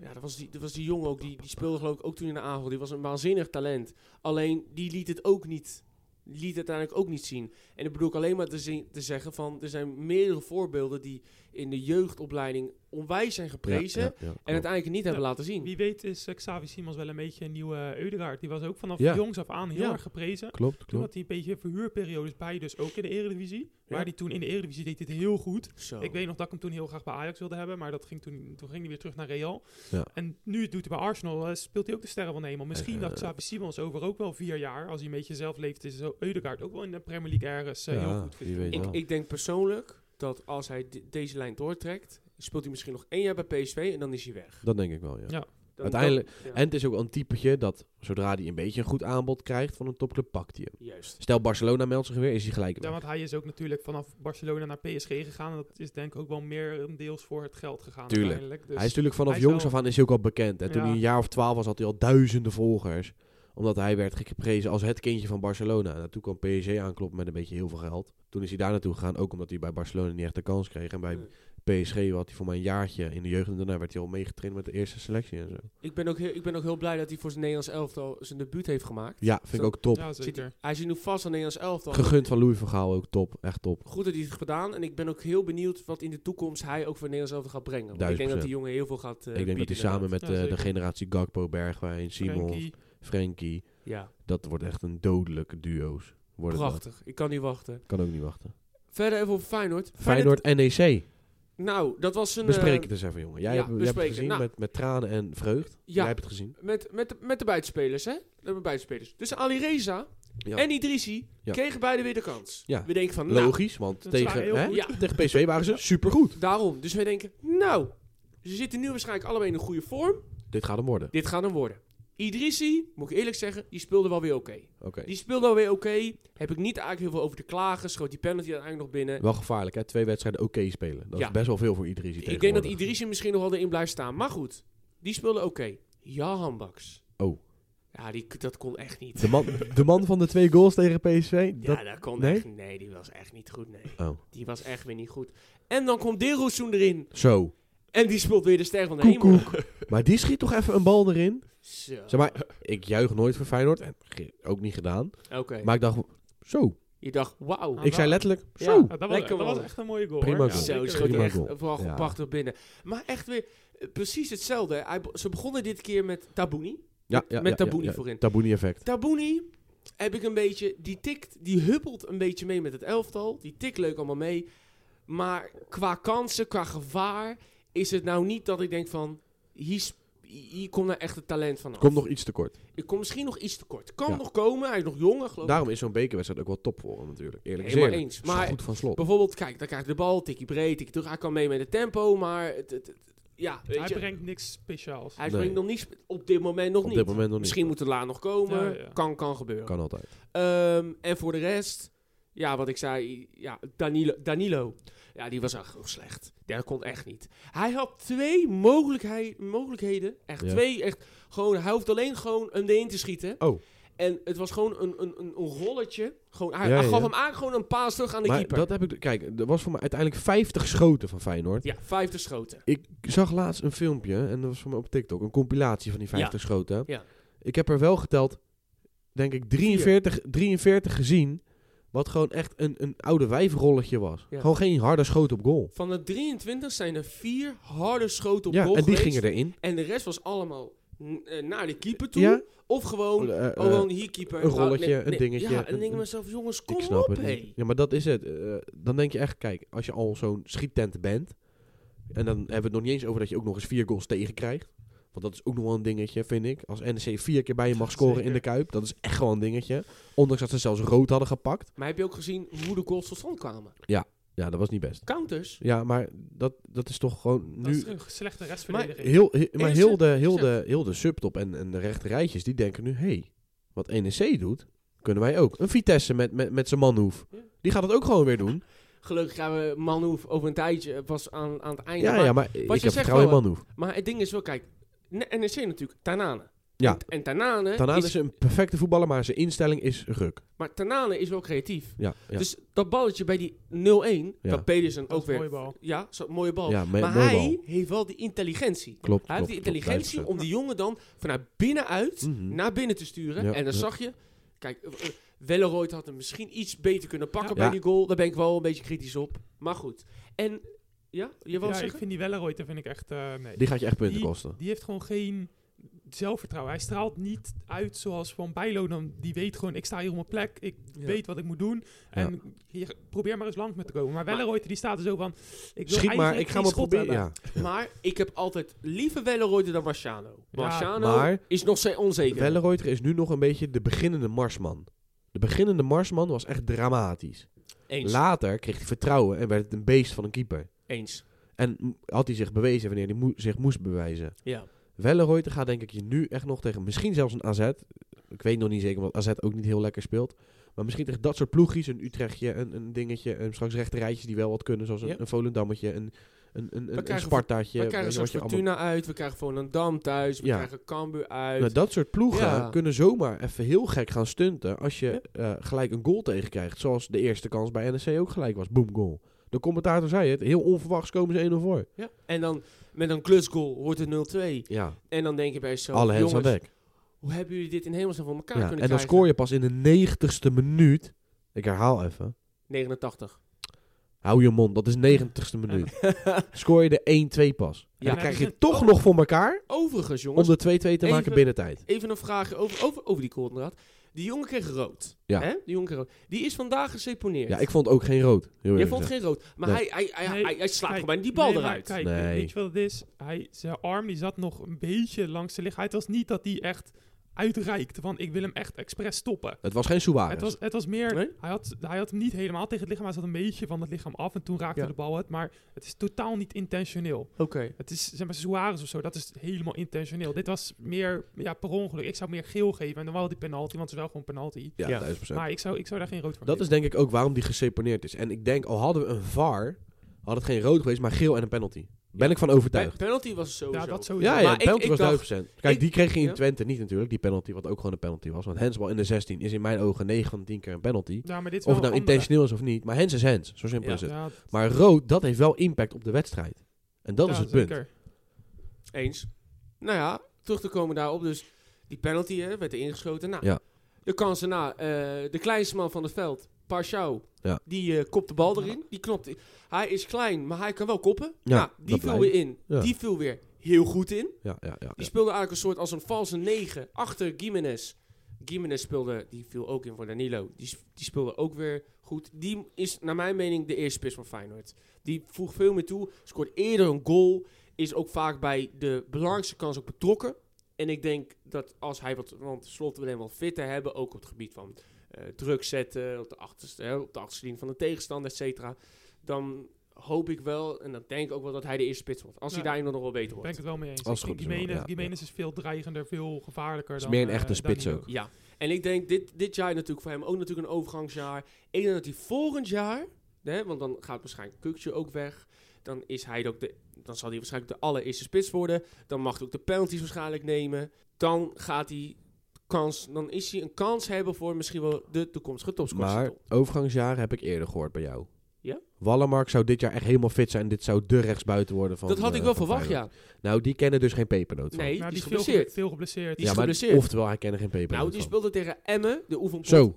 [SPEAKER 1] ja, dat was, die, dat was die jongen ook. Die, die speelde geloof ik ook toen in de aanval. Die was een waanzinnig talent. Alleen, die liet het ook niet. die liet het uiteindelijk ook niet zien. En dat bedoel ik alleen maar te, zien- te zeggen van... Er zijn meerdere voorbeelden die in de jeugdopleiding onwijs zijn geprezen.
[SPEAKER 2] Ja, ja, ja,
[SPEAKER 1] En
[SPEAKER 2] klopt.
[SPEAKER 1] uiteindelijk niet hebben
[SPEAKER 3] Ja.
[SPEAKER 1] laten zien.
[SPEAKER 3] Wie weet is eh, Xavi Simons wel een beetje een nieuwe eh, Eudegaard. Die was ook vanaf
[SPEAKER 2] Ja.
[SPEAKER 3] jongs af aan heel
[SPEAKER 1] Ja.
[SPEAKER 3] erg geprezen.
[SPEAKER 2] klopt,
[SPEAKER 3] Toen
[SPEAKER 2] klopt.
[SPEAKER 3] had
[SPEAKER 1] eh,
[SPEAKER 3] hij een beetje verhuurperiodes bij, dus ook in de Eredivisie.
[SPEAKER 1] Ja.
[SPEAKER 3] Maar die toen in de Eredivisie deed dit heel goed.
[SPEAKER 1] Zo.
[SPEAKER 2] Oh.
[SPEAKER 3] Ik weet nog dat ik hem toen heel graag bij Ajax wilde hebben, maar dat ging toen, toen ging hij weer terug naar Real.
[SPEAKER 2] Ja.
[SPEAKER 3] En nu doet hij bij Arsenal, eh, speelt hij ook de sterren van de hemel. Misschien
[SPEAKER 2] Eh,
[SPEAKER 3] dat Xavi Simons over ook wel vier jaar, als hij een beetje zelf leeft, is zo Eudegaard ook wel in de Premier League ergens eh, heel
[SPEAKER 2] Ja,
[SPEAKER 3] goed.
[SPEAKER 2] wie weet
[SPEAKER 1] Ik,
[SPEAKER 2] wel.
[SPEAKER 1] ik denk persoonlijk dat als hij de- deze lijn doortrekt, speelt hij misschien nog één jaar bij PSV en dan is hij weg.
[SPEAKER 2] Dat denk ik wel, ja.
[SPEAKER 3] Ja.
[SPEAKER 1] Dan-
[SPEAKER 2] Uiteindelijk-
[SPEAKER 1] dan- ja.
[SPEAKER 2] En het is ook wel een typetje dat zodra hij een beetje een goed aanbod krijgt van een topclub, pakt hij hem.
[SPEAKER 1] Juist.
[SPEAKER 2] Stel Barcelona meldt zich weer, is hij gelijk
[SPEAKER 3] Ja,
[SPEAKER 2] weg.
[SPEAKER 3] want hij is ook natuurlijk vanaf Barcelona naar PSG gegaan. En dat is denk ik ook wel meer deels voor het geld gegaan
[SPEAKER 2] Tuurlijk.
[SPEAKER 3] uiteindelijk. Dus
[SPEAKER 2] hij is natuurlijk vanaf
[SPEAKER 3] hij is
[SPEAKER 2] jongs
[SPEAKER 3] wel-
[SPEAKER 2] af aan is hij ook al bekend. En toen
[SPEAKER 3] Ja.
[SPEAKER 2] hij een jaar of twaalf was, had hij al duizenden volgers. Omdat hij werd geprezen als het kindje van Barcelona. En toen kwam PSG aankloppen met een beetje heel veel geld. Toen is hij daar naartoe gegaan, ook omdat hij bij Barcelona niet echt de kans kreeg. En bij PSG had hij voor mij een jaartje in de jeugd. En daarna werd hij al meegetraind met de eerste selectie en zo.
[SPEAKER 1] Ik ben, ook heel, ik ben ook heel blij dat hij voor zijn Nederlands elftal zijn debuut heeft gemaakt.
[SPEAKER 2] Ja, vind
[SPEAKER 1] Zo.
[SPEAKER 2] ik ook top.
[SPEAKER 3] ja,
[SPEAKER 1] Zit hij,
[SPEAKER 3] zeker.
[SPEAKER 1] hij zit nu vast aan het Nederlands elftal.
[SPEAKER 2] Gegund van Louis van Gaal ook top. Echt top.
[SPEAKER 1] Goed dat hij het heeft gedaan. En ik ben ook heel benieuwd wat in de toekomst hij ook voor het Nederlands elftal gaat brengen. Want ik
[SPEAKER 2] Duizend
[SPEAKER 1] denk dat die
[SPEAKER 2] procent.
[SPEAKER 1] jongen heel veel gaat eh,
[SPEAKER 2] ik denk dat hij
[SPEAKER 1] bieden
[SPEAKER 2] samen met
[SPEAKER 3] Ja,
[SPEAKER 2] eh, de
[SPEAKER 3] zeker.
[SPEAKER 2] generatie Gakpo, Bergwijn, Simons, Frenkie.
[SPEAKER 3] Frenkie.
[SPEAKER 1] inderdaad. Ja,
[SPEAKER 2] dat wordt echt een dodelijke duo's. Worden dat.
[SPEAKER 1] prachtig. Ik kan niet wachten.
[SPEAKER 2] Kan ook niet wachten.
[SPEAKER 1] Verder even over Feyenoord.
[SPEAKER 2] Feyenoord NEC.
[SPEAKER 1] Nou, dat was een...
[SPEAKER 2] Bespreek
[SPEAKER 1] eh,
[SPEAKER 2] het eens even, jongen. Jij,
[SPEAKER 1] ja,
[SPEAKER 2] hebt, jij hebt het
[SPEAKER 1] bespreken.
[SPEAKER 2] gezien
[SPEAKER 1] Nou.
[SPEAKER 2] met, met tranen en vreugd. Jij
[SPEAKER 1] ja,
[SPEAKER 2] hebt het gezien.
[SPEAKER 1] Met, met, met de buitenspelers, hè? Met de buitenspelers. Dus Ali Reza
[SPEAKER 2] Ja.
[SPEAKER 1] en Idrissi
[SPEAKER 2] Ja.
[SPEAKER 1] kregen beide weer de kans.
[SPEAKER 2] Ja.
[SPEAKER 1] We denken van, nou,
[SPEAKER 2] Logisch, want
[SPEAKER 3] dat is waar,
[SPEAKER 2] tegen,
[SPEAKER 3] heel
[SPEAKER 2] hè,
[SPEAKER 3] goed.
[SPEAKER 1] Ja.
[SPEAKER 2] tegen PSV waren ze supergoed.
[SPEAKER 1] daarom. Dus wij denken, nou, ze zitten nu waarschijnlijk allebei in een goede vorm.
[SPEAKER 2] Dit gaat hem worden.
[SPEAKER 1] Dit gaat hem worden. Idrissi, moet ik eerlijk zeggen, die speelde wel weer oké.
[SPEAKER 2] Oké.
[SPEAKER 1] Die speelde wel weer oké. Heb ik niet eigenlijk heel veel over te klagen. Schoot die penalty uiteindelijk nog binnen.
[SPEAKER 2] Wel gevaarlijk, hè? Twee wedstrijden oké spelen. Dat
[SPEAKER 1] Ja.
[SPEAKER 2] is best wel veel voor Idrissi
[SPEAKER 1] Ik denk dat
[SPEAKER 2] tegenwoordig.
[SPEAKER 1] Idrissi misschien nog wel erin blijft staan. Maar goed, die speelde oké. Jahan Baks.
[SPEAKER 2] Oh.
[SPEAKER 1] Ja, die, dat kon echt niet.
[SPEAKER 2] De man, de man van de twee goals tegen PSV? Dat...
[SPEAKER 1] ja, dat kon
[SPEAKER 2] nee?
[SPEAKER 1] echt Nee, die was echt niet goed. Nee,
[SPEAKER 2] Oh.
[SPEAKER 1] die was echt weer niet goed. En dan komt Derozoen erin.
[SPEAKER 2] Zo.
[SPEAKER 1] En die speelt weer de ster van de
[SPEAKER 2] Koek,
[SPEAKER 1] hemel.
[SPEAKER 2] Maar die schiet toch even een bal erin?
[SPEAKER 1] Zo.
[SPEAKER 2] Zeg maar, ik juich nooit voor Feyenoord. En ge- ook niet gedaan.
[SPEAKER 1] Oké.
[SPEAKER 2] Maar ik dacht, zo.
[SPEAKER 1] Je dacht, wauw.
[SPEAKER 3] Ah,
[SPEAKER 2] Ik zei letterlijk,
[SPEAKER 1] Ja.
[SPEAKER 2] zo.
[SPEAKER 3] Ja, dat was,
[SPEAKER 1] Lekker
[SPEAKER 3] dat was
[SPEAKER 1] man.
[SPEAKER 3] echt een mooie goal.
[SPEAKER 2] Prima
[SPEAKER 3] hoor.
[SPEAKER 2] goal.
[SPEAKER 1] Zo,
[SPEAKER 3] zeker
[SPEAKER 1] die schoot
[SPEAKER 3] weten.
[SPEAKER 1] hem
[SPEAKER 2] Prima
[SPEAKER 1] echt
[SPEAKER 2] goal.
[SPEAKER 1] vooral
[SPEAKER 2] Ja.
[SPEAKER 1] prachtig binnen. Maar echt weer eh, precies hetzelfde. Hij be- ze begonnen dit keer met Tabouni.
[SPEAKER 2] Ja, ja,
[SPEAKER 1] met
[SPEAKER 2] ja,
[SPEAKER 1] Tabouni
[SPEAKER 2] ja, ja.
[SPEAKER 1] voorin.
[SPEAKER 2] Tabouni effect.
[SPEAKER 1] Tabouni heb ik een beetje... Die tikt, die huppelt een beetje mee met het elftal. Die tikt leuk allemaal mee. Maar qua kansen, qua gevaar... is het nou niet dat ik denk van... hier, sp- hier komt nou echt het talent van af.
[SPEAKER 2] Komt nog iets te kort.
[SPEAKER 1] Ik kom misschien nog iets te kort. Kan
[SPEAKER 2] Ja. Nou-
[SPEAKER 1] nog komen. Hij is nog jonger, geloof ik.
[SPEAKER 2] Daarom is zo'n bekerwedstrijd ook wel top voor hem natuurlijk. Eerlijk
[SPEAKER 1] Helemaal
[SPEAKER 2] gezegd.
[SPEAKER 1] eens. Maar-
[SPEAKER 2] goed van slot.
[SPEAKER 1] Bijvoorbeeld, kijk, dan krijg je de bal, tikkie breed, tikkie terug. Hij kan mee met het tempo, maar... Het, het, het- ja, weet
[SPEAKER 3] Hij
[SPEAKER 1] je,
[SPEAKER 3] brengt niks speciaals.
[SPEAKER 1] Hij
[SPEAKER 2] Nee.
[SPEAKER 1] springt nog niet, sp- op dit moment nog
[SPEAKER 2] Op
[SPEAKER 1] niet.
[SPEAKER 2] dit moment nog
[SPEAKER 1] Misschien
[SPEAKER 2] niet.
[SPEAKER 1] moet het laat nog komen.
[SPEAKER 3] Ja, ja.
[SPEAKER 1] Kan, kan gebeuren.
[SPEAKER 2] Kan altijd.
[SPEAKER 1] Ehm, en voor de rest, ja, wat ik zei, ja, Danilo, Danilo ja, die was echt heel slecht. Ja, Dat kon echt niet. Hij had twee mogelijkheid, mogelijkheden, echt
[SPEAKER 2] Ja.
[SPEAKER 1] twee, echt gewoon, hij hoeft alleen gewoon een in te schieten.
[SPEAKER 2] Oh.
[SPEAKER 1] En het was gewoon een, een, een, een rolletje. Gewoon, hij,
[SPEAKER 2] Ja,
[SPEAKER 1] hij
[SPEAKER 2] ja,
[SPEAKER 1] gaf
[SPEAKER 2] ja.
[SPEAKER 1] hem aan gewoon een paas terug aan de
[SPEAKER 2] maar
[SPEAKER 1] keeper.
[SPEAKER 2] dat heb ik... Kijk, er was voor mij uiteindelijk 50 schoten van Feyenoord.
[SPEAKER 1] Ja, vijfde schoten.
[SPEAKER 2] Ik zag laatst een filmpje, en dat was van mij op TikTok, een compilatie van die 50 schoten.
[SPEAKER 1] Ja.
[SPEAKER 2] Ik heb er wel geteld, denk ik, 43, 43 gezien, wat gewoon echt een, een oude wijfrolletje was.
[SPEAKER 1] Ja.
[SPEAKER 2] Gewoon geen harde schoot op goal.
[SPEAKER 1] Van de 23 zijn er vier harde schoten op
[SPEAKER 2] ja,
[SPEAKER 1] goal
[SPEAKER 2] en die
[SPEAKER 1] geweest.
[SPEAKER 2] gingen erin.
[SPEAKER 1] En de rest was allemaal n- eh, naar de keeper toe.
[SPEAKER 2] Ja?
[SPEAKER 1] Of gewoon,
[SPEAKER 2] Eh, eh,
[SPEAKER 1] oh, dan hier keeper.
[SPEAKER 2] een
[SPEAKER 1] Nou,
[SPEAKER 2] rolletje, een dingetje,
[SPEAKER 1] Ja, en dan
[SPEAKER 2] een-
[SPEAKER 1] denk ik
[SPEAKER 2] een-
[SPEAKER 1] mezelf, jongens, kom
[SPEAKER 2] ik snap
[SPEAKER 1] op,
[SPEAKER 2] het
[SPEAKER 1] hé.
[SPEAKER 2] niet. Ja, maar dat is het. Eh, dan denk je echt, kijk, als je al zo'n schiettent bent, en dan hebben we het nog niet eens over dat je ook nog eens vier goals tegenkrijgt. Want dat is ook nog wel een dingetje, vind ik. Als NEC vier keer bij je mag scoren in de Kuip, dat is echt wel een dingetje. Ondanks dat ze zelfs rood hadden gepakt.
[SPEAKER 1] Maar heb je ook gezien hoe de goals tot stand kwamen?
[SPEAKER 2] Ja, dat was niet best.
[SPEAKER 1] Counters.
[SPEAKER 2] Ja, maar dat, dat is toch gewoon
[SPEAKER 3] Dat is
[SPEAKER 2] nu...
[SPEAKER 3] een slechte restverdediging.
[SPEAKER 2] Heel, he- maar
[SPEAKER 1] Is
[SPEAKER 2] heel
[SPEAKER 1] het-
[SPEAKER 2] de, heel,
[SPEAKER 1] is
[SPEAKER 2] de, heel de subtop en, en de rechterrijtjes, die denken nu... Hé, hey, wat NEC doet, kunnen wij ook. Een Vitesse met, met, met zijn manhoef.
[SPEAKER 1] Ja.
[SPEAKER 2] Die gaat dat ook gewoon weer doen.
[SPEAKER 1] Gelukkig gaan we Manhoef over een tijdje, het was aan, aan het einde.
[SPEAKER 2] Ja,
[SPEAKER 1] maar,
[SPEAKER 2] ja, maar ik
[SPEAKER 1] zegt
[SPEAKER 2] heb vertrouwen in
[SPEAKER 1] wel,
[SPEAKER 2] manhoef.
[SPEAKER 1] maar het ding is wel, kijk, N- NEC natuurlijk, Tanane.
[SPEAKER 2] Ja.
[SPEAKER 1] En, en Tanane,
[SPEAKER 2] Tanane
[SPEAKER 1] is,
[SPEAKER 2] is een perfecte voetballer, maar zijn instelling is ruk.
[SPEAKER 1] maar Tanane is wel creatief.
[SPEAKER 2] Ja, ja.
[SPEAKER 1] Dus dat balletje bij die 0-1,
[SPEAKER 2] Ja.
[SPEAKER 1] dat Pedersen
[SPEAKER 3] Dat
[SPEAKER 1] ook
[SPEAKER 3] is een
[SPEAKER 1] weer...
[SPEAKER 3] mooie bal.
[SPEAKER 1] Ja, zo'n mooie bal.
[SPEAKER 2] ja, me-
[SPEAKER 1] maar
[SPEAKER 2] mooi
[SPEAKER 1] hij
[SPEAKER 2] bal.
[SPEAKER 1] heeft wel die intelligentie.
[SPEAKER 2] Klopt,
[SPEAKER 1] Hij heeft die
[SPEAKER 2] klopt, klopt,
[SPEAKER 1] intelligentie om die jongen dan vanuit binnenuit
[SPEAKER 2] Mhm.
[SPEAKER 1] naar binnen te sturen.
[SPEAKER 2] Ja,
[SPEAKER 1] en dan
[SPEAKER 2] ja.
[SPEAKER 1] zag je, kijk, eh, eh, Welleroyd had hem misschien iets beter kunnen pakken
[SPEAKER 3] Ja.
[SPEAKER 1] bij
[SPEAKER 2] Ja.
[SPEAKER 1] die goal. Daar ben ik wel een beetje kritisch op. Maar goed. En ja, je wou
[SPEAKER 3] Ja, ik
[SPEAKER 1] zeggen?
[SPEAKER 3] vind die Welleroyd, daar vind ik echt... eh, nee.
[SPEAKER 2] Die gaat je echt punten
[SPEAKER 3] Die-
[SPEAKER 2] kosten.
[SPEAKER 3] Die heeft gewoon geen zelfvertrouwen. Hij straalt niet uit zoals Van Bijlo. Dan, die weet gewoon, ik sta hier op mijn plek. Ik
[SPEAKER 1] Ja.
[SPEAKER 3] weet wat ik moet doen. En hier, probeer maar eens langs me te komen. Maar Welleroyd, die staat er zo van... Ik wil
[SPEAKER 2] Schiet maar,
[SPEAKER 3] eigenlijk
[SPEAKER 2] ik ga
[SPEAKER 3] geen
[SPEAKER 2] maar
[SPEAKER 3] schot
[SPEAKER 2] proberen.
[SPEAKER 3] hebben.
[SPEAKER 2] Ja.
[SPEAKER 1] Maar ik heb altijd liever Welleroyd dan Marciano. Marciano
[SPEAKER 2] maar-
[SPEAKER 1] is nog steeds onzeker.
[SPEAKER 2] Welleroyter is nu nog een beetje de beginnende marsman. De beginnende marsman was echt dramatisch.
[SPEAKER 1] eens.
[SPEAKER 2] Later kreeg hij vertrouwen en werd het een beest van een keeper.
[SPEAKER 1] eens.
[SPEAKER 2] En m- had hij zich bewezen wanneer hij moe- zich moest bewijzen.
[SPEAKER 1] Ja.
[SPEAKER 2] Welleroyter gaat denk ik je nu echt nog tegen misschien zelfs een AZ. Ik weet nog niet zeker, want AZ ook niet heel lekker speelt. Maar misschien tegen dat soort ploegjes, een Utrechtje, een, een dingetje. En straks rechterrijtjes die wel wat kunnen, zoals een,
[SPEAKER 1] Ja.
[SPEAKER 2] een Volendammetje, een, een, een, een, een
[SPEAKER 1] krijgen-
[SPEAKER 2] Spartaatje.
[SPEAKER 1] We
[SPEAKER 2] weet
[SPEAKER 1] krijgen
[SPEAKER 2] je
[SPEAKER 1] zo'n
[SPEAKER 2] wat je allemaal-
[SPEAKER 1] Fortuna uit, we krijgen Volendam thuis, we
[SPEAKER 2] Ja.
[SPEAKER 1] krijgen Cambuur uit.
[SPEAKER 2] Nou, dat soort ploegen
[SPEAKER 1] Ja.
[SPEAKER 2] kunnen zomaar even heel gek gaan stunten als je eh, gelijk een goal tegenkrijgt. Zoals de eerste kans bij NEC ook gelijk was. Boom, goal. De commentator zei het, heel onverwachts komen ze 1-0 voor.
[SPEAKER 1] ja. En dan met een klusgoal wordt het 0-2.
[SPEAKER 2] Ja,
[SPEAKER 1] En dan denk je bij jezelf,
[SPEAKER 2] alle hens aan
[SPEAKER 1] jongens,
[SPEAKER 2] dek.
[SPEAKER 1] hoe hebben jullie dit in hemelsnaam voor elkaar
[SPEAKER 2] Ja,
[SPEAKER 1] kunnen
[SPEAKER 2] en dan
[SPEAKER 1] krijgen?
[SPEAKER 2] scoor je pas in de negentigste minuut. Ik herhaal even.
[SPEAKER 1] 89.
[SPEAKER 2] Hou je mond, dat is negentigste minuut. scoor je de 1-2 pas. En
[SPEAKER 1] Ja.
[SPEAKER 2] dan krijg je toch nog voor elkaar
[SPEAKER 1] Overigens,
[SPEAKER 2] om
[SPEAKER 1] jongens,
[SPEAKER 2] de 2-2 te maken
[SPEAKER 1] Even-
[SPEAKER 2] binnen tijd.
[SPEAKER 1] even een vraag over, over, over die kooldraad. Die jongen kreeg rood.
[SPEAKER 2] Ja.
[SPEAKER 1] Hè? Die, jongen kreeg rood. die is vandaag geseponeerd.
[SPEAKER 2] Ja, ik vond ook geen rood. Heel
[SPEAKER 1] Jij
[SPEAKER 2] eerlijk
[SPEAKER 1] vond
[SPEAKER 2] gezegd.
[SPEAKER 1] geen rood. Maar
[SPEAKER 2] Nee.
[SPEAKER 1] hij, hij, hij,
[SPEAKER 3] Nee,
[SPEAKER 1] hij, hij slaat
[SPEAKER 3] kijk,
[SPEAKER 1] gewoon die bal
[SPEAKER 3] nee, maar
[SPEAKER 1] eruit.
[SPEAKER 3] Kijk,
[SPEAKER 2] Nee.
[SPEAKER 3] weet je wat het is? Hij, zijn arm die zat nog een beetje langs de lichaam. Het was niet dat hij echt uitreikt. Want ik wil hem echt expres stoppen.
[SPEAKER 2] Het was geen Suarez.
[SPEAKER 3] Het was, het was meer,
[SPEAKER 1] Nee?
[SPEAKER 3] hij, had, hij had hem niet helemaal tegen het lichaam, hij zat een beetje van het lichaam af en toen raakte
[SPEAKER 1] Ja.
[SPEAKER 3] de bal het. Maar het is totaal niet intentioneel.
[SPEAKER 1] Oké.
[SPEAKER 3] Het is, zeg maar, Suarez of zo, dat is helemaal intentioneel. Dit was meer, ja, per ongeluk. Ik zou meer geel geven en dan wel die penalty, want het is wel gewoon penalty.
[SPEAKER 2] ja,
[SPEAKER 1] Ja.
[SPEAKER 2] 1000%.
[SPEAKER 3] Maar ik zou, ik zou daar geen rood voor
[SPEAKER 2] Dat is
[SPEAKER 3] geven.
[SPEAKER 2] denk ik ook waarom die geseponeerd is. En ik denk, al hadden we een VAR, had het geen rood geweest, maar geel en een penalty. Ben ik van
[SPEAKER 1] Pe-
[SPEAKER 2] overtuigd.
[SPEAKER 1] penalty was sowieso.
[SPEAKER 3] Ja, dat sowieso.
[SPEAKER 2] Ja,
[SPEAKER 1] Maar
[SPEAKER 2] ja, de
[SPEAKER 1] ik-
[SPEAKER 2] penalty
[SPEAKER 1] ik
[SPEAKER 2] was
[SPEAKER 1] dacht-
[SPEAKER 2] 1000%. Kijk,
[SPEAKER 1] ik-
[SPEAKER 2] die kreeg je in
[SPEAKER 1] ja.
[SPEAKER 2] Twente niet natuurlijk, die penalty, wat ook gewoon een penalty was. Want handsbal in de 16 is in mijn ogen 9 van 10 keer een penalty.
[SPEAKER 3] Ja, maar dit is
[SPEAKER 2] Of het
[SPEAKER 3] wel
[SPEAKER 2] nou
[SPEAKER 3] een andere.
[SPEAKER 2] intentioneel is of niet, maar hands is hands. Zo simpel
[SPEAKER 1] Ja.
[SPEAKER 2] is het.
[SPEAKER 3] Ja,
[SPEAKER 2] Maar rood, dat heeft wel impact op de wedstrijd. En dat
[SPEAKER 3] ja,
[SPEAKER 2] is het punt.
[SPEAKER 3] zeker.
[SPEAKER 1] Eens. Nou ja, terug te komen daarop. Dus die penalty hè, werd er ingeschoten. Nou,
[SPEAKER 2] Ja.
[SPEAKER 1] de kans daarna. eh, de kleinste man van het veld, Parchau,
[SPEAKER 2] Ja.
[SPEAKER 1] die eh, kopt de bal erin. Die knopt. in. Hij is klein, maar hij kan wel koppen.
[SPEAKER 2] Ja,
[SPEAKER 1] nou, die
[SPEAKER 2] dat
[SPEAKER 1] viel
[SPEAKER 2] blijkt.
[SPEAKER 1] weer in.
[SPEAKER 2] Ja.
[SPEAKER 1] Die viel weer heel goed in.
[SPEAKER 2] Ja, ja, ja.
[SPEAKER 1] Die
[SPEAKER 2] ja.
[SPEAKER 1] speelde eigenlijk een soort als een valse 9 achter Gimenez. Gimenez speelde, die viel ook in voor Danilo. Die, s- die speelde ook weer goed. Die is naar mijn mening de eerste spits van Feyenoord. Die voegt veel meer toe, scoort eerder een goal, is ook vaak bij de belangrijkste kans ook betrokken. En ik denk dat als hij wat, want slot wil hem wat fitter hebben, ook op het gebied van eh, druk zetten, op de achterste, hè, op de achterste linie van de tegenstander, et cetera. Dan hoop ik wel, en dan denk ik ook wel, dat hij de eerste spits wordt. Als
[SPEAKER 3] Ja.
[SPEAKER 1] hij daarin nog wel beter
[SPEAKER 3] Ben ik
[SPEAKER 1] wordt.
[SPEAKER 3] het wel mee eens.
[SPEAKER 2] Als het
[SPEAKER 3] Ik
[SPEAKER 2] goed is
[SPEAKER 3] vind
[SPEAKER 2] wel,
[SPEAKER 3] Gimenez,
[SPEAKER 2] ja.
[SPEAKER 3] Gimenez is veel dreigender, veel gevaarlijker
[SPEAKER 2] Is
[SPEAKER 3] dan...
[SPEAKER 2] meer een
[SPEAKER 3] eh,
[SPEAKER 2] echte spits
[SPEAKER 3] Danilo.
[SPEAKER 2] ook.
[SPEAKER 1] Ja, en ik denk dit, dit jaar natuurlijk voor hem ook natuurlijk een overgangsjaar. Ik denk dat hij volgend jaar, hè, want dan gaat waarschijnlijk Kukje ook weg. Dan, is hij ook de, dan zal hij waarschijnlijk de allereerste spits worden. Dan mag hij ook de penalties waarschijnlijk nemen. Dan gaat hij kans, dan is hij een kans hebben voor misschien wel de toekomstige
[SPEAKER 2] Maar
[SPEAKER 1] topscorer.
[SPEAKER 2] overgangsjaren heb ik eerder gehoord bij jou.
[SPEAKER 1] Ja?
[SPEAKER 2] Wallenmark zou dit jaar echt helemaal fit zijn. En dit zou de rechtsbuiten worden van
[SPEAKER 1] Dat had ik
[SPEAKER 2] eh,
[SPEAKER 1] wel
[SPEAKER 2] van
[SPEAKER 1] verwacht,
[SPEAKER 2] Feyenoord.
[SPEAKER 1] ja.
[SPEAKER 2] Nou, die kennen dus geen pepernoot van.
[SPEAKER 1] Nee, die
[SPEAKER 3] Nou, die
[SPEAKER 1] is
[SPEAKER 3] is veel, ge-
[SPEAKER 1] geblesseerd.
[SPEAKER 3] veel geblesseerd.
[SPEAKER 1] die is
[SPEAKER 2] ja, maar
[SPEAKER 1] geblesseerd.
[SPEAKER 2] Oftewel, hij kennen geen pepernoot
[SPEAKER 1] Nou, die speelde tegen Emmen, de oefenpot.
[SPEAKER 2] Zo,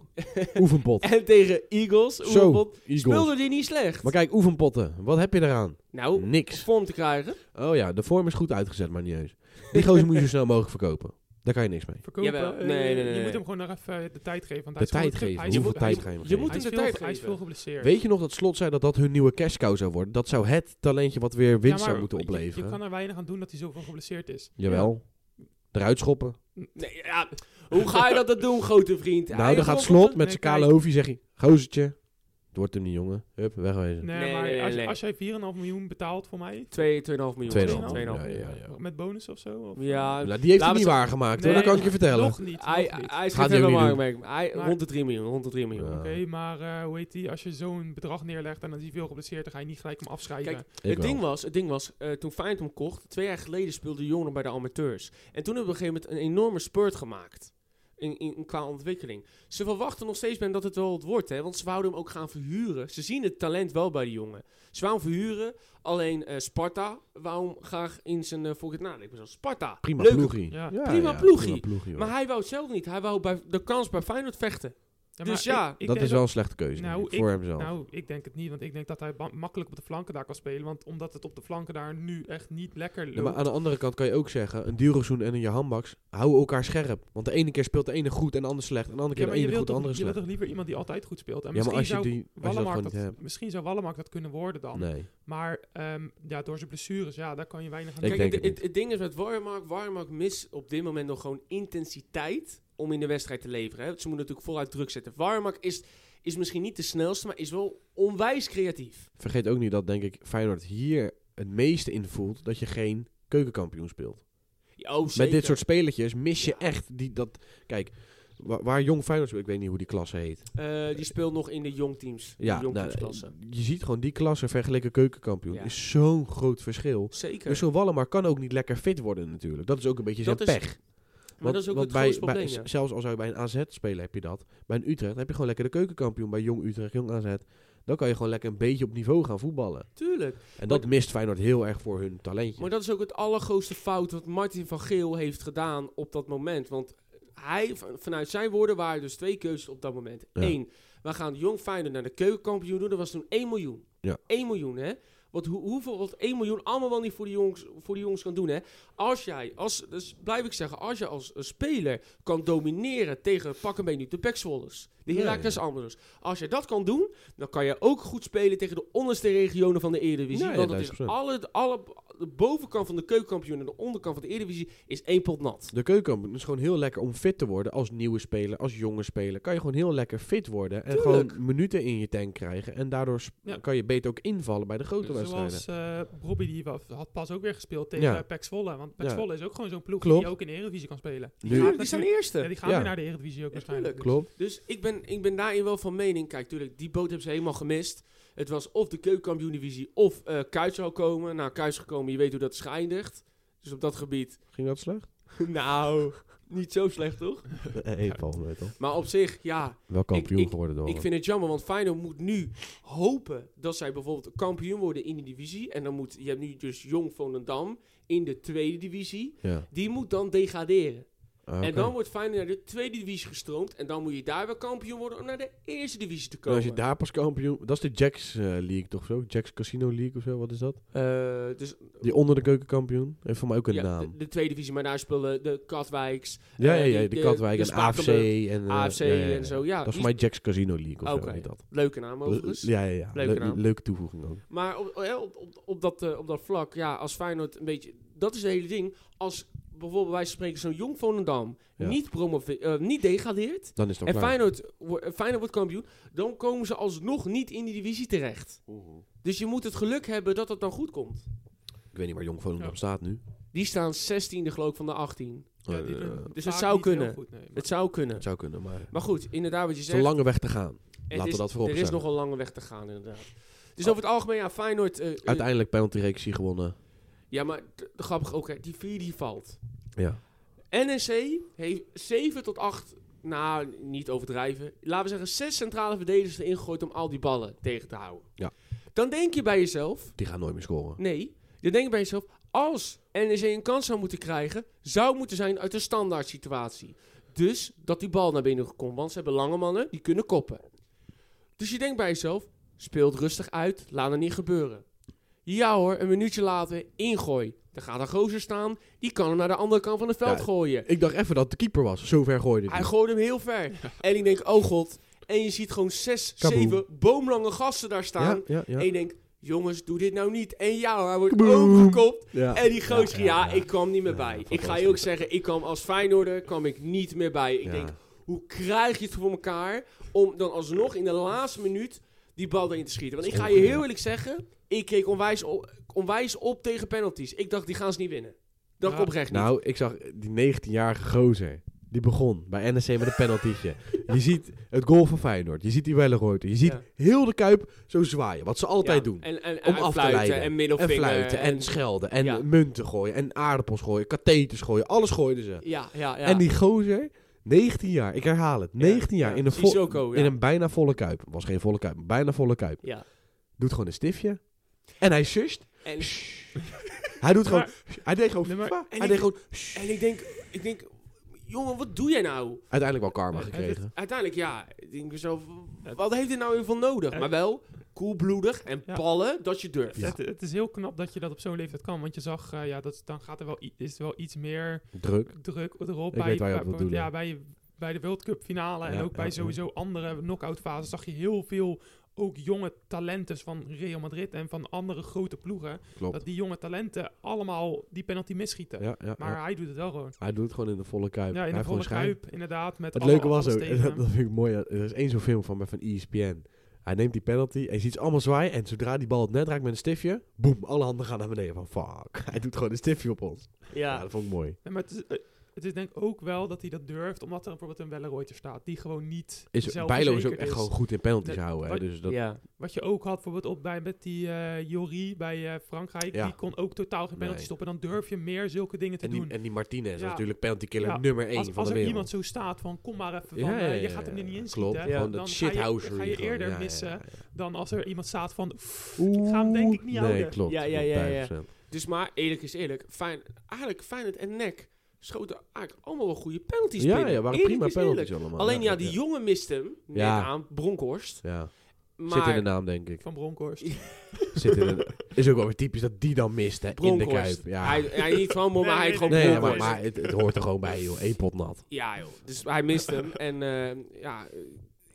[SPEAKER 2] oefenpot.
[SPEAKER 1] En tegen Eagles,
[SPEAKER 2] Zo,
[SPEAKER 1] oefenpot.
[SPEAKER 2] Eagles.
[SPEAKER 1] Speelde die niet slecht?
[SPEAKER 2] Maar Mm. kijk, oefenpotten. Wat heb je eraan?
[SPEAKER 1] Nou,
[SPEAKER 2] Niks.
[SPEAKER 1] vorm te krijgen.
[SPEAKER 2] Oh ja, de vorm is goed uitgezet, maar niet eens. Die gozer moet je zo snel mogelijk verkopen. Daar kan je niks mee.
[SPEAKER 3] Verkopen.
[SPEAKER 1] Jawel.
[SPEAKER 3] eh,
[SPEAKER 1] Nee, nee, nee,
[SPEAKER 3] Je
[SPEAKER 1] nee.
[SPEAKER 3] moet hem gewoon nog even eh, de tijd geven. Want
[SPEAKER 2] De
[SPEAKER 3] hij is
[SPEAKER 2] tijd
[SPEAKER 3] gewoon-
[SPEAKER 2] geven.
[SPEAKER 3] hij is-
[SPEAKER 2] Hoeveel
[SPEAKER 3] hij is-
[SPEAKER 2] tijd ga je
[SPEAKER 1] je
[SPEAKER 2] hem geven?
[SPEAKER 1] moet-
[SPEAKER 3] hij is
[SPEAKER 1] hem de
[SPEAKER 3] veel-
[SPEAKER 1] tijd
[SPEAKER 3] Hij is
[SPEAKER 1] geven.
[SPEAKER 3] veel geblesseerd.
[SPEAKER 2] Weet je nog dat Slot zei dat dat hun nieuwe cashcow zou worden? Dat zou het talentje wat weer winst
[SPEAKER 3] Ja, maar
[SPEAKER 2] zou moeten
[SPEAKER 3] je- Je,
[SPEAKER 2] opleveren.
[SPEAKER 3] kan er weinig aan doen dat hij zoveel geblesseerd is.
[SPEAKER 2] Jawel. Eruit schoppen.
[SPEAKER 1] Nee, ja, hoe ga je dat dan doen, grote vriend? Hij
[SPEAKER 2] nou, dan
[SPEAKER 1] is
[SPEAKER 2] gaat
[SPEAKER 1] nog-
[SPEAKER 2] Slot met
[SPEAKER 3] Nee,
[SPEAKER 2] zijn kale
[SPEAKER 3] kijk.
[SPEAKER 2] hoofdje zeg je... Gozertje, het wordt hem niet, jongen. Hup, wegwezen.
[SPEAKER 3] Nee,
[SPEAKER 1] Nee,
[SPEAKER 3] maar
[SPEAKER 1] nee, nee,
[SPEAKER 3] als,
[SPEAKER 1] nee.
[SPEAKER 3] als jij 4,5 miljoen betaalt voor mij,
[SPEAKER 1] 2, 2,5 miljoen.
[SPEAKER 3] 2,5,
[SPEAKER 1] 2,5.
[SPEAKER 2] Ja, ja, ja.
[SPEAKER 3] met bonus of zo? Of
[SPEAKER 1] Ja,
[SPEAKER 2] Nou, die heeft hij
[SPEAKER 1] Laten
[SPEAKER 2] niet
[SPEAKER 1] we-
[SPEAKER 2] waargemaakt, hoor.
[SPEAKER 3] Nee,
[SPEAKER 2] dat kan ik je vertellen. Ah.
[SPEAKER 3] Nog niet.
[SPEAKER 1] hij,
[SPEAKER 3] nog niet.
[SPEAKER 1] hij is
[SPEAKER 2] Gaat
[SPEAKER 1] geen
[SPEAKER 2] hij ook
[SPEAKER 1] helemaal
[SPEAKER 2] niet doen.
[SPEAKER 1] waarmerk. Hij
[SPEAKER 3] Maar-
[SPEAKER 1] rond de 3 miljoen, rond de 3 miljoen.
[SPEAKER 2] Ja.
[SPEAKER 3] Oké, maar eh, hoe heet die? Als je zo'n bedrag neerlegt en dan is hij veel geblesseerd, dan ga je niet gelijk hem afschrijven.
[SPEAKER 1] Kijk,
[SPEAKER 2] Ik
[SPEAKER 1] Het
[SPEAKER 2] wel.
[SPEAKER 1] ding was, het ding was eh, toen Feyenoord hem kocht, twee jaar geleden speelde Jongeren bij de amateurs. En toen hebben we op een gegeven moment een enorme spurt gemaakt. In, in, in- qua ontwikkeling. Ze verwachten nog steeds bij hem dat het wel het wordt, hè? want ze wouden hem ook gaan verhuren. Ze zien het talent wel bij die jongen. Ze wouden hem verhuren, alleen eh, Sparta wou hem graag in zijn eh volgend nadenken. Zo, Sparta,
[SPEAKER 2] Prima
[SPEAKER 1] leuke
[SPEAKER 2] ploegie.
[SPEAKER 3] Ja.
[SPEAKER 1] Prima ploegie.
[SPEAKER 2] prima ploegie, hoor.
[SPEAKER 1] Maar hij wou het zelf niet. Hij wou bij de kans bij Feyenoord vechten.
[SPEAKER 3] Ja,
[SPEAKER 1] dus
[SPEAKER 3] maar
[SPEAKER 1] ja,
[SPEAKER 3] ik- ik
[SPEAKER 2] dat
[SPEAKER 3] denk
[SPEAKER 2] is wel een slechte keuze
[SPEAKER 3] Nou,
[SPEAKER 2] denk ik,
[SPEAKER 3] ik-
[SPEAKER 2] voor hemzelf.
[SPEAKER 3] Nou, ik denk het niet, want ik denk dat hij ba- makkelijk op de flanken daar kan spelen. Want omdat het op de flanken daar nu echt niet lekker loopt.
[SPEAKER 2] Ja, maar aan de andere kant kan je ook zeggen, een Dilrozoen en een Jahanbaks houden elkaar scherp. Want de ene keer speelt de ene goed en de ander slecht. En de andere keer
[SPEAKER 3] Ja, maar
[SPEAKER 2] de
[SPEAKER 3] je
[SPEAKER 2] ene
[SPEAKER 3] wilt
[SPEAKER 2] goed, de
[SPEAKER 3] toch,
[SPEAKER 2] andere
[SPEAKER 3] je wilt
[SPEAKER 2] slecht.
[SPEAKER 3] toch liever iemand die altijd goed speelt. En
[SPEAKER 2] Ja, maar
[SPEAKER 3] misschien,
[SPEAKER 2] als je,
[SPEAKER 3] zou
[SPEAKER 2] die, als je dat
[SPEAKER 3] Wallenmark
[SPEAKER 2] gewoon
[SPEAKER 3] dat,
[SPEAKER 2] niet hebt.
[SPEAKER 3] misschien zou Wallenmark dat kunnen worden dan.
[SPEAKER 2] Nee.
[SPEAKER 3] Maar ehm, ja, door zijn blessures, ja, daar kan je weinig aan
[SPEAKER 2] Ik
[SPEAKER 3] doen.
[SPEAKER 1] Kijk,
[SPEAKER 2] denk
[SPEAKER 1] het,
[SPEAKER 2] het
[SPEAKER 1] het, het ding is met Warmark, Warmark mist op dit moment nog gewoon intensiteit om in de wedstrijd te leveren. Hè? Ze moeten natuurlijk voluit druk zetten. Warmark is, is misschien niet de snelste, maar is wel onwijs creatief.
[SPEAKER 2] Vergeet ook niet dat, denk ik, Feyenoord hier het meeste in voelt dat je geen keukenkampioen speelt.
[SPEAKER 1] Ja, Oh, zeker.
[SPEAKER 2] Met dit soort spelletjes mis je echt die, dat... Kijk, waar, waar Jong Feyenoord speelt, ik weet niet hoe die klasse heet.
[SPEAKER 1] Eh, die speelt nog in de jongteams. Ja,
[SPEAKER 2] Ja,
[SPEAKER 1] de
[SPEAKER 2] nou,
[SPEAKER 1] jongteamsklasse.
[SPEAKER 2] je ziet gewoon die klasse vergeleken keukenkampioen
[SPEAKER 1] Ja.
[SPEAKER 2] is zo'n groot verschil.
[SPEAKER 1] zeker.
[SPEAKER 2] Dus zo'n Wallemar kan ook niet lekker fit worden natuurlijk. Dat is ook een beetje zijn
[SPEAKER 1] Dat is-
[SPEAKER 2] pech.
[SPEAKER 1] maar dat is ook het
[SPEAKER 2] bij,
[SPEAKER 1] grootste probleem.
[SPEAKER 2] bij-
[SPEAKER 1] ja.
[SPEAKER 2] z- Zelfs al zou je bij een AZ spelen, heb je dat. Bij een Utrecht heb je gewoon lekker de keukenkampioen. Bij Jong Utrecht, Jong AZ. Dan kan je gewoon lekker een beetje op niveau gaan voetballen.
[SPEAKER 1] Tuurlijk.
[SPEAKER 2] En dat mist Feyenoord heel erg voor hun talentje.
[SPEAKER 1] Maar dat is ook het allergrootste fout wat Martin van Geel heeft gedaan op dat moment. Want hij, v- vanuit zijn woorden waren dus twee keuzes op dat moment.
[SPEAKER 2] Ja.
[SPEAKER 1] Eén, we gaan Jong Feyenoord naar de keukenkampioen doen. Dat was toen 1 miljoen.
[SPEAKER 2] Ja.
[SPEAKER 1] 1 miljoen, hè. Want hoe- hoeveel wat 1 miljoen allemaal wel niet voor die jongens, voor die jongens kan doen, hè. Als jij, als, dus blijf ik zeggen, als je als eh, speler kan domineren tegen, pak een beetje nu, de Pexwollers, de
[SPEAKER 2] Ja,
[SPEAKER 1] Heracles
[SPEAKER 2] ja.
[SPEAKER 1] Almere. Als je dat kan doen, dan kan je ook goed spelen tegen de onderste regionen van de Eredivisie.
[SPEAKER 2] Ja, ja,
[SPEAKER 1] want dat is
[SPEAKER 2] 1000%.
[SPEAKER 1] alle, alle, de bovenkant van de keukenkampioen en de onderkant van de Eredivisie is één pot nat.
[SPEAKER 2] De keukenkampioen is gewoon heel lekker om fit te worden als nieuwe speler, als jonge speler. Kan je gewoon heel lekker fit worden en
[SPEAKER 1] Tuurlijk.
[SPEAKER 2] gewoon minuten in je tank krijgen. En daardoor sp-
[SPEAKER 3] Ja.
[SPEAKER 2] kan je beter ook invallen bij de grote wedstrijden.
[SPEAKER 3] Zoals eh Robbie, die wa- had pas ook weer gespeeld tegen
[SPEAKER 2] Ja.
[SPEAKER 3] eh, PEC Zwolle. Want PEC
[SPEAKER 2] Ja.
[SPEAKER 3] Zwolle is ook gewoon zo'n ploeg
[SPEAKER 2] Klopt.
[SPEAKER 3] die ook in de Eredivisie kan spelen.
[SPEAKER 2] Nu-
[SPEAKER 1] Ja, die zijn eerste.
[SPEAKER 3] Ja, die gaan
[SPEAKER 2] Ja.
[SPEAKER 3] weer naar de Eredivisie ook waarschijnlijk.
[SPEAKER 1] tuurlijk.
[SPEAKER 2] Klopt.
[SPEAKER 1] Dus ik ben, ik ben daarin wel van mening. Kijk, tuurlijk, die boot hebben ze helemaal gemist. Het was of de keukenkampioen divisie of eh Kuijs zou komen. Nou, Kuijs gekomen, je weet hoe dat is geëindigd. Dus op dat gebied,
[SPEAKER 2] Ging dat slecht?
[SPEAKER 1] nou, niet zo slecht toch?
[SPEAKER 2] Nee, Paul Metal.
[SPEAKER 1] Maar op zich, ja,
[SPEAKER 2] Wel kampioen
[SPEAKER 1] Ik- ik-
[SPEAKER 2] geworden door.
[SPEAKER 1] ik
[SPEAKER 2] hem.
[SPEAKER 1] vind het jammer. Want Feyenoord moet nu hopen dat zij bijvoorbeeld kampioen worden in de divisie. En dan moet, je hebt nu dus Jong Volendam in de tweede divisie.
[SPEAKER 2] Ja.
[SPEAKER 1] Die moet dan degraderen.
[SPEAKER 2] Ah, oké.
[SPEAKER 1] En dan wordt Feyenoord naar de tweede divisie gestroomd. En dan moet je daar wel kampioen worden om naar de eerste divisie te
[SPEAKER 2] En
[SPEAKER 1] komen.
[SPEAKER 2] Nou, als je daar pas kampioen... Dat is de Jacks eh, League toch of zo? Jacks Casino League of zo, wat is dat?
[SPEAKER 1] Eh, dus
[SPEAKER 2] Die onder de keukenkampioen. Heeft voor mij ook een
[SPEAKER 1] ja,
[SPEAKER 2] naam.
[SPEAKER 1] De, de tweede divisie, maar daar spelen de Katwijks,
[SPEAKER 2] ja,
[SPEAKER 1] eh,
[SPEAKER 2] ja, ja,
[SPEAKER 1] die-
[SPEAKER 2] de,
[SPEAKER 1] de-
[SPEAKER 2] Katwijk
[SPEAKER 1] de
[SPEAKER 2] en AFC. En, eh,
[SPEAKER 1] AFC
[SPEAKER 2] ja, ja, ja.
[SPEAKER 1] en zo. Ja,
[SPEAKER 2] Dat is
[SPEAKER 1] die
[SPEAKER 2] voor mij Jacks Casino League of
[SPEAKER 1] Oké.
[SPEAKER 2] zo. heet dat.
[SPEAKER 1] leuke naam overigens.
[SPEAKER 2] Ja, ja, ja.
[SPEAKER 1] Leuke
[SPEAKER 2] Leu-
[SPEAKER 1] naam.
[SPEAKER 2] leuke toevoeging ook.
[SPEAKER 1] Maar op, eh, op, op, op dat, eh, op dat vlak, ja, als Feyenoord een beetje... Dat is het hele ding. Als bijvoorbeeld wij spreken zo'n jong Volendam
[SPEAKER 2] Ja.
[SPEAKER 1] niet, promove- eh, niet degradeert...
[SPEAKER 2] Dan is het
[SPEAKER 1] En
[SPEAKER 2] al klaar.
[SPEAKER 1] Feyenoord, wo- eh, Feyenoord wordt kampioen, dan komen ze alsnog niet in die divisie terecht.
[SPEAKER 2] Oh,
[SPEAKER 1] Dus je moet het geluk hebben dat het dan goed komt.
[SPEAKER 2] Ik weet niet waar Jong Volendam
[SPEAKER 3] Ja.
[SPEAKER 2] staat nu.
[SPEAKER 1] Die staan 16e geloof ik van de 18.
[SPEAKER 3] Ja, die
[SPEAKER 2] Eh,
[SPEAKER 3] doen
[SPEAKER 2] het
[SPEAKER 1] dus het
[SPEAKER 3] vaak
[SPEAKER 1] zou
[SPEAKER 3] niet heel
[SPEAKER 1] kunnen.
[SPEAKER 3] goed, nee, maar-
[SPEAKER 1] Het zou kunnen.
[SPEAKER 2] zou kunnen, maar het
[SPEAKER 1] Maar goed, inderdaad wat je
[SPEAKER 2] is een
[SPEAKER 1] zegt.
[SPEAKER 2] lange weg te gaan.
[SPEAKER 1] Het
[SPEAKER 2] Laten we
[SPEAKER 1] is-
[SPEAKER 2] dat voorop Oh.
[SPEAKER 1] Er is
[SPEAKER 2] stellen.
[SPEAKER 1] nog een lange weg te gaan, inderdaad. Dus over het algemeen, ja, Feyenoord... eh, eh,
[SPEAKER 2] Uiteindelijk penaltyreactie gewonnen.
[SPEAKER 1] ja, maar t- grappig ook, hè, die vier die valt.
[SPEAKER 2] Ja.
[SPEAKER 1] NEC heeft 7 tot 8, nou, niet overdrijven. Laten we zeggen, zes centrale verdedigers erin gegooid om al die ballen tegen te houden.
[SPEAKER 2] Ja.
[SPEAKER 1] Dan denk je bij jezelf,
[SPEAKER 2] Die gaan nooit meer scoren.
[SPEAKER 1] nee, dan denk je bij jezelf, als NEC een kans zou moeten krijgen, zou moeten zijn uit een standaard situatie. Dus dat die bal naar binnen komt, want ze hebben lange mannen, die kunnen koppen. Dus je denkt bij jezelf, speelt rustig uit, laat het niet gebeuren. Ja hoor, een minuutje later, ingooi. Dan gaat een gozer staan, die kan hem naar de andere kant van het veld
[SPEAKER 2] Ja,
[SPEAKER 1] gooien.
[SPEAKER 2] Ik dacht even dat het de keeper was. Zo ver gooide
[SPEAKER 1] Hij
[SPEAKER 2] hij.
[SPEAKER 1] gooide hem heel ver. En ik denk, oh god. En je ziet gewoon zes,
[SPEAKER 2] Kaboom.
[SPEAKER 1] zeven boomlange gasten daar staan.
[SPEAKER 2] Ja, ja, ja.
[SPEAKER 1] En je denkt, jongens, doe dit nou niet. En ja, hoor, hij wordt
[SPEAKER 2] Kaboom.
[SPEAKER 1] overgekopt.
[SPEAKER 2] Ja.
[SPEAKER 1] En die gozer, ja,
[SPEAKER 2] Ja, ja, ja.
[SPEAKER 1] ik kwam niet meer
[SPEAKER 2] Ja,
[SPEAKER 1] bij. ik ga
[SPEAKER 2] fantastisch.
[SPEAKER 1] je ook zeggen, ik kwam als Feyenoorder kwam ik niet meer bij. Ik
[SPEAKER 2] Ja.
[SPEAKER 1] denk, hoe krijg je het voor elkaar om dan alsnog in de laatste minuut die bal erin te schieten? Want ik ga je heel eerlijk zeggen, ik keek onwijs op, onwijs op tegen penalties. Ik dacht, die gaan ze niet winnen. Dat
[SPEAKER 3] Ja.
[SPEAKER 1] komt oprecht niet.
[SPEAKER 2] Nou, ik zag die 19-jarige gozer. Die begon bij NSC met een penaltytje. Je ziet het goal van Feyenoord. Je ziet die Welleroyte. Je ziet
[SPEAKER 1] Ja.
[SPEAKER 2] heel de Kuip zo zwaaien. Wat ze altijd
[SPEAKER 1] Ja,
[SPEAKER 2] doen.
[SPEAKER 1] En, en,
[SPEAKER 2] Om
[SPEAKER 1] en
[SPEAKER 2] af te
[SPEAKER 1] fluiten
[SPEAKER 2] leiden.
[SPEAKER 1] En
[SPEAKER 2] En
[SPEAKER 1] middelvinger.
[SPEAKER 2] fluiten en, schelden. En
[SPEAKER 1] Ja.
[SPEAKER 2] munten gooien. En aardappels gooien. Katheters gooien. Alles gooiden ze.
[SPEAKER 1] Ja, ja, ja.
[SPEAKER 2] En die gozer, 19 jaar. Ik herhaal het. 19 jaar
[SPEAKER 1] ja.
[SPEAKER 2] in, een vo-
[SPEAKER 1] Sissoko, ja.
[SPEAKER 2] in een bijna volle Kuip. Was geen volle Kuip. maar Bijna volle Kuip.
[SPEAKER 1] Ja.
[SPEAKER 2] Doet gewoon een stiftje. En hij sust.
[SPEAKER 1] En,
[SPEAKER 2] Hij doet gewoon...
[SPEAKER 3] Maar-
[SPEAKER 2] Hij deed gewoon...
[SPEAKER 3] Nee, maar-
[SPEAKER 2] fa-
[SPEAKER 1] en
[SPEAKER 2] hij
[SPEAKER 1] ik-
[SPEAKER 2] deed gewoon... sss.
[SPEAKER 1] en ik denk, ik denk, jongen, wat doe jij nou?
[SPEAKER 2] Uiteindelijk wel karma
[SPEAKER 3] Eh, eh,
[SPEAKER 2] gekregen.
[SPEAKER 1] Uiteindelijk, ja, ik denk mezelf, wat heeft dit nou weer van nodig? Maar wel, koelbloedig en
[SPEAKER 3] Ja.
[SPEAKER 1] ballen, dat je durft.
[SPEAKER 2] Ja.
[SPEAKER 3] Het, het is heel knap dat je dat op zo'n leeftijd kan. Want je zag, eh, ja, dat, dan gaat er wel, i- is er wel iets meer
[SPEAKER 2] Druk.
[SPEAKER 3] druk erop.
[SPEAKER 2] Ik
[SPEAKER 3] bij,
[SPEAKER 2] weet waar je op
[SPEAKER 3] bij-
[SPEAKER 2] wilt doelen.
[SPEAKER 3] ja, bij, bij de World Cup finale en
[SPEAKER 2] Ja,
[SPEAKER 3] ook bij
[SPEAKER 2] ja, ja.
[SPEAKER 3] sowieso andere knock-out fases zag je heel veel ook jonge talenten van Real Madrid en van andere grote ploegen.
[SPEAKER 2] Klopt.
[SPEAKER 3] Dat die jonge talenten allemaal die penalty misschieten.
[SPEAKER 2] Ja, ja,
[SPEAKER 3] Maar
[SPEAKER 2] ja.
[SPEAKER 3] hij doet het wel gewoon.
[SPEAKER 2] Hij doet het gewoon in de volle Kuip.
[SPEAKER 3] Ja, in
[SPEAKER 2] hij
[SPEAKER 3] de
[SPEAKER 2] heeft gewoon
[SPEAKER 3] volle
[SPEAKER 2] schijn.
[SPEAKER 3] kuip, inderdaad. Met
[SPEAKER 2] Het
[SPEAKER 3] alle-
[SPEAKER 2] leuke was
[SPEAKER 3] alles
[SPEAKER 2] ook,
[SPEAKER 3] tegen
[SPEAKER 2] dat,
[SPEAKER 3] hem.
[SPEAKER 2] dat vind ik mooi, er is één zo'n film van, van E ESPN. Hij neemt die penalty en je ziet ze allemaal zwaaien. En zodra die bal het net raakt met een stiftje, boem, alle handen gaan naar beneden. Van fuck, hij doet gewoon een stiftje op ons. Ja,
[SPEAKER 1] Ja.
[SPEAKER 2] dat vond ik mooi.
[SPEAKER 3] Ja, maar het is, eh, het is denk ik ook wel dat hij dat durft, omdat er bijvoorbeeld een Welleroyter staat, die gewoon niet
[SPEAKER 2] Is, Bijlo is ook echt gewoon goed in penalties
[SPEAKER 3] Nee,
[SPEAKER 2] houden. Hè?
[SPEAKER 3] wat-
[SPEAKER 2] Dus dat,
[SPEAKER 1] ja.
[SPEAKER 3] Wat je ook had bijvoorbeeld op bij, met die eh Jorie bij eh, Frankrijk,
[SPEAKER 2] Ja.
[SPEAKER 3] die kon ook totaal geen penalty
[SPEAKER 2] Nee.
[SPEAKER 3] stoppen. Dan durf je meer zulke dingen te
[SPEAKER 2] en, die,
[SPEAKER 3] doen.
[SPEAKER 2] en die Martinez was
[SPEAKER 3] Ja.
[SPEAKER 2] natuurlijk penalty killer
[SPEAKER 3] Ja,
[SPEAKER 2] nummer 1
[SPEAKER 3] als
[SPEAKER 2] van
[SPEAKER 3] als
[SPEAKER 2] de
[SPEAKER 3] er
[SPEAKER 2] wereld.
[SPEAKER 3] iemand zo staat van kom maar even,
[SPEAKER 2] Ja,
[SPEAKER 3] van, eh,
[SPEAKER 2] ja, ja,
[SPEAKER 3] je gaat hem er
[SPEAKER 2] ja,
[SPEAKER 3] niet in
[SPEAKER 2] Klopt,
[SPEAKER 3] schieten.
[SPEAKER 1] Ja.
[SPEAKER 2] gewoon
[SPEAKER 3] dan
[SPEAKER 2] dat
[SPEAKER 3] ga je-
[SPEAKER 2] shithousery.
[SPEAKER 3] ga je
[SPEAKER 2] gewoon,
[SPEAKER 3] eerder
[SPEAKER 2] ja, ja,
[SPEAKER 3] missen
[SPEAKER 2] ja,
[SPEAKER 3] Dan als er iemand staat van
[SPEAKER 2] ja.
[SPEAKER 3] ik ga hem denk ik niet
[SPEAKER 2] nee,
[SPEAKER 3] houden.
[SPEAKER 2] Klopt,
[SPEAKER 1] Ja, ja,
[SPEAKER 2] klopt,
[SPEAKER 1] ja, ja.
[SPEAKER 2] 100%.
[SPEAKER 1] Dus maar, eerlijk is eerlijk, fijn, eigenlijk Feyenoord en Nek schoten eigenlijk allemaal wel goede penalties
[SPEAKER 2] Ja,
[SPEAKER 1] binnen.
[SPEAKER 2] ja, waren
[SPEAKER 1] Eerlijk
[SPEAKER 2] prima
[SPEAKER 1] is
[SPEAKER 2] penalties
[SPEAKER 1] eerlijk.
[SPEAKER 2] allemaal.
[SPEAKER 1] Alleen ja, die jongen mist hem, net
[SPEAKER 2] Ja.
[SPEAKER 1] aan, Bronkhorst.
[SPEAKER 2] Ja,
[SPEAKER 1] Maar,
[SPEAKER 2] zit in de naam denk ik.
[SPEAKER 3] van Bronkhorst.
[SPEAKER 2] Zit in de- is ook wel weer typisch dat die dan mist hè, in de
[SPEAKER 1] Bronkhorst.
[SPEAKER 2] Kuip. Ja.
[SPEAKER 1] Hij, hij niet van, maar
[SPEAKER 3] Nee,
[SPEAKER 1] hij heeft
[SPEAKER 3] nee,
[SPEAKER 1] gewoon
[SPEAKER 2] Nee, ja,
[SPEAKER 1] Bronkhorst.
[SPEAKER 2] maar, maar het, het hoort er gewoon bij, joh. Eén pot nat.
[SPEAKER 1] Ja, joh. Dus hij mist hem. En eh, ja, eh,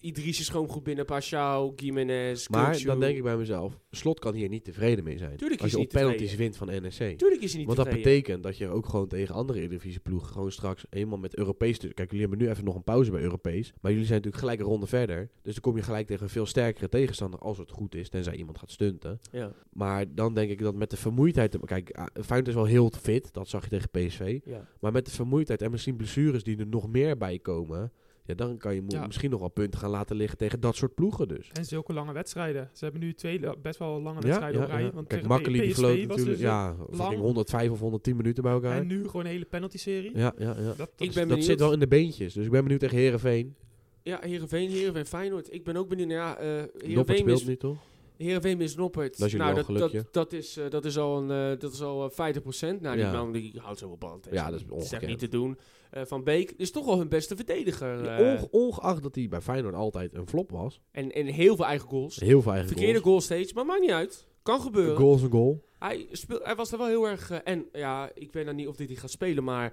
[SPEAKER 1] Idris is gewoon goed binnen. Pashao, Gimenez,
[SPEAKER 2] Maar
[SPEAKER 1] Kukçu.
[SPEAKER 2] dan denk ik bij mezelf, Slot kan hier niet tevreden mee zijn.
[SPEAKER 1] Tuurlijk
[SPEAKER 2] als
[SPEAKER 1] is hij
[SPEAKER 2] je op
[SPEAKER 1] niet
[SPEAKER 2] penalties
[SPEAKER 1] tevreden.
[SPEAKER 2] wint van NEC.
[SPEAKER 1] Tuurlijk is hij niet
[SPEAKER 2] Want dat
[SPEAKER 1] tevreden.
[SPEAKER 2] betekent dat je ook gewoon tegen andere Eredivisie ploegen gewoon straks eenmaal met Europees... te- Kijk, jullie hebben nu even nog een pauze bij Europees. Maar jullie zijn natuurlijk gelijk een ronde verder. Dus dan kom je gelijk tegen een veel sterkere tegenstander als het goed is. Tenzij iemand gaat stunten.
[SPEAKER 1] Ja.
[SPEAKER 2] Maar dan denk ik dat met de vermoeidheid... Kijk, ah, Feyenoord is wel heel fit. Dat zag je tegen PSV.
[SPEAKER 1] Ja.
[SPEAKER 2] Maar met de vermoeidheid en misschien blessures die er nog meer bij komen... Ja, dan kan je mo-
[SPEAKER 3] Ja.
[SPEAKER 2] misschien nog wel punten gaan laten liggen tegen dat soort ploegen dus.
[SPEAKER 3] En zulke lange wedstrijden. Ze hebben nu twee la- best wel lange
[SPEAKER 2] Ja,
[SPEAKER 3] wedstrijden
[SPEAKER 2] ja,
[SPEAKER 3] op rij.
[SPEAKER 2] ja.
[SPEAKER 3] Want
[SPEAKER 2] Kijk,
[SPEAKER 3] tegen
[SPEAKER 2] Makkeli die
[SPEAKER 3] PSV
[SPEAKER 2] vloot
[SPEAKER 3] was
[SPEAKER 2] natuurlijk
[SPEAKER 3] dus, eh,
[SPEAKER 2] ja,
[SPEAKER 3] lang.
[SPEAKER 2] fucking 105 of 110 minuten bij elkaar.
[SPEAKER 3] En nu gewoon een hele penalty-serie.
[SPEAKER 2] Ja, ja, ja.
[SPEAKER 3] Dat, dat
[SPEAKER 1] Ik
[SPEAKER 3] is-
[SPEAKER 1] ben
[SPEAKER 2] Dat
[SPEAKER 1] benieuwd.
[SPEAKER 2] zit wel in de beentjes. Dus ik ben benieuwd tegen Herenveen.
[SPEAKER 1] Ja, Heerenveen, Heerenveen, Feyenoord. Ik ben ook benieuwd. Nou Ja, eh
[SPEAKER 2] Noppert
[SPEAKER 1] Heerenveen,
[SPEAKER 2] speelt
[SPEAKER 1] mis,
[SPEAKER 2] nu toch?
[SPEAKER 1] Heerenveen mis Noppert.
[SPEAKER 2] Dat is jullie
[SPEAKER 1] nou,
[SPEAKER 2] wel
[SPEAKER 1] dat,
[SPEAKER 2] gelukje.
[SPEAKER 1] dat, dat, is, eh, dat is al, een, eh, dat is al eh, 50%. Nou, die
[SPEAKER 2] Ja.
[SPEAKER 1] man die houdt zo op band. hè.
[SPEAKER 2] Ja, dat is
[SPEAKER 1] echt
[SPEAKER 2] ongekend.
[SPEAKER 1] niet te doen. Eh, Van Beek is toch wel hun beste verdediger. eh,
[SPEAKER 2] Onge- ongeacht dat hij bij Feyenoord altijd een flop was.
[SPEAKER 1] en, en heel veel eigen goals.
[SPEAKER 2] Heel veel eigen
[SPEAKER 1] Verkeerde
[SPEAKER 2] goals.
[SPEAKER 1] goal steeds, maar maakt niet uit. Kan gebeuren.
[SPEAKER 2] Een goal is een goal.
[SPEAKER 1] Hij, speel, hij was er wel heel erg... eh, en ja, ik weet nou niet of dit hij gaat spelen, maar...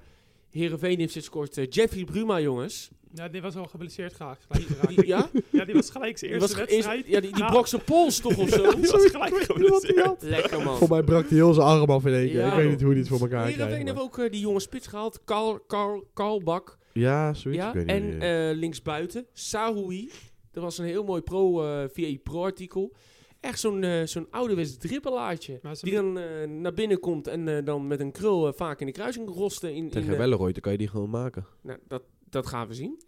[SPEAKER 1] Heerenveen heeft sinds kort eh, Jeffrey Bruma, jongens.
[SPEAKER 3] ja, die was al geblesseerd graag. Gelijk geraakt.
[SPEAKER 1] Die, ja?
[SPEAKER 3] ja, die was gelijk zijn
[SPEAKER 1] Die
[SPEAKER 3] eerste
[SPEAKER 1] was ge- eerst-
[SPEAKER 3] wedstrijd.
[SPEAKER 1] ja, die, die
[SPEAKER 3] Nou,
[SPEAKER 1] brok zijn pols toch of zo?
[SPEAKER 3] die was gelijk geblesseerd.
[SPEAKER 1] Lekker man.
[SPEAKER 2] Voor mij brak hij heel zijn arm af in één keer.
[SPEAKER 1] Ja,
[SPEAKER 2] ik weet
[SPEAKER 1] joh.
[SPEAKER 2] niet hoe hij het voor elkaar
[SPEAKER 1] Heerenveen
[SPEAKER 2] krijgt.
[SPEAKER 1] hebben we ook eh, die jonge spits gehaald. Karl, Karl, Karl Bak.
[SPEAKER 2] Ja, zoiets.
[SPEAKER 1] ja?
[SPEAKER 2] ik weet niet
[SPEAKER 1] En
[SPEAKER 2] meer.
[SPEAKER 1] eh, linksbuiten, Sahoui. Dat was een heel mooi pro, eh VA Pro artikel. Echt zo'n eh, zo'n ouderwets dribbelaartje.
[SPEAKER 3] Maar ze
[SPEAKER 1] Die dan eh, naar binnen komt en eh, dan met een krul eh, vaak in de kruising rosten. In, in,
[SPEAKER 2] tegen
[SPEAKER 1] eh,
[SPEAKER 2] Welleroy dan kan je die gewoon maken.
[SPEAKER 1] nou, dat, dat gaan we zien.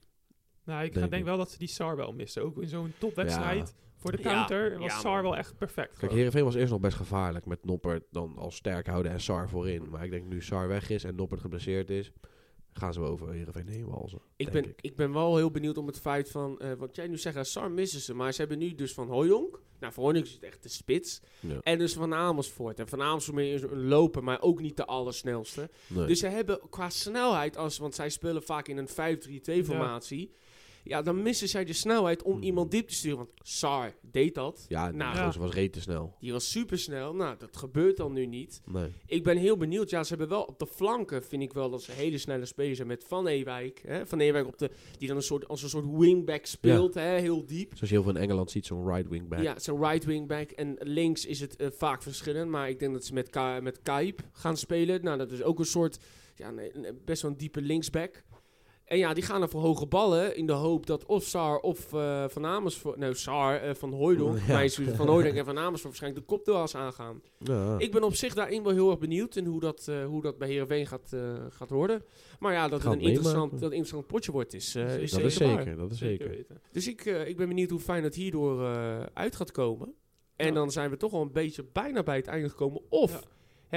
[SPEAKER 3] Nou, ik
[SPEAKER 2] Denk
[SPEAKER 3] denk, denk
[SPEAKER 2] ik.
[SPEAKER 3] wel dat ze die Sar wel missen. Ook in zo'n topwedstrijd voor de
[SPEAKER 1] Ja,
[SPEAKER 3] counter
[SPEAKER 1] ja,
[SPEAKER 3] was
[SPEAKER 1] man.
[SPEAKER 3] Sar wel echt perfect.
[SPEAKER 2] Kijk,
[SPEAKER 3] gewoon.
[SPEAKER 2] Heerenveen was eerst nog best gevaarlijk met Noppert dan als sterk houden en Sar voorin. Maar ik denk nu Sar weg is en Noppert geblesseerd is, gaan ze wel over Heerenveen heen walzen.
[SPEAKER 1] Ik
[SPEAKER 2] denk
[SPEAKER 1] ben, ik. ben wel heel benieuwd om het feit van... eh, wat jij nu zegt, eh, Sar missen ze. Maar ze hebben nu dus Van Hooijonk. Nou, Van Hooijonk is echt de spits.
[SPEAKER 2] Ja.
[SPEAKER 1] En dus Van Amersfoort. En Van Amersfoort is een loper, maar ook niet de allersnelste.
[SPEAKER 2] Nee.
[SPEAKER 1] Dus ze hebben qua snelheid, als, want zij spelen vaak in een 5-3-2 formatie. Ja. dan missen zij de snelheid om
[SPEAKER 2] Hmm.
[SPEAKER 1] iemand diep te sturen. Want Sar deed dat.
[SPEAKER 2] ja, die
[SPEAKER 1] Nou.
[SPEAKER 2] gozer was reet te snel.
[SPEAKER 1] Die was supersnel. Nou, dat gebeurt dan nu niet.
[SPEAKER 2] Nee.
[SPEAKER 1] Ik ben heel benieuwd. Ja, ze hebben wel op de flanken, vind ik wel, dat ze hele snelle spelers hebben. Met Van Ewijk. Hè? Van Ewijk op de, die dan een soort, als een soort wingback speelt, hè? heel diep.
[SPEAKER 2] Zoals je heel veel in Engeland ziet, zo'n right wing back.
[SPEAKER 1] Ja, zo'n right wingback. En links is het eh, vaak verschillend. Maar ik denk dat ze met, Ka met Kuip gaan spelen. Nou, dat is ook een soort... Ja, een- een- best wel een diepe linksback. En ja, die gaan dan voor hoge ballen. In de hoop dat of Saar of eh, Van Amersfoort... Nee, Saar, eh, Van Hooijdonk.
[SPEAKER 2] Ja.
[SPEAKER 1] mij is het Van Hooijdonk en Van Amersfoort waarschijnlijk de kopduels aangaan.
[SPEAKER 2] Ja.
[SPEAKER 1] Ik ben op zich daarin wel heel erg benieuwd. En hoe dat, eh, hoe dat bij Heerenveen gaat, eh, gaat worden. Maar ja, dat
[SPEAKER 2] Gaan
[SPEAKER 1] het een
[SPEAKER 2] we meemaken.
[SPEAKER 1] interessant, dat een interessant potje wordt, is, eh, is
[SPEAKER 3] Dat
[SPEAKER 2] dat
[SPEAKER 1] zeker
[SPEAKER 2] is
[SPEAKER 1] waar.
[SPEAKER 2] zeker, dat is zeker.
[SPEAKER 3] weten.
[SPEAKER 1] Dus ik, eh, ik ben benieuwd hoe fijn dat hierdoor eh, uit gaat komen. En
[SPEAKER 3] Ja.
[SPEAKER 1] dan zijn we toch al een beetje bijna bij het einde gekomen. Of
[SPEAKER 3] Ja.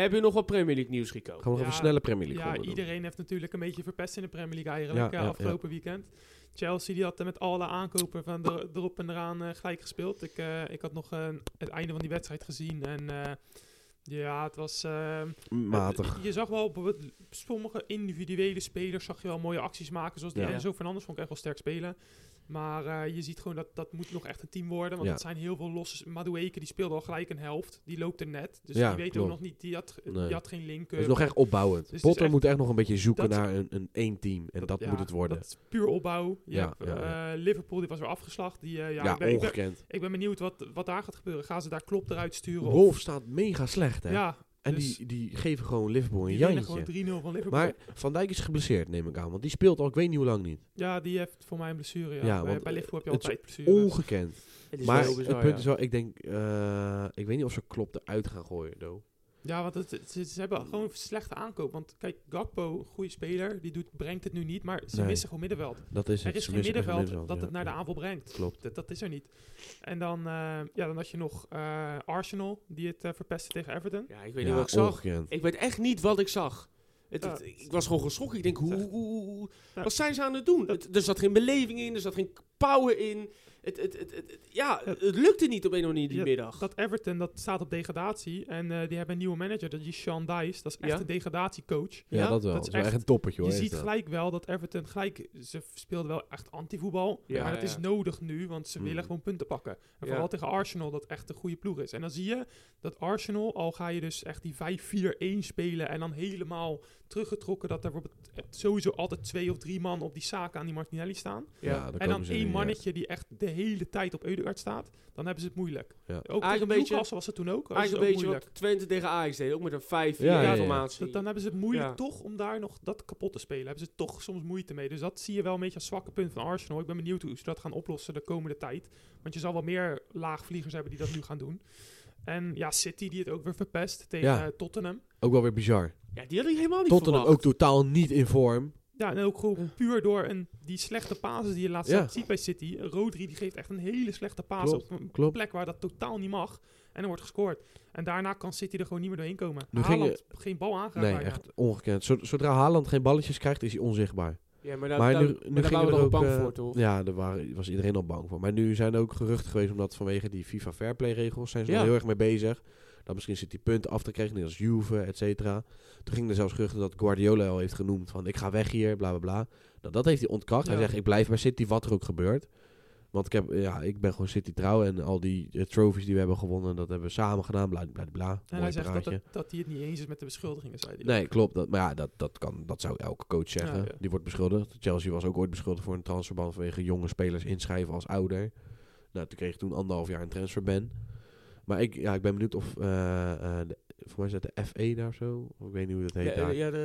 [SPEAKER 1] hebben we nog wat Premier League nieuws gekomen?
[SPEAKER 2] Gaan we nog
[SPEAKER 3] Ja,
[SPEAKER 2] even snelle Premier League
[SPEAKER 3] Ja,
[SPEAKER 2] ronde doen.
[SPEAKER 3] iedereen heeft natuurlijk een beetje verpest in de Premier League eigenlijk
[SPEAKER 2] Ja,
[SPEAKER 3] eh,
[SPEAKER 2] ja,
[SPEAKER 3] afgelopen weekend. Chelsea die had eh, met alle aankopen van er- erop en eraan eh, gelijk gespeeld. Ik, eh, ik had nog eh, het einde van die wedstrijd gezien en eh, ja, het was... eh,
[SPEAKER 2] Matig.
[SPEAKER 3] Je, je zag wel bijvoorbeeld sommige individuele spelers zag je wel mooie acties maken. Zoals die
[SPEAKER 2] Ja.
[SPEAKER 3] Enzo Fernandes vond ik echt wel sterk spelen. Maar eh, je ziet gewoon dat dat moet nog echt een team worden. Want
[SPEAKER 2] Ja.
[SPEAKER 3] het zijn heel veel losse... Madueke die speelde al gelijk een helft. Die loopt er net. Dus
[SPEAKER 2] Ja,
[SPEAKER 3] die weet
[SPEAKER 2] klopt.
[SPEAKER 3] ook nog niet... Die had, ge-
[SPEAKER 2] Nee.
[SPEAKER 3] die had geen link.
[SPEAKER 2] Het is nog echt opbouwend.
[SPEAKER 3] het is
[SPEAKER 2] Potter
[SPEAKER 3] echt-
[SPEAKER 2] moet echt nog een beetje zoeken
[SPEAKER 3] dat-
[SPEAKER 2] naar een, een één team. En dat,
[SPEAKER 3] ja,
[SPEAKER 2] moet het worden.
[SPEAKER 3] Dat is puur opbouw. Je
[SPEAKER 2] Ja,
[SPEAKER 3] hebt,
[SPEAKER 2] ja, ja.
[SPEAKER 3] eh, Liverpool die was weer afgeslacht. Die, eh, ja,
[SPEAKER 2] ja,
[SPEAKER 3] ik, ben, ik, ben,
[SPEAKER 2] ongekend.
[SPEAKER 3] ik ben benieuwd wat, wat daar gaat gebeuren. Gaan ze daar Klopp eruit sturen? of-
[SPEAKER 2] Wolf staat mega slecht, hè?
[SPEAKER 3] ja,
[SPEAKER 2] en
[SPEAKER 3] dus-
[SPEAKER 2] die, die geven gewoon Liverpool een
[SPEAKER 3] die winnen gewoon
[SPEAKER 2] jantje.
[SPEAKER 3] 3-0 van Liverpool.
[SPEAKER 2] Maar Van Dijk is geblesseerd, neem ik aan. Want die speelt al ik weet niet hoe lang niet.
[SPEAKER 3] ja, die heeft voor mij een blessure. Ja.
[SPEAKER 2] Ja,
[SPEAKER 3] bij,
[SPEAKER 2] want,
[SPEAKER 3] bij Liverpool heb je
[SPEAKER 2] het is
[SPEAKER 3] altijd blessure.
[SPEAKER 2] Ongekend.
[SPEAKER 1] Het is
[SPEAKER 2] Maar
[SPEAKER 1] wel heel bizar,
[SPEAKER 2] het punt
[SPEAKER 1] ja.
[SPEAKER 2] is wel, ik denk... eh, ik weet niet of ze klopt eruit gaan gooien, though.
[SPEAKER 3] Ja, want het, het- ze, ze hebben gewoon een slechte aankoop. Want kijk, Gakpo, goede speler, die doet, brengt het nu niet, maar ze
[SPEAKER 2] Nee.
[SPEAKER 3] missen gewoon middenveld.
[SPEAKER 2] Dat is het.
[SPEAKER 3] Er is
[SPEAKER 2] Ze
[SPEAKER 3] geen
[SPEAKER 2] missen echt een
[SPEAKER 3] middenveld dat
[SPEAKER 2] ja.
[SPEAKER 3] het naar de aanval brengt.
[SPEAKER 2] Klopt.
[SPEAKER 3] Dat, dat is er niet. En dan, eh, ja, dan had je nog eh, Arsenal, die het eh, verpestte tegen Everton.
[SPEAKER 1] Ja, ik weet
[SPEAKER 2] Ja,
[SPEAKER 1] niet wat ik zag.
[SPEAKER 2] ongekend.
[SPEAKER 1] Ik weet echt niet wat ik zag. Het,
[SPEAKER 3] Ja.
[SPEAKER 1] het- ik was gewoon geschokt. Ik denk, hoe,
[SPEAKER 3] Zeg.
[SPEAKER 1] hoe- hoe- hoe-
[SPEAKER 3] Ja.
[SPEAKER 1] wat zijn ze aan het doen? Het- er zat geen beleving in, er zat geen power in. Het, het, het, het- het- ja,
[SPEAKER 3] Ja.
[SPEAKER 1] het lukte niet op een of andere manier die
[SPEAKER 3] Ja,
[SPEAKER 1] middag.
[SPEAKER 3] Dat Everton, dat staat op degradatie. En eh, die hebben een nieuwe manager, dat is Sean Dice. Dat is echt
[SPEAKER 1] Ja.
[SPEAKER 3] een degradatiecoach.
[SPEAKER 2] Ja,
[SPEAKER 1] Ja,
[SPEAKER 2] dat wel.
[SPEAKER 3] dat
[SPEAKER 2] Dat is
[SPEAKER 3] is
[SPEAKER 2] wel echt
[SPEAKER 3] echt-
[SPEAKER 2] een toppetje, hoor.
[SPEAKER 3] Je
[SPEAKER 2] is
[SPEAKER 3] ziet
[SPEAKER 2] dat.
[SPEAKER 3] gelijk wel dat Everton gelijk... Ze speelden wel echt antivoetbal.
[SPEAKER 1] Ja,
[SPEAKER 3] maar dat
[SPEAKER 1] ja.
[SPEAKER 3] is nodig nu, want ze
[SPEAKER 2] Mm.
[SPEAKER 3] willen gewoon punten pakken. En
[SPEAKER 1] Ja.
[SPEAKER 3] vooral tegen Arsenal, dat echt een goede ploeg is. En dan zie je dat Arsenal, al ga je dus echt die 5-4-1 spelen... en dan helemaal eh, teruggetrokken dat er bijvoorbeeld sowieso altijd twee of drie man... op die zaken aan die Martinelli staan.
[SPEAKER 2] Ja, dan
[SPEAKER 3] en
[SPEAKER 2] komen
[SPEAKER 3] dan
[SPEAKER 2] ze in de
[SPEAKER 3] één
[SPEAKER 2] die, eh,
[SPEAKER 3] mannetje die echt de hele tijd op Eudegaard staat, dan hebben ze het moeilijk.
[SPEAKER 2] Ja.
[SPEAKER 3] Ook
[SPEAKER 1] Eigenlijk
[SPEAKER 3] tegen
[SPEAKER 1] een beetje-
[SPEAKER 3] Newcastle was het toen ook. was het
[SPEAKER 1] Eigenlijk
[SPEAKER 3] ook
[SPEAKER 1] een beetje
[SPEAKER 3] moeilijk.
[SPEAKER 1] wat Twente tegen Ajax deed. Ook met een 5
[SPEAKER 2] Ja, ja, ja.
[SPEAKER 1] formatie.
[SPEAKER 3] Dat- dan hebben ze het moeilijk
[SPEAKER 1] Ja.
[SPEAKER 3] toch om daar nog dat kapot te spelen. Hebben ze toch soms moeite mee. Dus dat zie je wel een beetje als zwakke punt van Arsenal. Ik ben benieuwd hoe ze dat gaan oplossen de komende tijd. Want je zal wel meer laagvliegers hebben die dat nu gaan doen. En ja, City die het ook weer verpest tegen
[SPEAKER 2] Ja.
[SPEAKER 3] eh, Tottenham.
[SPEAKER 2] Ook wel weer bizar.
[SPEAKER 1] Ja, die had ik helemaal niet
[SPEAKER 2] Tottenham ook
[SPEAKER 1] verwacht.
[SPEAKER 2] totaal niet in vorm.
[SPEAKER 3] Ja, en ook gewoon
[SPEAKER 1] Ja.
[SPEAKER 3] puur door een, die slechte pases die je laatst
[SPEAKER 2] Ja.
[SPEAKER 3] ja. ziet bij City. Rodri die geeft echt een hele slechte paas
[SPEAKER 2] Klopt,
[SPEAKER 3] op een
[SPEAKER 2] klopt.
[SPEAKER 3] plek waar dat totaal niet mag. En er wordt gescoord. En daarna kan City er gewoon niet meer doorheen komen.
[SPEAKER 2] Nu
[SPEAKER 3] Nu
[SPEAKER 2] ging
[SPEAKER 3] geen bal aangeraakt.
[SPEAKER 2] Nee,
[SPEAKER 3] bijna.
[SPEAKER 2] echt ongekend. Zo- Zodra Haaland geen balletjes krijgt, is hij onzichtbaar.
[SPEAKER 1] Ja, maar daar,
[SPEAKER 2] maar
[SPEAKER 1] daar,
[SPEAKER 2] nu,
[SPEAKER 1] maar
[SPEAKER 2] nu
[SPEAKER 1] daar
[SPEAKER 2] gingen
[SPEAKER 1] waren
[SPEAKER 2] er
[SPEAKER 1] we
[SPEAKER 2] ook
[SPEAKER 1] ook bang
[SPEAKER 2] eh,
[SPEAKER 1] voor, toch?
[SPEAKER 2] Ja, daar waren, was iedereen al bang voor. Maar nu zijn er ook geruchten geweest omdat vanwege die FIFA Fairplay regels zijn ze er
[SPEAKER 1] Ja.
[SPEAKER 2] heel erg mee bezig. Dat misschien zit die punten af te krijgen, net als Juve, et cetera. Toen gingen er zelfs geruchten dat Guardiola al heeft genoemd van ik ga weg hier, bla bla bla. Nou, dat heeft hij ontkracht. Hij
[SPEAKER 3] Ja.
[SPEAKER 2] zegt ik blijf bij City, wat er ook gebeurt. Want ik, heb, ja, ik ben gewoon City trouw en al die eh, trophies die we hebben gewonnen, dat hebben we samen gedaan, bla bla bla.
[SPEAKER 3] En
[SPEAKER 2] Mooi
[SPEAKER 3] hij zegt dat,
[SPEAKER 2] praatje.
[SPEAKER 3] het- dat hij het niet eens is met de beschuldigingen, zei hij.
[SPEAKER 2] Nee, klopt. Dat, maar ja, dat, dat, kan, dat zou elke coach zeggen.
[SPEAKER 3] Ja, ja.
[SPEAKER 2] Die wordt beschuldigd. Chelsea was ook ooit beschuldigd voor een transferban vanwege jonge spelers inschrijven als ouder. Nou, toen kreeg je toen anderhalf jaar een transferban. Maar ik, ja, ik ben benieuwd of, eh, eh, de- voor mij is dat de FE daar of zo. Of Ik weet niet hoe dat
[SPEAKER 1] Ja,
[SPEAKER 2] heet daar.
[SPEAKER 1] ja, de,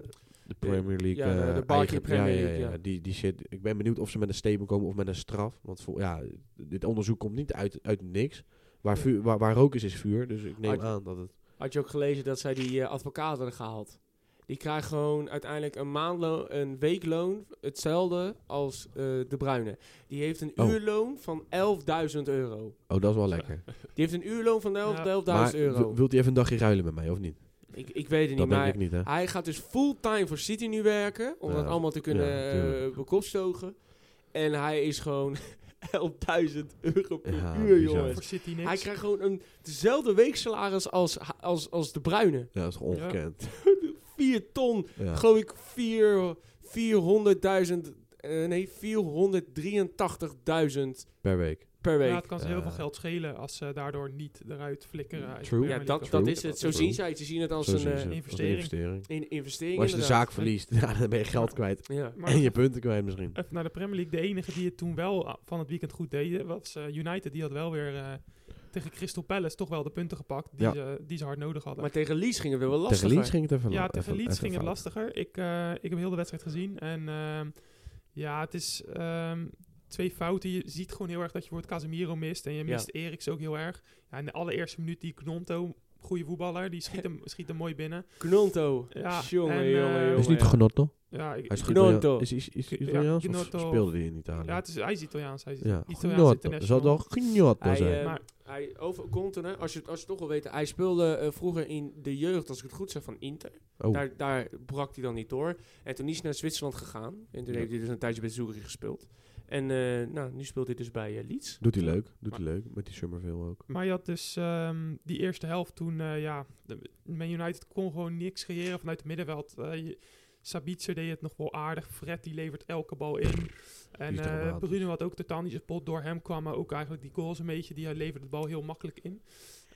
[SPEAKER 1] de,
[SPEAKER 2] De Premier League.
[SPEAKER 1] ja, de-
[SPEAKER 2] eh,
[SPEAKER 1] de Barclay
[SPEAKER 2] eigen-
[SPEAKER 1] Premier
[SPEAKER 2] ja, ja,
[SPEAKER 1] League,
[SPEAKER 2] ja,
[SPEAKER 1] ja.
[SPEAKER 2] Die, die shit. Ik ben benieuwd of ze met een statement komen of met een straf. Want voor, ja, dit onderzoek komt niet uit, uit niks. Waar,
[SPEAKER 1] Ja.
[SPEAKER 2] vuur, waar, waar rook is, is vuur. Dus ik neem
[SPEAKER 1] Uit-
[SPEAKER 2] aan dat het...
[SPEAKER 1] had je ook gelezen dat zij die eh, advocaat hadden gehaald. Die krijgt gewoon uiteindelijk een maandloon, een weekloon, hetzelfde als eh, de Bruine. Die heeft een
[SPEAKER 2] Oh.
[SPEAKER 1] uurloon van 11.000 euro.
[SPEAKER 2] Oh, dat is wel lekker.
[SPEAKER 1] Die heeft een uurloon van 11.000
[SPEAKER 3] Ja.
[SPEAKER 2] Maar
[SPEAKER 1] euro.
[SPEAKER 2] w- wilt hij even een dagje ruilen met mij, of niet?
[SPEAKER 1] Ik, ik weet het niet,
[SPEAKER 2] Dat denk
[SPEAKER 1] maar
[SPEAKER 2] ik niet, hè?
[SPEAKER 1] Hij gaat dus fulltime voor City nu werken. Om dat
[SPEAKER 2] Ja,
[SPEAKER 1] allemaal te kunnen
[SPEAKER 2] ja,
[SPEAKER 1] eh
[SPEAKER 2] tuurlijk.
[SPEAKER 1] bekopstogen. En hij is gewoon 11.000 euro per
[SPEAKER 2] Ja,
[SPEAKER 1] uur,
[SPEAKER 2] bizar.
[SPEAKER 1] jongens.
[SPEAKER 3] Voor City niks.
[SPEAKER 1] Hij krijgt gewoon een, dezelfde weeksalaris als, als, als de Bruine.
[SPEAKER 2] Ja, dat is toch ongekend.
[SPEAKER 1] 4 ton,
[SPEAKER 2] Ja.
[SPEAKER 1] geloof ik, vier- 400.000... eh, nee, 483.000
[SPEAKER 2] Per week.
[SPEAKER 1] per week.
[SPEAKER 3] Ja,
[SPEAKER 1] Ja,
[SPEAKER 3] het kan ze heel
[SPEAKER 2] Eh.
[SPEAKER 3] veel geld schelen als ze daardoor niet eruit flikkeren. uit de
[SPEAKER 2] True.
[SPEAKER 3] Premier
[SPEAKER 1] dat,
[SPEAKER 3] League.
[SPEAKER 1] dat
[SPEAKER 2] True.
[SPEAKER 1] is het. Zo
[SPEAKER 2] True.
[SPEAKER 1] zien zij het. Ze zien het als
[SPEAKER 2] Zo
[SPEAKER 1] een
[SPEAKER 2] zien
[SPEAKER 1] eh,
[SPEAKER 2] ze het, als
[SPEAKER 3] investering.
[SPEAKER 2] investering.
[SPEAKER 1] in- investering.
[SPEAKER 2] Maar als je de
[SPEAKER 1] inderdaad.
[SPEAKER 2] zaak verliest, ja, dan ben je geld kwijt.
[SPEAKER 1] Ja.
[SPEAKER 3] Maar
[SPEAKER 2] En je punten kwijt misschien.
[SPEAKER 3] even naar de Premier League. De enige die het toen wel ah, van het weekend goed deed, was eh, United. Die had wel weer eh, tegen Crystal Palace toch wel de punten gepakt die,
[SPEAKER 2] Ja.
[SPEAKER 3] ze, die ze hard nodig hadden.
[SPEAKER 1] Maar tegen Leeds gingen we wel
[SPEAKER 2] Tegen
[SPEAKER 1] lastiger.
[SPEAKER 2] Leeds ging het even la-
[SPEAKER 3] ja, tegen
[SPEAKER 2] even-
[SPEAKER 3] Leeds
[SPEAKER 2] even
[SPEAKER 3] ging het
[SPEAKER 2] fout.
[SPEAKER 3] lastiger. Ik, eh, ik heb heel de wedstrijd gezien. En ehm, ja, het is ehm, twee fouten. Je ziet gewoon heel erg dat je wordt Casemiro mist. En je
[SPEAKER 1] Ja.
[SPEAKER 3] mist Eriks ook heel erg. Ja, in de allereerste minuut die Knonto, goede voetballer, die schiet hem, schiet hem mooi binnen.
[SPEAKER 1] Knonto.
[SPEAKER 3] Ja,
[SPEAKER 1] jongen,
[SPEAKER 3] en, eh,
[SPEAKER 1] jongen,
[SPEAKER 2] Hij Is
[SPEAKER 1] jongen,
[SPEAKER 2] niet
[SPEAKER 1] ja.
[SPEAKER 2] Genotto?
[SPEAKER 3] Ja, ik,
[SPEAKER 2] Hij is
[SPEAKER 3] ik-
[SPEAKER 1] Gnotto.
[SPEAKER 2] Genotto. Is is- is- is
[SPEAKER 3] Ja,
[SPEAKER 2] Italiaans of
[SPEAKER 3] Gnotto.
[SPEAKER 2] speelde hij in Italië?
[SPEAKER 3] ja, het is, hij is Italiaans. Hij is
[SPEAKER 2] Ja,
[SPEAKER 3] Italiaans
[SPEAKER 2] Gnotto.
[SPEAKER 3] international.
[SPEAKER 2] Zal toch Genotto
[SPEAKER 1] Hij,
[SPEAKER 2] zijn?
[SPEAKER 1] eh,
[SPEAKER 3] Maar-
[SPEAKER 1] hij over Contene, als je, het- als je het toch wil weten, hij speelde eh, vroeger in de jeugd, als ik het goed zeg, van Inter.
[SPEAKER 2] Oh.
[SPEAKER 1] Daar, daar brak hij dan niet door. En toen is hij naar Zwitserland gegaan. En toen
[SPEAKER 2] Ja.
[SPEAKER 1] heeft hij dus een tijdje bij Zurich gespeeld. En eh, nou, nu speelt hij dus bij eh, Leeds.
[SPEAKER 2] Doet hij leuk. Doet hij leuk. Met die Summerville ook.
[SPEAKER 3] Maar je had dus ehm, die eerste helft toen, eh, ja, de- Man United kon gewoon niks creëren vanuit het middenveld. Eh, je- Sabitzer deed het nog wel aardig. Fred die levert elke bal in. En
[SPEAKER 2] Die is dus.
[SPEAKER 3] eh,
[SPEAKER 2] dramatisch.
[SPEAKER 3] Bruno had ook totaal niet zijn pot. Door hem kwamen ook eigenlijk die goals een beetje. Die hij leverde de bal heel makkelijk in.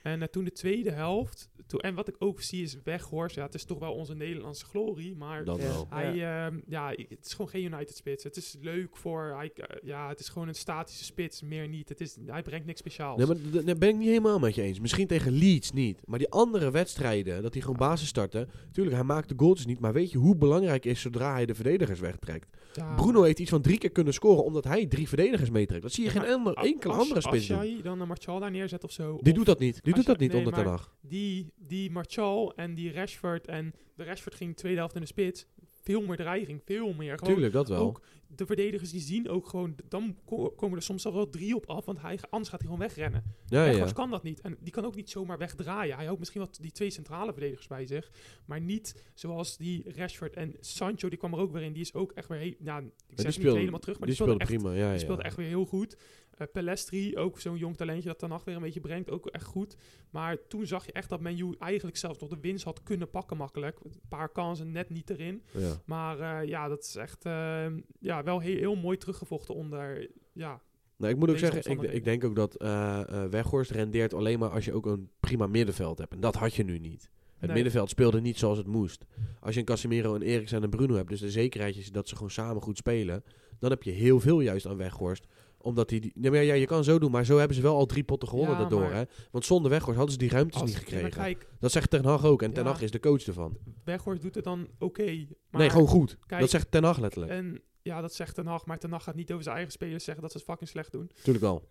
[SPEAKER 3] En eh, toen de tweede helft. Toen, en wat ik ook zie is Weghorst. Ja, het is toch wel onze Nederlandse glorie. Maar
[SPEAKER 2] Dat
[SPEAKER 1] Ja.
[SPEAKER 2] wel.
[SPEAKER 3] hij, ehm, ja, i- het is gewoon geen United spits. Het is leuk voor. Hij, eh, ja, het is gewoon een statische spits. Meer niet. Het is, hij brengt niks speciaals.
[SPEAKER 2] Nee, maar d- d- daar ben ik niet helemaal met je eens. Misschien tegen Leeds niet. Maar die andere wedstrijden, dat hij gewoon
[SPEAKER 3] Ah.
[SPEAKER 2] basis startte. Tuurlijk, hij maakt de goaltjes niet. Maar weet je hoe belangrijk is zodra hij de verdedigers wegtrekt?
[SPEAKER 3] Ja,
[SPEAKER 2] Bruno heeft iets van drie keer kunnen scoren omdat hij drie verdedigers meetrekt. Dat zie je
[SPEAKER 3] Ja,
[SPEAKER 2] geen
[SPEAKER 3] maar
[SPEAKER 2] ander, enkele
[SPEAKER 3] als,
[SPEAKER 2] andere spits
[SPEAKER 3] Als
[SPEAKER 2] doen.
[SPEAKER 3] jij dan een Martial daar neerzet of zo.
[SPEAKER 2] Die
[SPEAKER 3] of
[SPEAKER 2] doet dat niet. Die doet dat
[SPEAKER 3] als jij-
[SPEAKER 2] niet
[SPEAKER 3] nee,
[SPEAKER 2] onder Ten
[SPEAKER 3] maar-
[SPEAKER 2] Hag.
[SPEAKER 3] Die, die Martial en die Rashford. En de Rashford ging tweede helft in de spits. Veel meer dreiging. Veel meer. Gewoon
[SPEAKER 2] Tuurlijk, dat wel.
[SPEAKER 3] ook de verdedigers die zien ook gewoon. Dan ko- komen er soms al wel drie op af. Want hij, anders gaat hij gewoon wegrennen.
[SPEAKER 2] Ja, ja.
[SPEAKER 3] Weghorst kan dat niet. En die kan ook niet zomaar wegdraaien. Hij houdt misschien wat die twee centrale verdedigers bij zich. Maar niet zoals die Rashford en Sancho. Die kwam er ook weer in. Die is ook echt weer. He nou, ik zeg niet
[SPEAKER 2] speelde-
[SPEAKER 3] helemaal terug. Maar
[SPEAKER 2] Die
[SPEAKER 3] speelde
[SPEAKER 2] speelde
[SPEAKER 3] echt
[SPEAKER 2] prima. Ja, ja.
[SPEAKER 3] die speelt echt weer heel goed. Eh, Pelestri, ook zo'n jong talentje dat dan nog weer een beetje brengt, ook echt goed. Maar toen zag je echt dat Man U eigenlijk zelfs nog de winst had kunnen pakken makkelijk. Een paar kansen net niet erin.
[SPEAKER 2] Ja.
[SPEAKER 3] Maar eh, ja, dat is echt eh, ja, wel heel, heel mooi teruggevochten onder... Ja,
[SPEAKER 2] Nou, ik moet ook
[SPEAKER 3] Deze
[SPEAKER 2] zeggen, ik, ik
[SPEAKER 3] omstandigheden.
[SPEAKER 2] denk ook dat eh eh, Weghorst rendeert alleen maar als je ook een prima middenveld hebt. En dat had je nu niet. Het
[SPEAKER 3] Nee.
[SPEAKER 2] middenveld speelde niet zoals het moest. Als je een Casemiro, een Eriksen en een Bruno hebt, dus de zekerheid is dat ze gewoon samen goed spelen, dan heb je heel veel juist aan Weghorst. Omdat die... die- nee, maar ja, je kan zo doen, maar zo hebben ze wel al drie potten gewonnen
[SPEAKER 3] Ja,
[SPEAKER 2] daardoor.
[SPEAKER 3] maar-
[SPEAKER 2] Hè? Want zonder Weghorst hadden ze die ruimtes
[SPEAKER 3] Als-
[SPEAKER 2] niet
[SPEAKER 3] Ja, maar
[SPEAKER 2] gekregen.
[SPEAKER 3] Kijk,
[SPEAKER 2] Dat zegt Ten Hag ook en Ten
[SPEAKER 3] Ja.
[SPEAKER 2] Hag is de coach ervan.
[SPEAKER 3] Weghorst doet het dan oké. maar
[SPEAKER 2] nee, gewoon goed.
[SPEAKER 3] kijk-
[SPEAKER 2] dat zegt Ten Hag letterlijk.
[SPEAKER 3] En ja, dat zegt Ten Hag, maar Ten Hag gaat niet over zijn eigen spelers zeggen dat ze het fucking slecht doen.
[SPEAKER 2] Tuurlijk wel.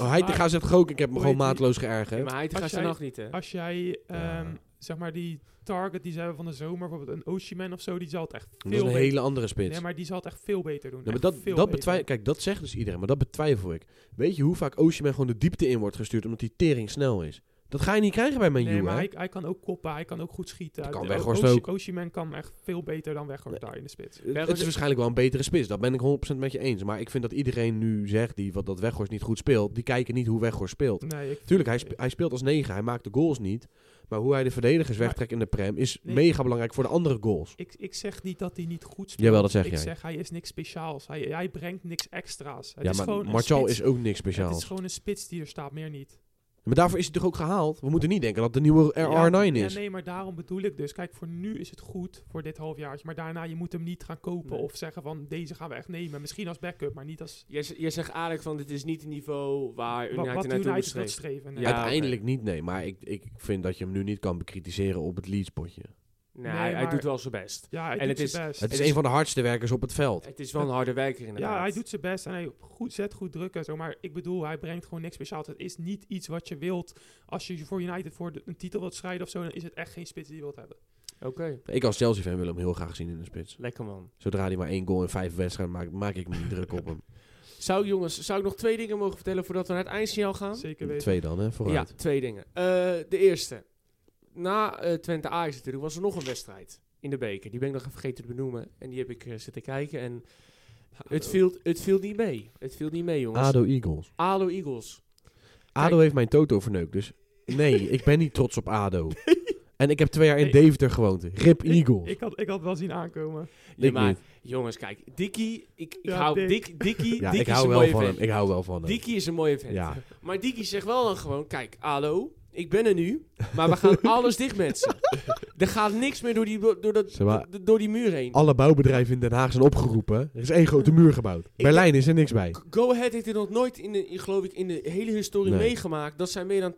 [SPEAKER 2] Oh, hij
[SPEAKER 3] Eh, Maar-
[SPEAKER 2] gaat zegt ook, ik heb me
[SPEAKER 3] Hoe
[SPEAKER 2] gewoon
[SPEAKER 3] heet die-
[SPEAKER 2] maatloos geërgerd.
[SPEAKER 1] maar hij
[SPEAKER 3] Als
[SPEAKER 1] gaat ze
[SPEAKER 3] jij-
[SPEAKER 1] nog niet, hè?
[SPEAKER 3] Als jij, ehm,
[SPEAKER 2] Ja.
[SPEAKER 3] zeg maar, die target die ze hebben van de zomer, bijvoorbeeld een Ocean of zo, die zal het echt veel
[SPEAKER 2] Dat is een
[SPEAKER 3] beter
[SPEAKER 2] hele andere spits.
[SPEAKER 3] Nee, maar die zal het echt veel beter doen.
[SPEAKER 2] Nee, maar
[SPEAKER 3] Echt
[SPEAKER 2] dat,
[SPEAKER 3] veel
[SPEAKER 2] dat
[SPEAKER 3] beter.
[SPEAKER 2] betwij- Kijk, dat zegt dus iedereen, maar dat betwijfel ik. Weet je hoe vaak Osimhen gewoon de diepte in wordt gestuurd omdat hij tering snel is? Dat ga je niet krijgen bij
[SPEAKER 3] Nee,
[SPEAKER 2] Menu,
[SPEAKER 3] maar
[SPEAKER 2] hè?
[SPEAKER 3] hij, hij kan ook koppen, hij kan ook goed schieten.
[SPEAKER 2] Dat kan
[SPEAKER 3] De-
[SPEAKER 2] Weghorst
[SPEAKER 3] Osi-
[SPEAKER 2] ook.
[SPEAKER 3] Osimhen kan echt veel beter dan Weghorst daar in de spits.
[SPEAKER 2] Eh, Het- Het
[SPEAKER 1] Weghorst-
[SPEAKER 2] is waarschijnlijk wel een betere spits, dat ben ik 100% met je eens. Maar ik vind dat iedereen nu zegt die, wat, dat Weghorst niet goed speelt, die kijken niet hoe Weghorst speelt.
[SPEAKER 3] Nee, ik,
[SPEAKER 2] Tuurlijk, hij, spe- hij speelt als negen, hij maakt de goals niet. Maar hoe hij de verdedigers
[SPEAKER 3] Maar-
[SPEAKER 2] wegtrekt in de prem is
[SPEAKER 3] Nee.
[SPEAKER 2] mega belangrijk voor de andere goals.
[SPEAKER 3] ik, ik zeg niet dat hij niet goed speelt.
[SPEAKER 2] Jawel, dat zeg
[SPEAKER 3] ik
[SPEAKER 2] jij.
[SPEAKER 3] zeg, hij is niks speciaals. Hij, hij brengt niks extra's. Het
[SPEAKER 2] ja,
[SPEAKER 3] is
[SPEAKER 2] maar
[SPEAKER 3] gewoon een
[SPEAKER 2] Martial
[SPEAKER 3] spits.
[SPEAKER 2] is ook niks
[SPEAKER 3] Het
[SPEAKER 2] speciaals.
[SPEAKER 3] is gewoon een spits die er staat, meer niet.
[SPEAKER 2] Maar daarvoor is hij toch ook gehaald? We moeten niet denken dat het de nieuwe
[SPEAKER 3] Ja,
[SPEAKER 2] R9
[SPEAKER 3] ja,
[SPEAKER 2] is.
[SPEAKER 3] nee, maar daarom bedoel ik dus. Kijk, voor nu is het goed, voor dit halfjaartje. Maar daarna, je moet hem niet gaan kopen
[SPEAKER 1] Nee.
[SPEAKER 3] of zeggen van, deze gaan we echt nemen. Misschien als backup, maar niet als...
[SPEAKER 1] Jij, z- jij zegt eigenlijk van, dit is niet het niveau waar
[SPEAKER 3] wat,
[SPEAKER 1] United
[SPEAKER 3] wat
[SPEAKER 1] naartoe
[SPEAKER 3] United wil
[SPEAKER 1] bestreeft.
[SPEAKER 3] streven.
[SPEAKER 1] Ja, oké.
[SPEAKER 2] Uiteindelijk niet, nee. Maar ik, ik vind dat je hem nu niet kan bekritiseren op het leadspotje.
[SPEAKER 1] Nee,
[SPEAKER 3] Nee,
[SPEAKER 1] hij, hij
[SPEAKER 3] maar-
[SPEAKER 1] doet wel zijn best.
[SPEAKER 3] Ja, hij
[SPEAKER 1] En
[SPEAKER 3] doet
[SPEAKER 1] het
[SPEAKER 3] zijn best.
[SPEAKER 2] Het is
[SPEAKER 1] is-
[SPEAKER 2] een van de hardste werkers op het veld.
[SPEAKER 1] Het is wel een harde werker inderdaad.
[SPEAKER 3] Ja, hij doet zijn best en hij goed, zet goed druk en zo. Maar ik bedoel, hij brengt gewoon niks speciaals. Het is niet iets wat je wilt. Als je voor United voor de- een titel wilt strijden of zo, dan is het echt geen spits die je wilt hebben.
[SPEAKER 1] Oké,
[SPEAKER 2] Ik als Chelsea-fan wil hem heel graag zien in de spits.
[SPEAKER 1] lekker man.
[SPEAKER 2] Zodra hij maar één goal in vijf wedstrijden maakt, maak ik me niet druk op hem.
[SPEAKER 1] Zou jongens, zou ik nog twee dingen mogen vertellen voordat we naar het eindsignaal gaan?
[SPEAKER 3] Zeker weten.
[SPEAKER 2] Twee dan, hè,
[SPEAKER 1] Ja,
[SPEAKER 2] vooruit.
[SPEAKER 1] twee dingen. Eh, de eerste. Na eh, Twente Ajax natuurlijk was er nog een wedstrijd in de beker. Die ben ik nog even vergeten te benoemen. En die heb ik eh, zitten kijken en het viel, het viel niet mee. Het viel niet mee jongens.
[SPEAKER 2] ADO Eagles.
[SPEAKER 1] ADO Eagles.
[SPEAKER 2] ADO heeft mijn toto verneukt, dus nee, ik ben niet trots op ADO. En ik heb twee jaar in
[SPEAKER 3] Nee.
[SPEAKER 2] Deventer gewoond. Rip
[SPEAKER 3] Ik-
[SPEAKER 2] Eagles.
[SPEAKER 3] Ik had, ik had wel zien aankomen.
[SPEAKER 1] Nee,
[SPEAKER 2] Ik
[SPEAKER 1] maar
[SPEAKER 2] niet.
[SPEAKER 1] jongens, kijk. Dikkie, ik, ik
[SPEAKER 3] Ja,
[SPEAKER 1] hou...
[SPEAKER 3] Dick.
[SPEAKER 1] Dick, Dikkie,
[SPEAKER 2] Ja,
[SPEAKER 1] Dikkie
[SPEAKER 2] ik
[SPEAKER 1] is een
[SPEAKER 2] hou wel
[SPEAKER 1] mooie
[SPEAKER 2] van hem.
[SPEAKER 1] vent.
[SPEAKER 2] Ik hou wel van hem.
[SPEAKER 1] Dikkie is een mooie vent.
[SPEAKER 2] Ja.
[SPEAKER 1] Maar Dikkie zegt wel dan gewoon, kijk, hallo, ik ben er nu, maar we gaan alles dichtmetsen. Er gaat niks meer door die, door, dat,
[SPEAKER 2] Zeg maar-
[SPEAKER 1] door die muur heen.
[SPEAKER 2] Alle bouwbedrijven in Den Haag zijn opgeroepen. Er is één grote muur gebouwd. Berlijn is er niks bij.
[SPEAKER 1] Go Ahead heeft dit nog nooit, in de, in, geloof ik, in de hele historie
[SPEAKER 2] Nee.
[SPEAKER 1] meegemaakt dat zij meer dan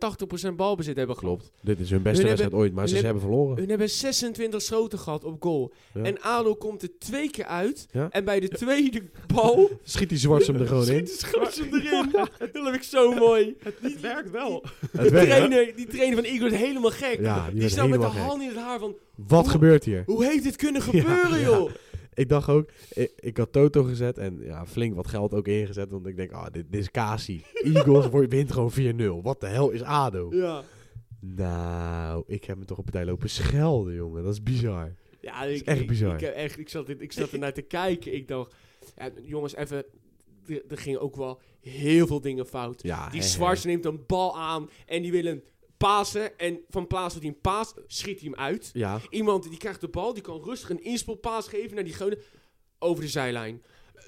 [SPEAKER 1] 80% balbezit hebben gehad.
[SPEAKER 2] Klopt. Dit is hun beste
[SPEAKER 1] Hun
[SPEAKER 2] wedstrijd ooit, maar ze,
[SPEAKER 1] hun
[SPEAKER 2] ze hebben verloren.
[SPEAKER 1] Hun hebben 26 schoten gehad op goal.
[SPEAKER 2] Ja.
[SPEAKER 1] En Alo komt er twee keer uit.
[SPEAKER 2] Ja.
[SPEAKER 1] En bij de tweede bal
[SPEAKER 2] Schiet die zwarts hem er gewoon in.
[SPEAKER 1] schoot ze hem erin. Dat heb ik zo mooi.
[SPEAKER 3] Het werkt wel.
[SPEAKER 2] Het
[SPEAKER 1] Die
[SPEAKER 2] werkt.
[SPEAKER 1] trainer, die trainer van Igor is helemaal gek.
[SPEAKER 2] Ja, die
[SPEAKER 1] die
[SPEAKER 2] werd
[SPEAKER 1] staat met de
[SPEAKER 2] helemaal gek.
[SPEAKER 1] hand in het haar van,
[SPEAKER 2] Wat
[SPEAKER 1] Hoe-
[SPEAKER 2] gebeurt hier?
[SPEAKER 1] hoe heeft dit kunnen gebeuren,
[SPEAKER 2] ja.
[SPEAKER 1] joh?
[SPEAKER 2] Ik dacht ook, ik, ik had Toto gezet en ja, flink wat geld ook ingezet. Want ik denk, ah, dit, dit is Kasi. Eagles wordt- wint gewoon 4-0. Wat de hel is ADO?
[SPEAKER 1] Ja.
[SPEAKER 2] Nou, ik heb me toch op partij lopen schelden, jongen. Dat is bizar.
[SPEAKER 1] Ja,
[SPEAKER 2] is
[SPEAKER 1] ik,
[SPEAKER 2] echt
[SPEAKER 1] ik-
[SPEAKER 2] bizar.
[SPEAKER 1] Ik, heb echt, ik, zat, dit- ik zat er naar te kijken. Ik dacht, ja, jongens, even. Er er gingen ook wel heel veel dingen fout.
[SPEAKER 2] Ja,
[SPEAKER 1] Die
[SPEAKER 2] hè, hè.
[SPEAKER 1] Zwarts neemt een bal aan en die wil hem pasen. En van plaats dat hij hem paast, schiet hij hem uit.
[SPEAKER 2] Ja,
[SPEAKER 1] Iemand die krijgt de bal, die kan rustig een inspelpaas geven naar die gouden over de zijlijn.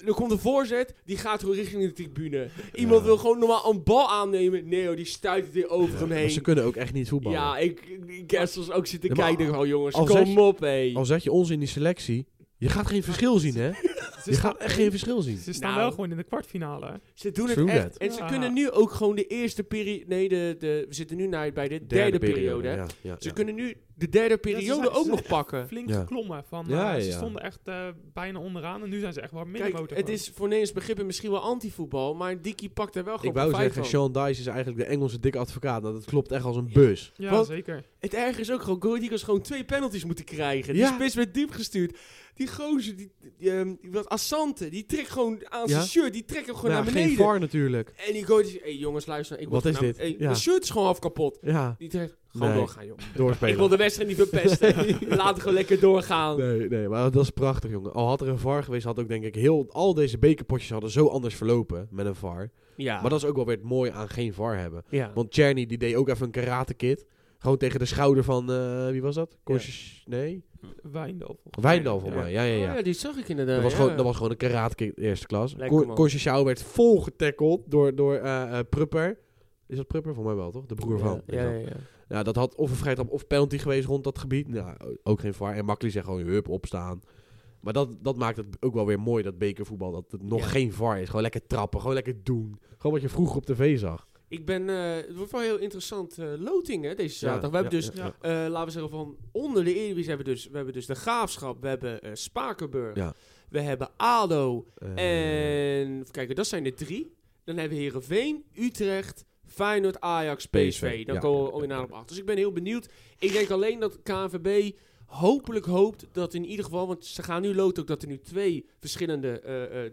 [SPEAKER 1] Er komt een voorzet, die gaat gewoon richting de tribune. Iemand
[SPEAKER 2] Ja.
[SPEAKER 1] wil gewoon normaal een bal aannemen. Nee, joh, die stuit het weer over hem
[SPEAKER 2] maar ze
[SPEAKER 1] heen.
[SPEAKER 2] kunnen ook echt niet voetballen.
[SPEAKER 1] Ja, ik, ik, ik heb zelfs ook zitten
[SPEAKER 2] Ja, maar
[SPEAKER 1] kijken. Gewoon, jongens,
[SPEAKER 2] al zeg
[SPEAKER 1] kom
[SPEAKER 2] je-
[SPEAKER 1] op, hé.
[SPEAKER 2] Al zet je ons in die selectie, je gaat geen verschil zien, hè?
[SPEAKER 3] Ze,
[SPEAKER 2] Je
[SPEAKER 3] staan,
[SPEAKER 2] gaat echt geen verschil zien.
[SPEAKER 3] ze staan
[SPEAKER 1] Nou.
[SPEAKER 3] wel gewoon in de kwartfinale. hè.
[SPEAKER 1] Ze doen het
[SPEAKER 2] True
[SPEAKER 1] echt.
[SPEAKER 2] that.
[SPEAKER 1] En ze
[SPEAKER 3] Ja.
[SPEAKER 1] kunnen nu ook gewoon de eerste periode... Nee, de, de, we zitten nu naar, bij de derde, periode. hè.
[SPEAKER 2] Ja, ja,
[SPEAKER 1] Ze
[SPEAKER 2] ja.
[SPEAKER 1] kunnen nu de derde
[SPEAKER 3] ze
[SPEAKER 1] periode
[SPEAKER 3] zijn- ze
[SPEAKER 1] ook
[SPEAKER 3] zijn
[SPEAKER 1] nog
[SPEAKER 3] echt
[SPEAKER 1] pakken.
[SPEAKER 3] Flink
[SPEAKER 2] Ja.
[SPEAKER 3] geklommen. Van, eh,
[SPEAKER 2] Ja, ja,
[SPEAKER 3] Ze
[SPEAKER 2] ja.
[SPEAKER 3] stonden echt eh, bijna onderaan en nu zijn ze echt wel middenmotor.
[SPEAKER 1] Kijk, het is voor Nederlands begrippen misschien wel antivoetbal, maar Dikkie pakt er wel
[SPEAKER 2] Ik
[SPEAKER 1] gewoon
[SPEAKER 2] wou
[SPEAKER 1] profijt
[SPEAKER 2] zeggen,
[SPEAKER 1] van.
[SPEAKER 2] Sean Dice is eigenlijk de Engelse dikke advocaat. Nou, dat klopt echt als een bus.
[SPEAKER 3] Ja,
[SPEAKER 1] want-
[SPEAKER 3] zeker.
[SPEAKER 1] Het erge is ook gewoon, Go Ahead Eagles gewoon twee penalties moeten krijgen.
[SPEAKER 2] Ja.
[SPEAKER 1] Die spits werd diep gestuurd. Die gozer, die, die, ehm, die wat Assante, die trekt gewoon aan
[SPEAKER 2] Ja.
[SPEAKER 1] zijn shirt, die trekt hem gewoon
[SPEAKER 2] Nou,
[SPEAKER 1] naar
[SPEAKER 2] geen
[SPEAKER 1] beneden.
[SPEAKER 2] VAR natuurlijk.
[SPEAKER 1] en die gooit, hé hey, jongens, luister, ik word
[SPEAKER 2] Wat is
[SPEAKER 1] gewoon
[SPEAKER 2] dit?
[SPEAKER 1] aan- hey,
[SPEAKER 2] Ja.
[SPEAKER 1] Mijn shirt is gewoon half kapot.
[SPEAKER 2] Ja,
[SPEAKER 1] Die trekt gewoon
[SPEAKER 2] Nee.
[SPEAKER 1] doorgaan, joh.
[SPEAKER 2] doorspelen.
[SPEAKER 1] Ik wil de wedstrijd niet verpesten. Laat het gewoon lekker doorgaan.
[SPEAKER 2] Nee, nee, maar dat is prachtig, jongen. Al had er een VAR geweest, had ook denk ik heel... Al deze bekerpotjes hadden zo anders verlopen met een VAR.
[SPEAKER 1] Ja.
[SPEAKER 2] Maar dat is ook wel weer het mooie aan geen VAR hebben.
[SPEAKER 1] ja.
[SPEAKER 2] Want Czerny, die deed ook even een karate kid. Gewoon tegen de schouder van... eh, wie was dat? Kors... Nee?
[SPEAKER 3] Wijndal. volgens mij.
[SPEAKER 2] Wijndal, volgens mij. Ja, ja, ja.
[SPEAKER 1] Oh ja, die zag ik inderdaad.
[SPEAKER 2] Dat was,
[SPEAKER 1] ja.
[SPEAKER 2] gewoon, dat was gewoon een karate kid eerste klas.
[SPEAKER 1] Lekker,
[SPEAKER 2] Cor-
[SPEAKER 1] man.
[SPEAKER 2] Korsje Sjouw werd vol getackeld door, door eh, eh, Prupper. Is dat Prupper? Voor mij wel, toch? De broer
[SPEAKER 1] ja,
[SPEAKER 2] van.
[SPEAKER 1] ja, ja, ja.
[SPEAKER 2] Ja, dat had of een vrijtrap of penalty geweest rond dat gebied. Nou, ook geen VAR. En Makkeli zegt gewoon, hup, opstaan. Maar dat, dat maakt het ook wel weer mooi, dat bekervoetbal. Dat het nog
[SPEAKER 1] Ja.
[SPEAKER 2] geen VAR is. Gewoon lekker trappen, gewoon lekker doen. Gewoon wat je vroeger op tv zag.
[SPEAKER 1] Ik ben, eh, het wordt wel heel interessant eh, loting hè, deze zaterdag. we
[SPEAKER 2] Ja,
[SPEAKER 1] hebben dus,
[SPEAKER 2] ja, ja.
[SPEAKER 1] eh, laten we zeggen, van onder de Eredivisie hebben we dus, we hebben dus de Graafschap, we hebben eh, Spakenburg,
[SPEAKER 2] Ja.
[SPEAKER 1] we hebben ADO
[SPEAKER 2] Eh,
[SPEAKER 1] en, even kijken, dat zijn er drie. Dan hebben we Heerenveen, Utrecht, Feyenoord, Ajax, PSV.
[SPEAKER 2] PSV,
[SPEAKER 1] Dan
[SPEAKER 2] ja.
[SPEAKER 1] komen we alweer naar op acht. Dus ik ben heel benieuwd. Ik denk alleen dat KNVB hopelijk hoopt dat in ieder geval, want ze gaan nu loten ook dat er nu twee verschillende eh, eh,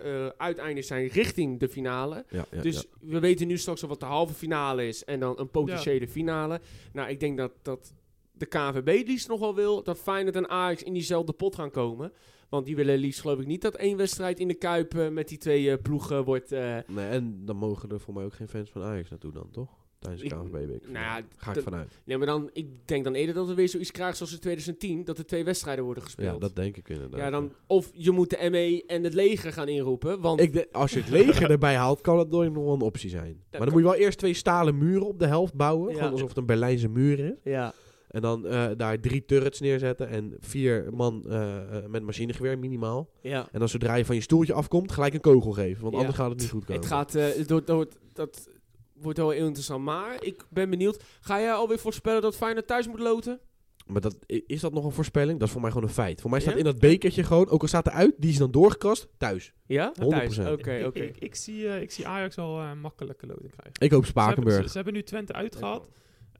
[SPEAKER 1] eh, eh, uiteindes zijn richting de finale.
[SPEAKER 2] ja, ja,
[SPEAKER 1] Dus
[SPEAKER 2] ja.
[SPEAKER 1] we weten nu straks al wat de halve finale is en dan een potentiële finale. Nou, ik denk dat, dat de KNVB liefst nog wel wil dat Feyenoord en Ajax in diezelfde pot gaan komen. Want die willen liefst geloof ik niet dat één wedstrijd in de Kuip eh, met die twee eh, ploegen wordt... eh,
[SPEAKER 2] Nee, en dan mogen er voor mij ook geen fans van Ajax naartoe dan, toch? Tijdens de
[SPEAKER 1] Ik-
[SPEAKER 2] KNVB. week.
[SPEAKER 1] nou ja,
[SPEAKER 2] Ga ik
[SPEAKER 1] dat-
[SPEAKER 2] vanuit.
[SPEAKER 1] nee, maar dan, ik denk dan eerder dat we weer zoiets krijgen zoals in 2010, dat er twee wedstrijden worden gespeeld.
[SPEAKER 2] Ja, dat denk ik inderdaad.
[SPEAKER 1] Ja, dan, of je moet de ME en het leger gaan inroepen, want...
[SPEAKER 2] Ik denk, als je het leger erbij haalt, kan dat nooit nog wel een optie zijn. maar dan
[SPEAKER 1] kan-
[SPEAKER 2] moet je wel eerst twee stalen muren op de helft bouwen.
[SPEAKER 1] Ja.
[SPEAKER 2] Gewoon alsof het een Berlijnse muur is.
[SPEAKER 1] ja.
[SPEAKER 2] En dan eh, daar drie turrets neerzetten en vier man eh, eh, met machinegeweer minimaal.
[SPEAKER 1] ja.
[SPEAKER 2] En dan zodra je van je stoeltje afkomt, gelijk een kogel geven. Want
[SPEAKER 1] Ja.
[SPEAKER 2] anders gaat het niet goed komen.
[SPEAKER 1] Het gaat, eh, het wordt- dat wordt- dat wordt wel heel interessant. Maar ik ben benieuwd. Ga jij alweer voorspellen dat Feyenoord thuis moet loten?
[SPEAKER 2] Maar dat, i- is dat nog een voorspelling? Dat is voor mij gewoon een feit. Voor mij staat
[SPEAKER 1] Ja?
[SPEAKER 2] in dat bekertje gewoon, ook al staat er uit, die is dan doorgekrast, thuis.
[SPEAKER 1] Ja? Thuis.
[SPEAKER 2] 100%.
[SPEAKER 1] Oké,
[SPEAKER 3] Ik-
[SPEAKER 1] oké.
[SPEAKER 3] Ik, ik, zie, eh, ik zie Ajax al eh makkelijke loting krijgen.
[SPEAKER 2] Ik hoop
[SPEAKER 3] Ze hebben, ze,
[SPEAKER 2] Spakenburg.
[SPEAKER 3] ze hebben nu Twente uitgehaald.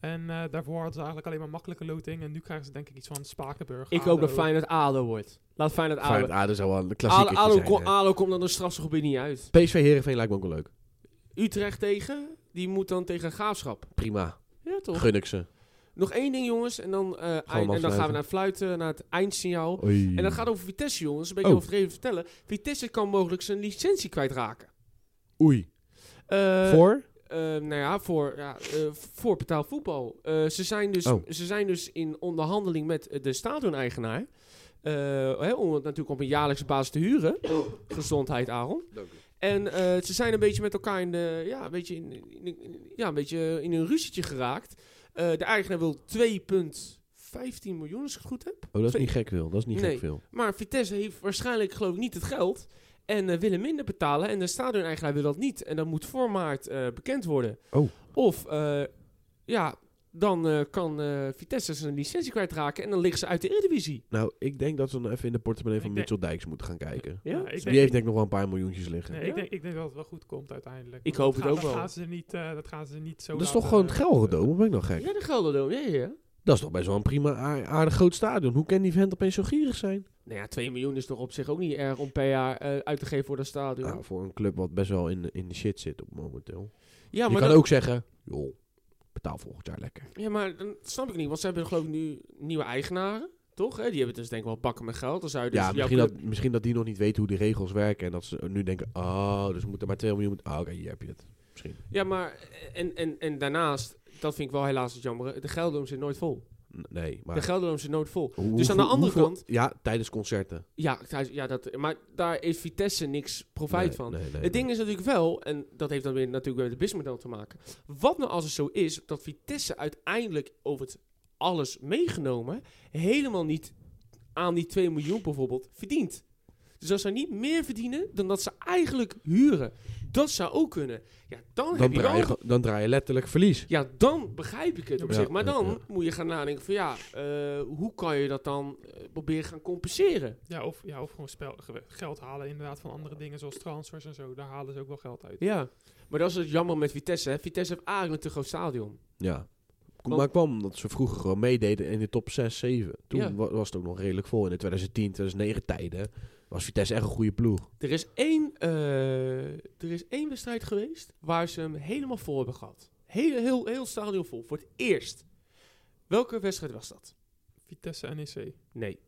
[SPEAKER 3] En eh, daarvoor hadden ze eigenlijk alleen maar makkelijke loting. En nu krijgen ze denk ik iets van Spakenburg.
[SPEAKER 1] Ik
[SPEAKER 3] ADO.
[SPEAKER 1] hook dat Feyenoord ADO wordt. Laat Feyenoord ADO.
[SPEAKER 2] Feyenoord, ah, dat zou wel een
[SPEAKER 1] ADO,
[SPEAKER 2] klassiekertje
[SPEAKER 1] ADO,
[SPEAKER 2] zijn,
[SPEAKER 1] ko-
[SPEAKER 2] hè.
[SPEAKER 1] ADO komt dan een strafschopgebied niet uit.
[SPEAKER 2] PSV Heerenveen lijkt me ook wel leuk.
[SPEAKER 1] Utrecht tegen, die moet dan tegen Graafschap.
[SPEAKER 2] Prima.
[SPEAKER 1] Ja, toch?
[SPEAKER 2] Gun ik ze.
[SPEAKER 1] Nog één ding, jongens. En dan, eh, eind- en dan gaan we
[SPEAKER 2] afsluiten.
[SPEAKER 1] naar het fluiten, naar het eindsignaal.
[SPEAKER 2] Oei.
[SPEAKER 1] En dat gaat over Vitesse, jongens. Een beetje
[SPEAKER 2] Oh.
[SPEAKER 1] overdreven vertellen. Vitesse kan mogelijk zijn licentie kwijtraken.
[SPEAKER 2] Oei.
[SPEAKER 1] Eh,
[SPEAKER 2] Voor?
[SPEAKER 1] Eh, nou ja, voor, ja, eh, voor betaald voetbal. Eh, ze, zijn dus,
[SPEAKER 2] Oh.
[SPEAKER 1] ze zijn dus in onderhandeling met eh, de stadion-eigenaar. eh, hè, om het natuurlijk op een jaarlijkse basis te huren. Gezondheid, Aaron.
[SPEAKER 2] Dank u.
[SPEAKER 1] En eh, ze zijn een beetje met elkaar in, de, ja, een, beetje in, in- in- ja, een beetje in een ruzietje geraakt. Eh, de eigenaar wil 2,15 miljoen, als ik het goed heb.
[SPEAKER 2] Oh, dat is
[SPEAKER 1] Twee-
[SPEAKER 2] niet gek veel. Dat is niet
[SPEAKER 1] Nee.
[SPEAKER 2] gek veel.
[SPEAKER 1] Maar Vitesse heeft waarschijnlijk geloof ik niet het geld. En eh, willen minder betalen. En de stadion-eigenaar wil dat niet. En dat moet voor maart eh, bekend worden.
[SPEAKER 2] Oh.
[SPEAKER 1] Of, eh, ja, dan eh, kan eh, Vitesse zijn licentie kwijtraken. En dan liggen ze uit de Eredivisie.
[SPEAKER 2] Nou, ik denk dat we dan even in de portemonnee van
[SPEAKER 3] Ik denk-
[SPEAKER 2] Mitchell Dijks moeten gaan kijken. Dus
[SPEAKER 1] Ja?
[SPEAKER 3] Ja, ik
[SPEAKER 2] Die heeft
[SPEAKER 3] denk,
[SPEAKER 2] denk ik nog wel een paar miljoentjes liggen.
[SPEAKER 3] nee,
[SPEAKER 1] Ja?
[SPEAKER 3] ik, denk, ik denk dat het wel goed komt uiteindelijk.
[SPEAKER 1] Ik
[SPEAKER 3] Want
[SPEAKER 1] hoop
[SPEAKER 3] dat
[SPEAKER 1] het
[SPEAKER 3] gaat-
[SPEAKER 1] ook
[SPEAKER 3] dat
[SPEAKER 1] wel.
[SPEAKER 3] Gaan ze niet, eh, dat gaan ze niet zo
[SPEAKER 2] Dat is
[SPEAKER 3] laten- eh,
[SPEAKER 2] toch gewoon het Gelredome, of ben ik nog gek?
[SPEAKER 1] Ja, de Gelderdoom. Ja, ja, ja.
[SPEAKER 2] Dat is toch best wel een prima aar- aardig groot stadion. Hoe kan die vent opeens zo gierig zijn?
[SPEAKER 1] Nou ja, 2 miljoen is toch op zich ook niet erg om per jaar eh, uit te geven voor dat stadion.
[SPEAKER 2] Nou, voor een club wat best wel in, in de shit zit op momenteel.
[SPEAKER 1] ja,
[SPEAKER 2] je
[SPEAKER 1] maar
[SPEAKER 2] kan
[SPEAKER 1] dan-
[SPEAKER 2] ook zeggen, joh, betaal volgend jaar lekker.
[SPEAKER 1] ja, maar dan snap ik niet. Want ze hebben geloof ik nu nieuwe eigenaren. Toch? Hè? Die hebben dus denk ik wel bakken met geld. Dan zou je dus
[SPEAKER 2] ja,
[SPEAKER 1] jouw
[SPEAKER 2] misschien
[SPEAKER 1] club-
[SPEAKER 2] dat, misschien dat die nog niet weten hoe de regels werken. En dat ze nu denken, oh, dus we moeten maar 2 miljoen... Ah, oké, hier heb je het. Misschien.
[SPEAKER 1] Ja, maar en, en, en daarnaast, dat vind ik wel helaas het jammer, de Gelderdoom zit nooit vol.
[SPEAKER 2] N- Nee, maar...
[SPEAKER 1] De Gelderdoom zit nooit vol.
[SPEAKER 2] Hoe-
[SPEAKER 1] dus aan de
[SPEAKER 2] hoeveel-
[SPEAKER 1] andere
[SPEAKER 2] hoeveel-
[SPEAKER 1] kant-
[SPEAKER 2] Ja, tijdens concerten.
[SPEAKER 1] Ja, thuis- ja dat, maar daar heeft Vitesse niks profijt
[SPEAKER 2] Nee,
[SPEAKER 1] van.
[SPEAKER 2] nee, nee,
[SPEAKER 1] het
[SPEAKER 2] nee.
[SPEAKER 1] ding is natuurlijk wel, en dat heeft dan weer natuurlijk met het businessmodel te maken. Wat nou als het zo is dat Vitesse uiteindelijk over het alles meegenomen helemaal niet aan die 2 miljoen bijvoorbeeld verdient. Dus als ze niet meer verdienen dan dat ze eigenlijk huren, dat zou ook kunnen. Ja, dan,
[SPEAKER 2] dan
[SPEAKER 1] heb je wel
[SPEAKER 2] draai, je, ge- dan draai je letterlijk verlies.
[SPEAKER 1] Ja, dan begrijp ik het op
[SPEAKER 2] Ja,
[SPEAKER 1] zich. Maar
[SPEAKER 2] ja,
[SPEAKER 1] dan
[SPEAKER 2] ja.
[SPEAKER 1] moet je gaan nadenken van ja, eh, hoe kan je dat dan eh, proberen gaan compenseren?
[SPEAKER 3] Ja of, ja, of gewoon spel, ge- geld halen inderdaad van andere dingen zoals transfers en zo. Daar halen ze ook wel geld uit.
[SPEAKER 1] Ja. Maar dat is het jammer met Vitesse. Hè. Vitesse heeft eigenlijk een te groot stadion.
[SPEAKER 2] Ja.
[SPEAKER 1] Want-
[SPEAKER 2] maar kwam omdat ze vroeger gewoon meededen in de top 6, 7. Toen
[SPEAKER 1] Ja.
[SPEAKER 2] wa- was het ook nog redelijk vol. In de 2010, 2009 tijden was Vitesse echt een goede ploeg.
[SPEAKER 1] Er is één, eh, er is één wedstrijd geweest waar ze hem helemaal vol hebben gehad. Heel, heel, heel stadion vol. Voor het eerst. Welke wedstrijd was dat?
[SPEAKER 3] Vitesse E NEC.
[SPEAKER 1] Nee,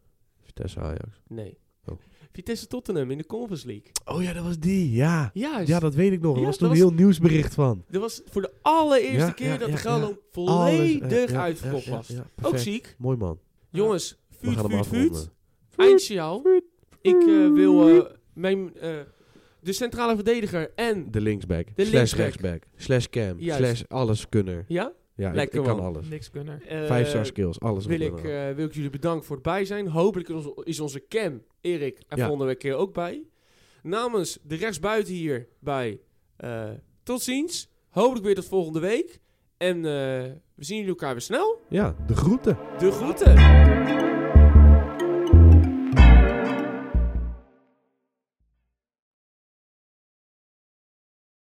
[SPEAKER 2] Vitesse Ajax.
[SPEAKER 1] nee.
[SPEAKER 2] Oh.
[SPEAKER 1] Vitesse Tottenham in de Conference League.
[SPEAKER 2] Oh ja, dat was die. Ja.
[SPEAKER 1] Juist.
[SPEAKER 2] Ja, dat weet ik nog. Er
[SPEAKER 1] Ja,
[SPEAKER 2] was
[SPEAKER 1] dat
[SPEAKER 2] toen een
[SPEAKER 1] was-
[SPEAKER 2] heel nieuwsbericht van.
[SPEAKER 1] Er was voor de allereerste
[SPEAKER 2] Ja,
[SPEAKER 1] keer
[SPEAKER 2] ja,
[SPEAKER 1] dat
[SPEAKER 2] ja,
[SPEAKER 1] de Gelderdoom
[SPEAKER 2] Alles, eh,
[SPEAKER 1] volledig
[SPEAKER 2] ja,
[SPEAKER 1] uitverkocht
[SPEAKER 2] ja, ja,
[SPEAKER 1] was.
[SPEAKER 2] ja,
[SPEAKER 1] Ook
[SPEAKER 2] perfect.
[SPEAKER 1] ziek.
[SPEAKER 2] Mooi man.
[SPEAKER 1] Jongens,
[SPEAKER 2] We
[SPEAKER 1] vuurt,
[SPEAKER 2] gaan hem
[SPEAKER 1] vuurt, vuurt.
[SPEAKER 2] afronden.
[SPEAKER 1] Eindsignaal. Ik eh, wil eh, mijn eh, de centrale verdediger en...
[SPEAKER 2] De linksback.
[SPEAKER 1] De
[SPEAKER 2] slash
[SPEAKER 1] linksback.
[SPEAKER 2] rechtsback. Slash cam.
[SPEAKER 1] Juist.
[SPEAKER 2] Slash alles kunner.
[SPEAKER 1] Ja?
[SPEAKER 2] Ja, ik-
[SPEAKER 1] Lekker
[SPEAKER 2] ik, kan
[SPEAKER 1] man.
[SPEAKER 2] alles.
[SPEAKER 3] Niks kunnen.
[SPEAKER 1] Eh,
[SPEAKER 2] Vijf star skills. Alles
[SPEAKER 1] wil
[SPEAKER 2] wat
[SPEAKER 1] ik,
[SPEAKER 2] wil.
[SPEAKER 1] eh, wil ik jullie bedanken voor het bij zijn. Hopelijk is onze- is onze Cam, Erik, er
[SPEAKER 2] Ja.
[SPEAKER 1] volgende keer ook bij. Namens de rechtsbuiten hier bij. eh, tot ziens. Hopelijk weer tot volgende week. En eh, we zien jullie elkaar weer snel.
[SPEAKER 2] Ja, de groeten.
[SPEAKER 1] De groeten.